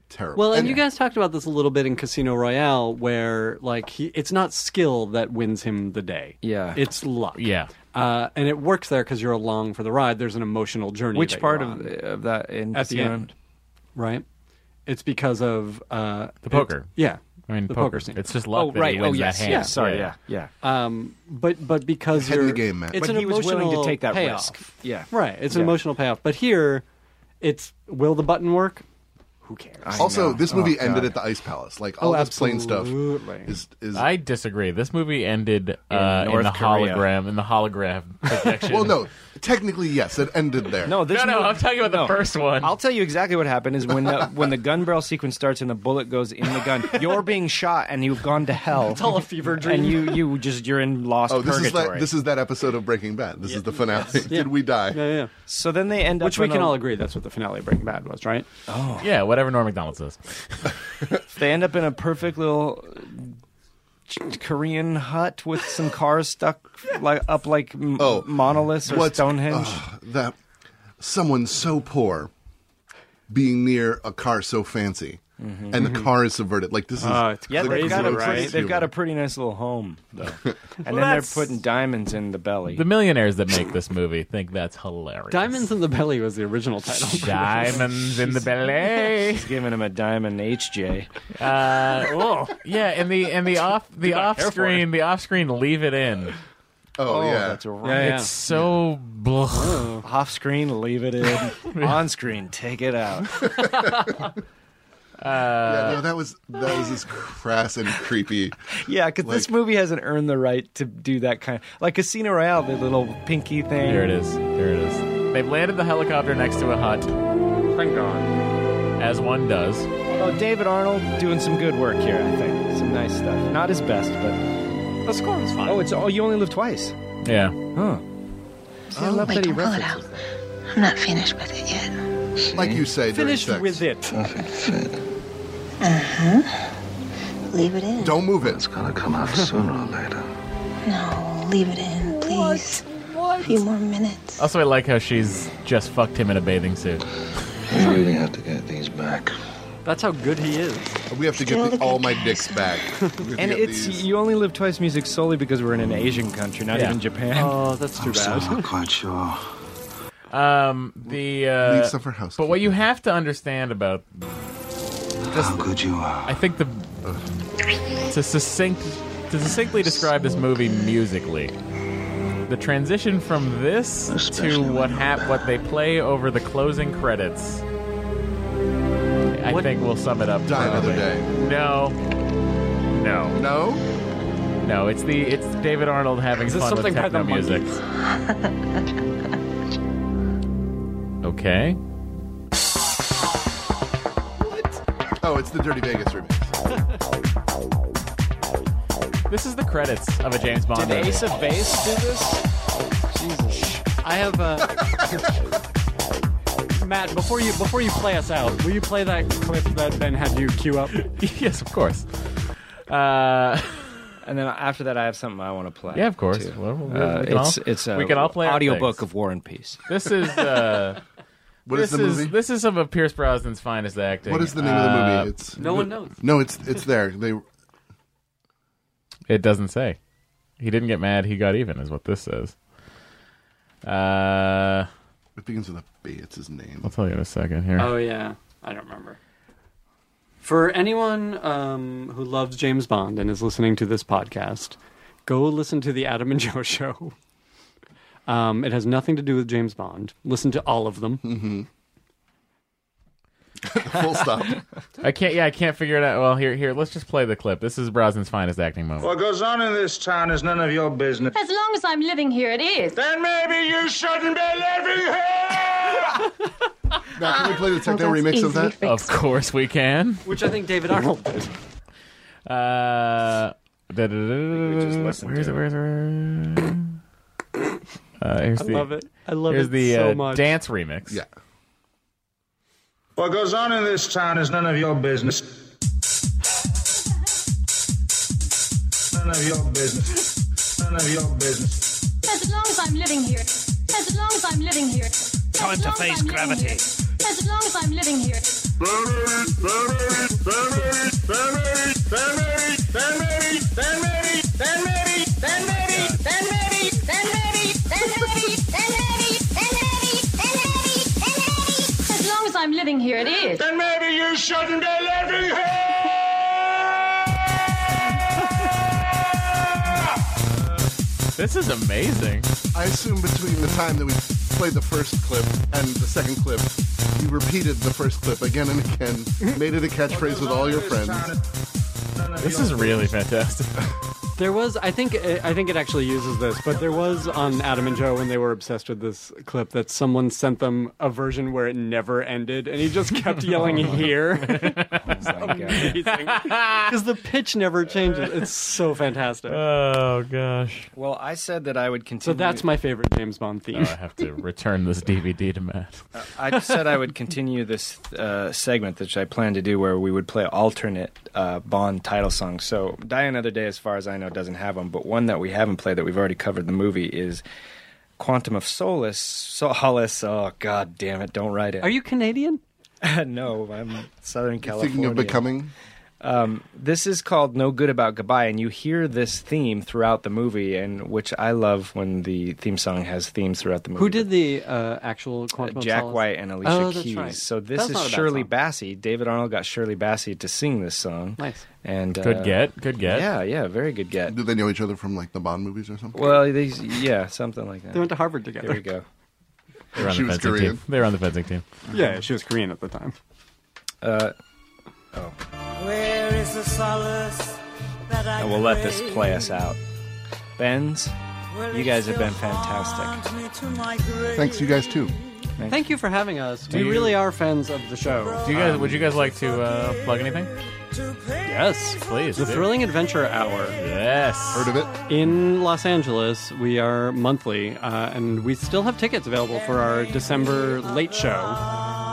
S5: Terrible.
S7: Well, and you guys talked about this a little bit in Casino Royale, where like he, it's not skill that wins him the day.
S4: Yeah.
S7: it's luck.
S3: Yeah.
S7: uh, and it works there because you're along for the ride. There's an emotional journey.
S4: Which
S7: that
S4: part
S7: you're
S4: of,
S7: on,
S4: of that in
S7: at the
S4: Casino?
S7: end, right? It's because of uh,
S3: The poker.
S7: it- yeah,
S3: I mean,
S7: the
S3: poker.
S7: poker, scene.
S3: It's just luck
S4: Oh,
S3: that
S4: right.
S3: he
S4: Oh,
S3: wins
S4: yes.
S3: that hand.
S4: Yeah. Sorry. Yeah. Yeah.
S7: Um, but but because
S5: Head in
S7: you're
S5: the game, Matt.
S7: It's
S4: But
S7: an
S4: he was willing to
S7: emotional
S4: take that
S7: payoff.
S4: risk. Yeah.
S7: right. It's an
S4: Yeah.
S7: emotional payoff. But here, it's will the button work? Who cares?
S5: also,
S4: know.
S5: this
S4: Oh,
S5: movie
S4: God.
S5: ended at the ice palace. Like
S7: Oh,
S5: all this plain stuff
S7: absolutely.
S5: is is.
S3: I disagree. This movie ended uh, in,
S4: North
S3: the
S4: Korea.
S3: hologram in the hologram projection.
S5: well, no, technically yes, it ended there.
S4: No, this
S3: no, no.
S4: movie-
S3: I'm talking about
S4: no.
S3: the first one.
S4: I'll tell you exactly what happened is when the when the gun barrel sequence starts and the bullet goes in the gun, you're being shot and you've gone to hell. It's all a fever dream. And you you just you're in lost
S5: Oh, this is
S4: purgatory.
S5: that. This is that episode of Breaking Bad. This is the finale. Did we die?
S7: Yeah, yeah.
S4: so then they end up
S7: Which we
S4: in
S7: can
S4: a-
S7: all agree that's what the finale of Breaking Bad was, right?
S3: yeah, whatever Norm Macdonald says.
S4: they end up in a perfect little uh, Korean hut with some cars stuck like up like m-
S5: Oh.
S4: monoliths or Stonehenge.
S5: Ugh, that someone so poor being near a car so fancy, and the car is subverted. Like this is
S7: Oh, it's
S4: Mm-hmm. Uh, yeah,
S5: the
S4: they've
S7: crazy,
S4: got, a
S5: grossest
S7: right?
S4: pretty, they've
S5: humor.
S4: got a pretty nice little home though, and then they're
S3: that's-
S4: putting diamonds in the belly.
S3: The millionaires that make this movie think that's hilarious.
S7: Diamonds in the Belly was the original title.
S3: Diamonds in the ballet.
S4: He's giving him a diamond HJ.
S3: Uh, yeah, and the and the off the off screen the off screen leave it in.
S5: Oh, yeah,
S4: that's right.
S7: Yeah, yeah.
S3: It's so blah.
S4: Off screen, leave it in. On screen, take it out.
S5: yeah, no, that was that was as crass and creepy.
S4: Yeah, because this
S5: Like-
S4: movie hasn't earned the right to do that kind. Like Casino Royale, the little pinky thing.
S3: Here it is. Here it is. They've landed the helicopter next to a hut,
S7: Thank God.
S3: as one does.
S4: Oh, David Arnold doing some good work here. I think some nice stuff. Not his best, but
S7: The score was fine.
S4: oh, it's oh, you only live twice.
S3: Yeah.
S4: Huh. See,
S5: Oh
S4: I love
S13: Wait,
S4: that he
S13: don't pull it out.
S4: references
S13: I'm not finished with it yet.
S5: Like you say, during
S7: Finished
S5: sex.
S7: with it.
S13: Leave it in.
S5: Don't move it.
S9: It's gonna come out sooner or later.
S13: No, leave it in, please. A few more minutes.
S3: Also, I like how she's just fucked him in a bathing suit.
S9: You really had to get these back.
S7: That's how good he is.
S5: We have to
S4: Still
S5: get the,
S4: looking
S5: all my dicks back. We have to
S4: And
S5: get
S4: it's
S5: these.
S4: you only live twice music solely because we're in an Asian country, not
S5: Yeah.
S4: even Japan.
S7: Oh, that's
S3: too I'm still bad. not
S4: quite sure.
S3: Um, the uh,
S5: Leave some for
S3: But what you have to understand about just, how good you are, I think the to succinct to succinctly describe this movie musically, the transition from this to what hap- what they play over the closing credits. I think we'll sum it up.
S5: Die Another
S3: probably.
S5: Day.
S3: No. No.
S5: No.
S3: No, it's the it's David Arnold having
S5: Is this
S3: fun with
S5: something by
S3: techno
S5: the
S3: music. okay.
S5: Oh, it's the Dirty Vegas remix.
S3: This is the credits of a James Bond.
S4: Did
S3: movie.
S4: Ace of Base do this? Jesus.
S7: I have uh, Matt. Before you before you play us out, will you play that clip that Ben had you queue up?
S3: yes, of course. Uh,
S4: and then after that, I have something I want to play.
S3: Yeah, of course.
S4: too.
S3: Well, we-
S4: Uh,
S3: we can
S4: it's
S3: all-
S4: it's a
S3: we can all play our
S4: audiobook
S3: things.
S4: of War and Peace.
S3: This is uh,
S5: What is
S3: this
S5: the movie?
S3: This is some of Pierce Brosnan's finest acting.
S5: What is the name of the
S3: Uh,
S5: movie? It's No, it's it's there. They
S3: Uh, It doesn't say. He didn't get mad. He got even, is what this says. Uh,
S5: it begins with a B. It's his name.
S3: I'll tell you in a second here.
S7: Oh yeah, I don't remember. For anyone um, who loves James Bond and is listening to this podcast, go listen to the Adam and Joe show. Um, it has nothing to do with James Bond. Listen to all of them.
S5: Full stop.
S3: I can't. Yeah, I can't figure it out. Well, here, here. Let's just play the clip. This is Brosnan's finest acting moment.
S19: What goes on in this town is none of your business.
S20: As long as I'm living here, it is.
S19: Then maybe you shouldn't be living here!
S5: Now, can we play the techno remix of that?
S3: Of course we can.
S7: Which I think David Arnold did.
S3: Uh, da- da- da- da-
S7: listened
S3: where is
S7: to
S3: it? Where is it? Where is it? Uh, here's
S7: I
S3: the,
S7: love it. I love
S3: here's
S7: it
S3: the
S7: so
S3: uh,
S7: much.
S3: dance remix. Yeah.
S19: What goes on in this town is none of your business. None of your business. None of your business.
S20: As long as I'm living here. As long as I'm living here.
S19: Time to face gravity.
S20: As long as I'm living here. As long as I'm living here, it is.
S19: Then maybe you shouldn't be living here!
S3: This is amazing.
S5: I assume between the time that we played the first clip and the second clip, you repeated the first clip again and again, made it a catchphrase with all your friends.
S3: This is really fantastic.
S7: There was, I think, I think it actually uses this, but there was on Adam and Joe when they were obsessed with this clip that someone sent them a version where it never ended, and he just kept yelling here. because the pitch never changes. It's so fantastic.
S4: Uh,
S3: Oh gosh.
S4: Well, I said that I would
S7: So
S4: continue.
S7: that's my favorite James Bond
S3: Oh,
S7: theme.
S3: I have to return this DVD to Matt.
S4: I said I would continue this uh, segment, which I plan to do, where we would play alternate uh, Bond title songs. So, Die Another Day, as far as I know, doesn't have one, but one that we haven't played that we've already covered the movie is Quantum of Solace. Solace. Oh, god damn it. Don't write it.
S7: Are you Canadian?
S4: no, I'm Southern California.
S5: Thinking of becoming.
S4: Um, this is called No Good About Goodbye, and you hear this theme throughout the movie, and which I love when the theme song has themes throughout the movie.
S7: Who did the uh, actual Quantum of
S4: Jack
S7: Solace?
S4: White and Alicia
S7: oh, that's
S4: Keys.
S7: Right.
S4: So this
S7: That's
S4: is
S7: not a bad
S4: Shirley
S7: song.
S4: Bassey. David Arnold got Shirley Bassey to sing this song.
S7: Nice.
S4: And uh,
S3: Good get, good get.
S4: Yeah, yeah, very good get.
S5: Do they know each other from like the Bond movies or something?
S4: Well, these, yeah, something like that.
S7: They went to Harvard together.
S4: There we go.
S3: They were on
S4: She
S3: the
S4: was
S3: fencing
S4: Korean.
S3: team. They were on the fencing team.
S7: Yeah, she was Korean at the time.
S4: Uh, oh, and we'll let this play us out. Benz, you guys have been fantastic.
S5: Thanks, you guys too.
S7: Thank you for having us.
S3: Do
S7: we
S3: you-
S7: really are fans of the show.
S3: Do you guys? would you guys like to uh, plug anything?
S7: Yes,
S3: please.
S7: The
S3: do.
S7: Thrilling Adventure Hour.
S3: Yes. Heard
S5: of it?
S7: In Los Angeles, we are monthly, uh, and we still have tickets available for our December late show.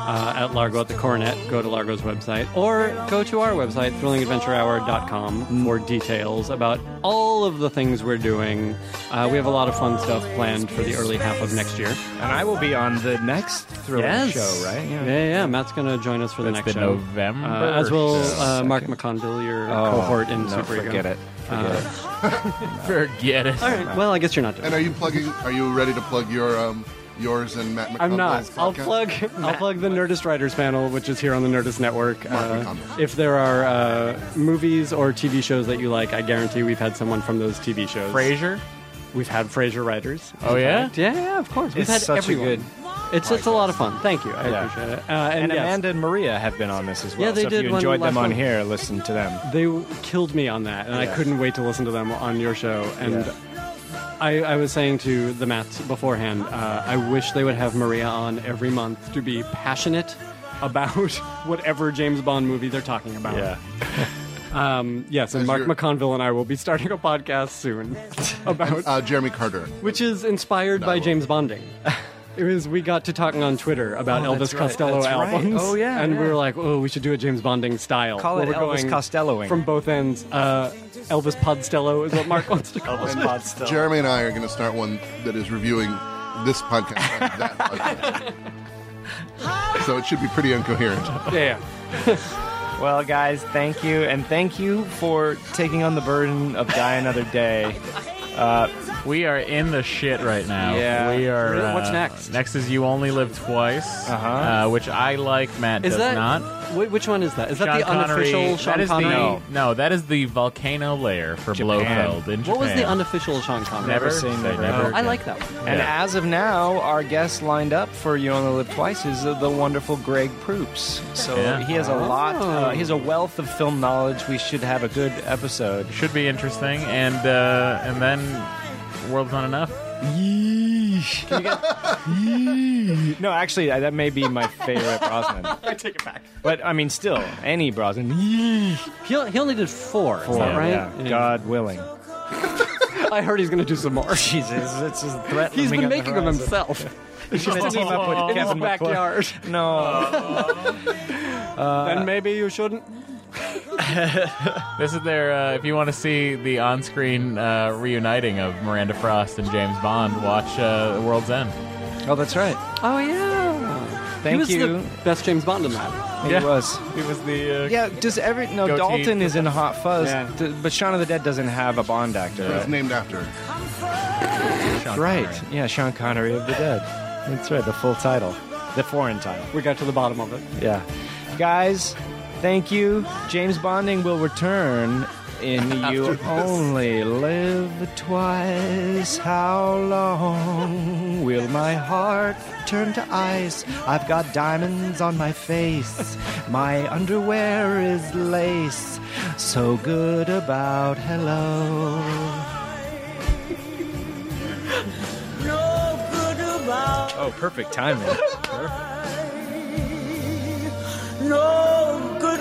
S7: uh, at Largo at the Coronet. Go to Largo's website or go to our website, thrillingadventurehour.com, for details about all of the things we're doing. Uh, we have a lot of fun stuff planned for the early half of next year.
S4: And I will be on the next Thrilling show, right?
S7: Yeah. yeah, yeah. Matt's going to join us for
S4: That's
S7: the next
S4: the
S7: show.
S4: November
S7: Uh, as will uh,
S4: second.
S7: Mark McConville, your
S4: Oh,
S7: cohort in
S4: no,
S7: Super
S4: forget it. Forget it.
S3: Forget it.
S7: All right. Well, I guess you're not doing
S5: And are you plugging? Are you ready to plug your um, yours and Matt?
S7: I'm not.
S5: McConville's
S7: I'll
S5: podcast?
S7: plug. I'll plug the Nerdist Writers Panel, which is here on the Nerdist Network. Uh, if there are uh, movies or TV shows that you like, I guarantee we've had someone from those TV shows.
S3: Frasier?
S7: We've had Frasier writers.
S3: Oh,
S7: in
S3: yeah?
S7: fact. yeah, yeah, of course. We've
S4: It's
S7: had
S4: such a
S7: everyone.
S4: good
S7: It's it's a lot of fun. Thank you. I
S4: Yeah.
S7: appreciate it. Uh,
S4: and
S7: and yes.
S4: Amanda and Maria have been on this as well.
S7: Yeah, they
S4: so
S7: did
S4: if you
S7: one
S4: enjoyed them
S7: last
S4: on
S7: one.
S4: here, listen to them.
S7: They w- killed me on that, and
S4: Yeah.
S7: I couldn't wait to listen to them on your show. And I, I was saying to the Mats beforehand, uh, I wish they would have Maria on every month to be passionate about whatever James Bond movie they're talking about.
S4: Yeah.
S7: um, yes, and
S5: As
S7: Mark
S5: your-
S7: McConville and I will be starting a podcast soon about
S5: Uh, Jeremy Carter.
S7: which is inspired by James Bonding. It was we got to talking on Twitter about
S4: Oh, that's
S7: Elvis
S4: right,
S7: Costello
S4: that's right.
S7: albums.
S4: Oh, yeah,
S7: and we
S4: yeah.
S7: were like, oh, we should do a James Bonding style.
S4: Call
S7: where
S4: it
S7: we're
S4: Elvis
S7: going
S4: Costelloing.
S7: from both ends. Uh, Elvis Podstello is what Mark wants to call it.
S5: Jeremy and I are going to start one that is reviewing this podcast. and that podcast. so it should be pretty incoherent.
S7: Yeah.
S4: well, guys, thank you, and thank you for taking on the burden of die another day. Uh,
S3: we are in the shit right now.
S4: Yeah.
S3: We are.
S4: Really? What's
S3: uh,
S4: next?
S3: Next is you only live twice,
S4: Uh-huh.
S3: uh, which I like. Matt
S7: Is
S3: does
S7: that
S3: not.
S7: wh- which one is that? Is that
S3: Sean
S7: the
S3: Connery-
S7: unofficial Sean
S3: that is
S7: Connery?
S3: The, no. that is the volcano layer for Blofeld in Japan.
S7: What was the unofficial Sean Connery?
S3: Never say never.
S7: Oh, I like that one.
S4: And
S3: Yeah.
S4: as of now, our guest lined up for You Only Live Twice is uh, the, the wonderful Greg Proops. So
S3: Yeah.
S4: he has a lot, uh,
S3: Oh.
S4: he has a wealth of film knowledge. We should have a good episode.
S3: Should be interesting, and uh, and then world's not enough. Yeesh.
S4: no, actually, uh, that may be my favorite Brosnan.
S7: I take it back.
S4: But I mean, still, any Brosnan.
S7: He, he only did four.
S4: Four,
S7: is that right?
S4: yeah. God willing.
S7: I heard he's going to do some more.
S4: Jesus, it's his threat.
S7: He's
S4: looming
S7: been
S4: on the
S7: making them
S4: horizon.
S7: himself.
S4: He's gonna team up with
S7: In his
S4: Kevin McCloy.
S7: backyard.
S4: No.
S7: then maybe you shouldn't.
S3: This is their. Uh, if you want to see the on-screen uh, reuniting of Miranda Frost and James Bond, watch uh, World's End.
S4: Oh, that's right.
S7: Oh yeah.
S4: Thank
S7: he was
S4: you.
S7: The best James Bond in that.
S4: He was.
S3: He was the. Uh,
S4: Yeah, does every no
S3: Goatee.
S4: Dalton is in Hot Fuzz,
S3: Yeah.
S4: d- but Shaun of the Dead doesn't have a Bond actor.
S5: It was named after.
S3: Sean
S4: right?
S3: Connery.
S4: Yeah, Sean Connery of the Dead. That's right, the full title, the foreign title.
S7: We got to the bottom of it.
S4: Yeah, guys, thank you. James Bonding will return in You Only Live Twice. How long will my heart turn to ice? I've got diamonds on my face. My underwear is lace. So good about hello. Oh, perfect timing.
S12: No good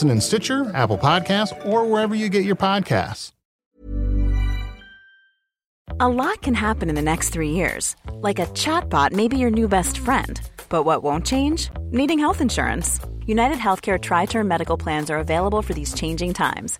S21: in Stitcher, Apple Podcasts, or wherever you get your podcasts.
S22: A lot can happen in the next three years. Like a chatbot may be your new best friend. But what won't change? Needing health insurance. United Healthcare Tri Term Medical Plans are available for these changing times.